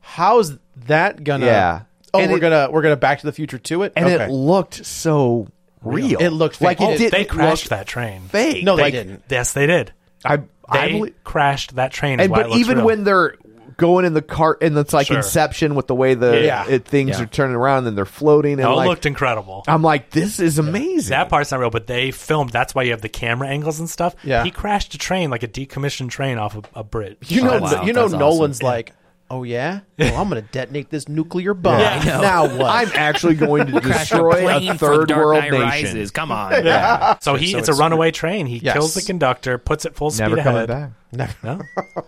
S3: how's that gonna?
S2: Yeah.
S3: Oh,
S2: And
S3: we're
S2: it-
S3: gonna we're gonna Back to the Future to it,
S2: and it
S3: Okay.
S2: looked so real.
S3: It looked
S2: like
S3: fake.
S2: it
S3: Oh,
S2: did.
S4: they
S2: it
S4: crashed
S2: looked
S4: that train.
S2: fake.
S3: No, they
S2: Like,
S3: didn't.
S4: Yes, they did.
S2: I I
S4: They
S2: believe.
S4: crashed that train. Is
S2: And
S4: why
S2: but
S4: it looks
S2: even
S4: real.
S2: when they're going in the cart and it's like
S4: Sure.
S2: Inception with the way the
S3: Yeah.
S2: it, things
S5: Yeah.
S2: are turning around and they're floating and
S4: no, it
S2: like
S4: looked incredible.
S2: I'm like this is amazing.
S4: that part's not real, but they filmed. That's why you have the camera angles and stuff.
S3: Yeah.
S4: he crashed a train like a decommissioned train off a, a bridge.
S3: You know,
S5: Oh, wow,
S3: you know,
S5: that's awesome.
S3: Nolan's like, oh yeah, well, I'm gonna detonate this nuclear bomb.
S4: Yeah, I
S5: know.
S3: Now what?
S2: I'm actually going to
S5: Crash a
S2: destroy a,
S5: plane from
S2: third
S5: Dark
S2: world
S5: Knight
S2: nation.
S5: Rises. Come on.
S4: so he it's, a runaway train. He
S3: Yes.
S4: kills the conductor, puts it full
S2: Never
S4: speed
S2: coming
S4: ahead.
S2: back.
S4: No.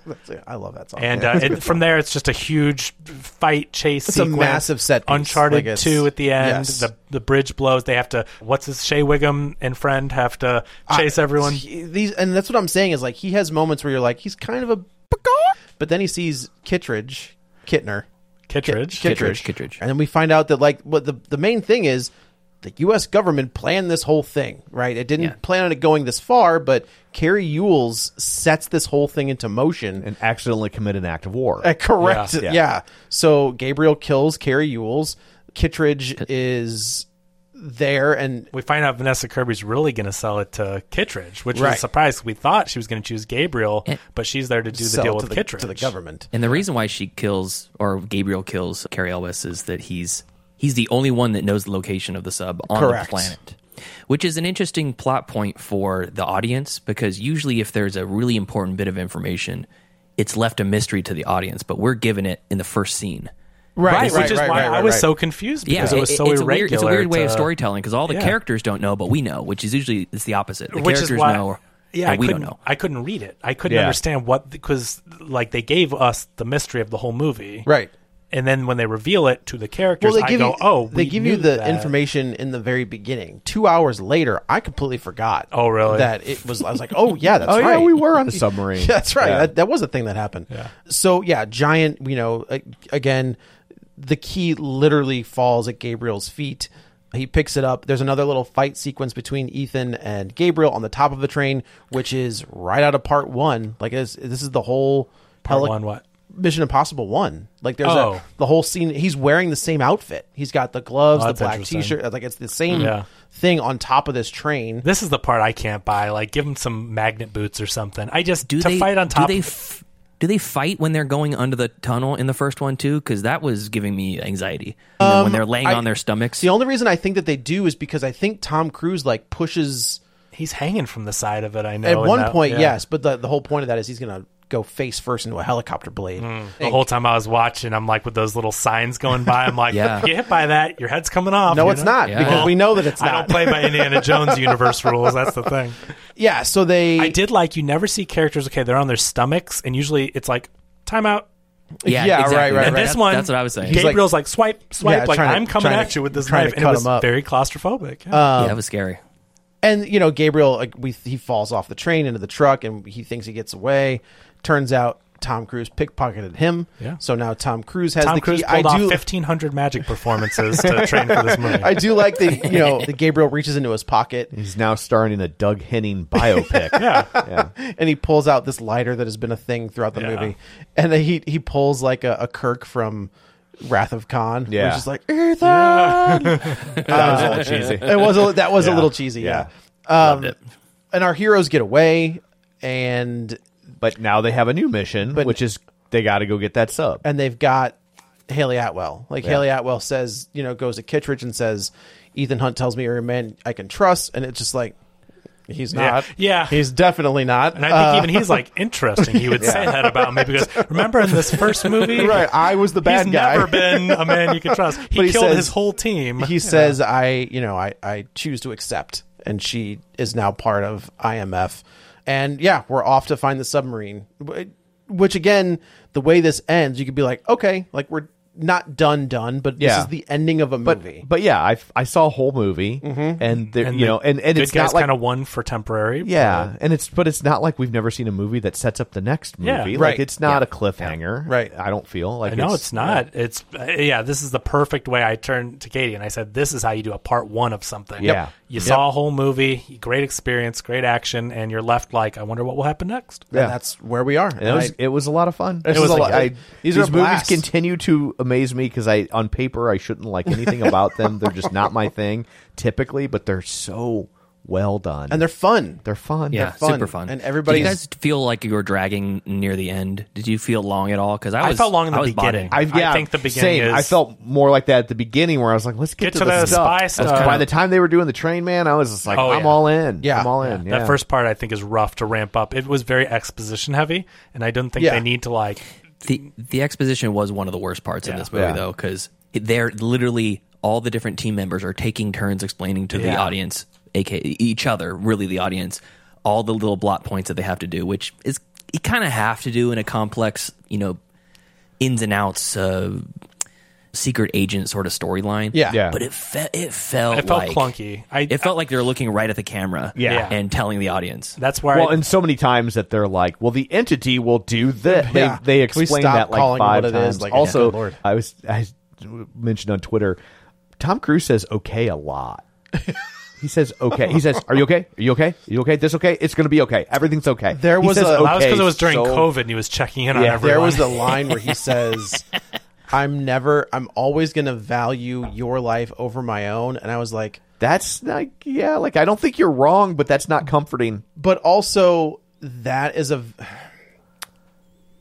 S3: That's it. I love that song.
S4: And uh, it, from there, it's just a huge fight chase.
S3: It's a
S4: sequence.
S3: massive set piece. Like,
S4: Uncharted
S3: it's-
S4: two at the end.
S3: yes.
S4: The the bridge blows. They have to. What's his Shea Wiggum and friend have to chase everyone.
S3: He- these, and that's what I'm saying is like he has moments where you're like he's kind of a, but then he sees Kittredge, Kittner,
S4: Kittredge.
S3: Kittredge,
S5: Kittredge, Kittredge.
S3: and then we find out that like what the the main thing is. The U.S. government planned this whole thing, right? It didn't
S5: Yeah.
S3: plan on it going this far, but Carrie Ewells sets this whole thing into motion.
S2: and accidentally commit an act of war.
S3: Uh, correct. Yeah.
S2: Yeah.
S3: So Gabriel kills Carrie Ewells. Kittredge is there, and
S4: we find out Vanessa Kirby's really going to sell it to Kittredge, which was
S3: Right.
S4: a surprise. 'cause We thought she was going to choose Gabriel,
S5: And-
S4: but she's there to do the
S3: sell
S4: deal
S3: it to
S4: with
S3: the,
S4: Kittredge
S3: to the government.
S5: And the reason why she kills or Gabriel kills Carrie Elwes is that he's he's the only one that knows the location of the sub on
S3: Correct.
S5: the planet. Which is an interesting plot point for the audience because usually if there's a really important bit of information, it's left a mystery to the audience, but we're given it in the first scene.
S3: Right,
S4: Right,
S3: right,
S4: which is
S3: right,
S4: why
S3: right,
S4: I
S3: right,
S4: was
S3: right.
S4: so confused because it was so
S5: it's
S4: irregular.
S5: A weird, it's a weird way of
S4: to-
S5: storytelling because all the
S4: Yeah.
S5: characters don't know, but we know, which is usually it's the opposite. The characters know,
S4: yeah, I
S5: and we don't
S4: couldn't-
S5: know.
S4: I couldn't read it. I couldn't
S2: Yeah.
S4: understand what because like they gave us the mystery of the whole movie,
S3: Right.
S4: And then when they reveal it to the characters,
S3: Well, they
S4: I
S3: give
S4: go,
S3: you
S4: "Oh,
S3: they
S4: we
S3: give you
S4: knew
S3: the
S4: that."
S3: information in the very beginning. Two hours later, I completely forgot.
S4: Oh, really?
S3: That it was. I was like, oh yeah, that's
S2: Oh, yeah,
S3: right.
S2: we were on the submarine.
S3: that's right.
S2: Yeah.
S3: That, that was a thing that happened. So yeah, giant. You know, a- again, the key literally falls at Gabriel's feet. He picks it up. There's another little fight sequence between Ethan and Gabriel on the top of the train, which is right out of part one. Like this, this is the whole
S4: Part
S3: heli-
S4: one, what?
S3: Mission Impossible One. Like there's
S4: Oh.
S3: a, the whole scene. He's wearing the same outfit. He's got the gloves,
S4: Oh,
S3: the
S4: that's
S3: black
S4: interesting.
S3: T-shirt. Like it's the same
S4: Yeah.
S3: thing on top of this train.
S4: This is the part I can't buy. Like, give them some magnet boots or something. I just
S5: Do
S4: to
S5: they
S4: fight on top.
S5: Do they,
S4: of-
S5: f- do they fight when they're going under the tunnel in the first one too? Because that was giving me anxiety. You know, when they're laying
S3: Um, I-
S5: on their stomachs.
S3: The only reason I think that they do is because I think Tom Cruise like pushes
S4: he's hanging from the side of it. I know.
S3: at
S4: Oh, in
S3: one
S4: that-
S3: point.
S4: yeah.
S3: Yes, but the, the whole point of that is he's gonna go face first into a helicopter blade.
S4: The whole time I was watching, I'm like with those little signs going by. I'm like,
S5: Yeah.
S4: get hit by that, your head's coming off.
S3: No,
S4: you
S3: it's
S4: know?
S3: not
S5: Yeah.
S3: because
S5: Well,
S3: we know that it's
S4: I don't
S3: not.
S4: play by Indiana Jones universe rules. That's the thing.
S3: yeah, so they.
S4: I did like you never see characters. Okay, they're on their stomachs, and usually it's like timeout.
S5: yeah,
S3: yeah, right,
S5: exactly.
S3: right,
S5: That-
S3: right.
S4: This
S5: that's,
S4: one,
S5: that's what I was saying.
S3: He's like-
S4: Gabriel's like, swipe, swipe.
S3: Yeah,
S4: like
S3: trying to-
S4: I'm coming
S3: trying
S4: at
S3: to-
S4: you with this
S3: trying to
S4: knife, and it
S3: cut
S4: was
S3: him up. Uh,
S4: very claustrophobic. Yeah.
S5: yeah, that was scary.
S3: and you know Gabriel like we he falls off the train into the truck and he thinks he gets away. Turns out Tom Cruise pickpocketed him.
S4: Yeah.
S3: So now Tom Cruise has
S4: Tom
S3: the
S4: Cruise
S3: key. I
S4: pulled off
S3: do
S4: 1,500 magic performances to train for this movie.
S3: I do like the you know the Gabriel reaches into his pocket
S2: He's now starring in a Doug Henning biopic.
S3: and he pulls out this lighter that has been a thing throughout the
S4: Yeah.
S3: movie, and then he he pulls like a, a Kirk from Wrath of Khan.
S2: Yeah.
S3: Which is like Ethan.
S2: That was a little cheesy.
S3: It was a, that was a
S2: Yeah.
S3: little cheesy.
S2: Yeah.
S3: Yeah. Um, And our heroes get away, and
S2: But now they have a new mission,
S3: But-
S2: which is they got to go get that sub.
S3: and they've got Haley Atwell. Like Haley Atwell says, you know, goes to Kittredge and says, Ethan Hunt tells me you're a man I can trust, and it's just like he's
S4: Yeah.
S3: not.
S4: Yeah.
S3: he's definitely not.
S4: and I think even
S3: uh,
S4: he's like, interesting. He would say that about me because remember in this first movie?
S3: right, I was the bad
S4: He's
S3: guy.
S4: never been a man you can trust. He,
S3: But he
S4: killed
S3: says-
S4: his whole team.
S3: Uh, he says, I, you know, I, I choose to accept, and she is now part of IMF, and yeah, we're off to find the submarine. Wh- Which again, the way this ends, you could be like, okay, like we're not done, done, but this
S2: Yeah.
S3: is the ending of a
S2: But
S3: movie.
S2: but yeah, I, I saw a whole movie, and, there, you
S4: the
S2: know, and, and
S4: good
S2: it's
S4: guys
S2: not like
S4: kind of won for temporary.
S2: yeah, and it's but it's not like we've never seen a movie that sets up the next movie.
S4: Yeah.
S2: like
S3: Right.
S2: it's not a cliffhanger,
S3: Right.
S2: I don't feel like
S4: but No, it's not. It's uh, yeah. This is the perfect way. I turned to Katie and I said, "This is how you do a part one of something."
S2: Yeah. Yep.
S4: you saw a whole movie, great experience, great action, and you're left like, "I wonder what will happen next."
S3: And
S2: yeah.
S3: that's where we are.
S2: And it
S3: And
S2: was
S3: I-
S2: it was a lot of fun. It
S3: was
S2: a
S3: a
S2: lot.
S3: good-
S2: I, these
S3: these are a
S2: movies
S3: blast.
S2: continue to amaze me because I on paper I shouldn't like anything about them. They're just not my thing typically, but they're so well done
S3: and they're fun.
S2: they're fun.
S5: Yeah,
S2: They're fun.
S3: fun.
S5: super fun.
S3: And
S5: Did
S3: everybody's-
S5: you guys feel like you were dragging near the end? Did you feel long at all? Because I,
S4: I
S5: was,
S4: felt long in the
S5: I was
S4: beginning.
S5: botting.
S2: I've,
S4: I
S2: yeah,
S4: think the beginning
S2: same.
S4: is-
S2: I felt more like that at the beginning, where I was like, "Let's get,
S4: Get to the
S2: stuff.
S4: spy
S2: That's-
S4: stuff.
S2: By the time they were doing the train man, I was just like,
S4: Oh,
S2: "I'm
S4: yeah.
S2: all in.
S3: Yeah.
S2: I'm all
S4: Yeah,
S2: in." Yeah.
S4: That first part I think is rough to ramp up. It was very exposition heavy, and I don't think
S3: Yeah.
S4: they need to like.
S5: the the exposition was one of the worst parts in this movie
S2: Yeah.
S5: though because they're literally all the different team members are taking turns explaining to the
S4: Yeah.
S5: audience aka each other really the audience all the little blot points that they have to do which is you kind of have to do in a complex you know ins and outs uh, secret agent sort of storyline
S3: Yeah. Yeah.
S5: but it fe- it felt
S4: It felt
S5: like,
S4: clunky. I-
S5: it felt like they were looking right at the camera
S2: Yeah.
S5: and telling the audience
S4: That's where
S2: well,
S4: I,
S2: and so many times that they're like, "Well, the entity will do this."
S3: Yeah.
S2: They they
S3: Can we
S2: explain
S3: stop
S2: that like
S3: calling it
S2: five
S3: what it is?
S2: times.
S3: Like,
S2: also,
S3: good lord.
S2: I was I mentioned on Twitter, Tom Cruise says "okay" a lot. He says okay. He says, "Are you okay? Are you okay? Are you okay? This okay? It's going to be okay. Everything's okay."
S3: There
S2: He
S3: was
S2: says
S3: a-
S4: that was because it was during
S2: so-
S4: COVID and he was checking in on
S2: Yeah, there
S4: everyone.
S3: There was the line where he says, "I'm never, I'm always going to value your life over my own," and I was like,
S2: That's like yeah, like I don't think you're wrong, but that's not comforting.
S3: but also that is a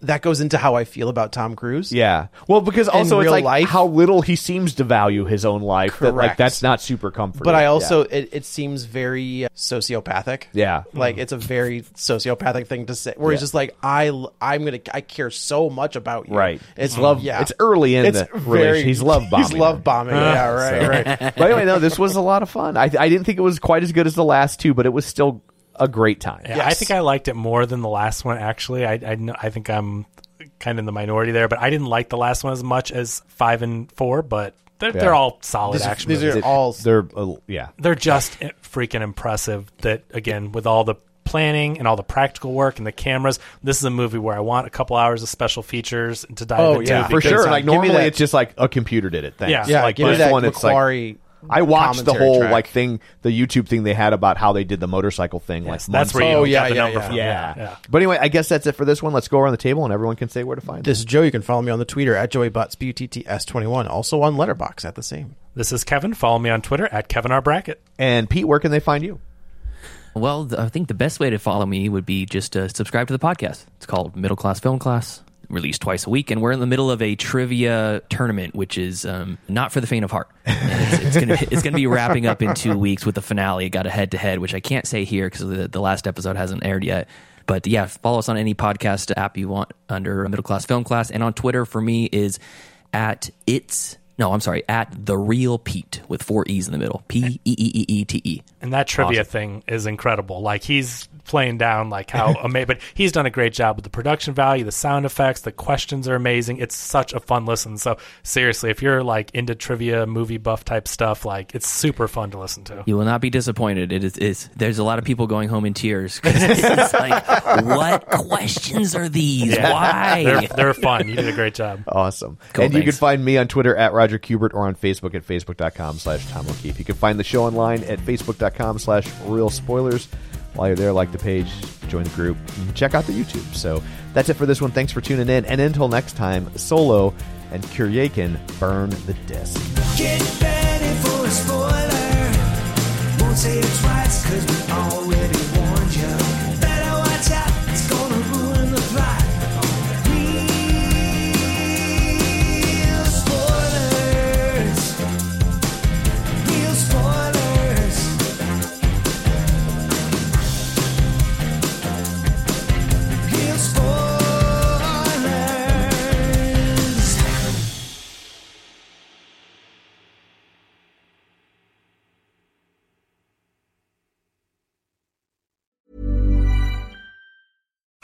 S3: that goes into how I feel about Tom Cruise.
S2: Yeah. Well, because also it's
S3: real
S2: like
S3: life-
S2: how little he seems to value his own life. That, like
S3: Correct.
S2: that's not super comforting.
S3: But I
S2: Yeah.
S3: also it, it seems very uh, sociopathic.
S2: Yeah.
S3: Like it's a very sociopathic thing to say where he's
S2: Yeah.
S3: just like I l- I'm going to I care so much about you.
S2: Right.
S3: It's
S2: love-
S3: love yeah.
S2: it's early in the relation- he's love
S3: He's
S2: bombing her.
S3: love bombing. yeah, right, right.
S2: But anyway, no, this was a lot of fun. I I didn't think it was quite as good as the last two, but it was still a great time.
S4: Yeah, I
S3: Yes.
S4: think I liked it more than the last one. Actually, I I, kn- I think I'm kind of in the minority there, but I didn't like the last one as much as five and four. But they're
S2: Yeah.
S4: they're all solid
S3: These are-
S4: action.
S3: these
S4: movies.
S3: are all
S2: They're uh, yeah.
S4: they're just freaking impressive. That again, with all the planning and all the practical work and the cameras, this is a movie where I want a couple hours of special features to dive
S3: Oh,
S4: into.
S3: yeah,
S2: for
S4: because-
S2: sure.
S3: time.
S2: Like
S3: Give me
S2: normally,
S3: that-
S2: it's just like a computer did it. Thanks.
S4: Yeah.
S3: Yeah,
S2: like
S3: give me
S2: this
S3: that
S2: one, it's like
S3: Macquarie
S2: I watched the
S3: commentary
S2: whole
S3: track.
S2: like thing, the YouTube thing they had about how they did the motorcycle thing.
S4: Yes,
S2: like months
S4: that's where you
S3: Oh,
S4: got
S3: yeah,
S4: the
S3: yeah,
S4: number
S3: yeah.
S4: from.
S2: Yeah.
S4: yeah.
S2: But anyway, I guess that's it for this one. Let's go around the table and everyone can say where to find
S3: This is Joe. You can follow me on the Twitter at Joey Butts, B U T T S 21. Also on Letterbox at the same.
S4: This is Kevin. Follow me on Twitter at Kevin R Brackett.
S2: it. And Pete, where can they find you?
S5: Well, th- I think the best way to follow me would be just to subscribe to the podcast. It's called Middle Class Film Class, released twice a week, and we're in the middle of a trivia tournament, which is um, not for the faint of heart. And It's, it's going to be wrapping up in two weeks with the finale. It got a head to head, which I can't say here because the, the last episode hasn't aired yet. But yeah, follow us on any podcast app you want under Middle Class Film Class, and on Twitter for me is at it's. No, I'm sorry. At the real Pete with four e's in the middle. P e e e e t e.
S4: And that trivia thing is incredible. Like he's playing down like how amazing, but he's done a great job with the production value, the sound effects, the questions are amazing. It's such a fun listen. So seriously, if you're like into trivia, movie buff type stuff, like it's super fun to listen to.
S5: You will not be disappointed. It is. It's, there's a lot of people going home in tears 'cause it's like, what questions are these?
S4: They're,
S5: Why?
S4: they're fun. You did a great job.
S2: Awesome.
S5: Cool,
S2: and you
S5: thanks.
S2: can find me on Twitter at Roger Kubert or on Facebook at Facebook.com slash Tom O'Keefe. You can find the show online at Facebook.com slash Real Spoilers. While you're there, like the page, join the group, and check out the YouTube. So that's it for this one. Thanks for tuning in. And until next time, Solo and Kuryakin burn the disc.
S1: Get ready for a spoiler. Won't say it twice, cause we already warned you. Better watch out, it's gonna ruin the plot. Real spoilers. Real spoilers. Real spoilers.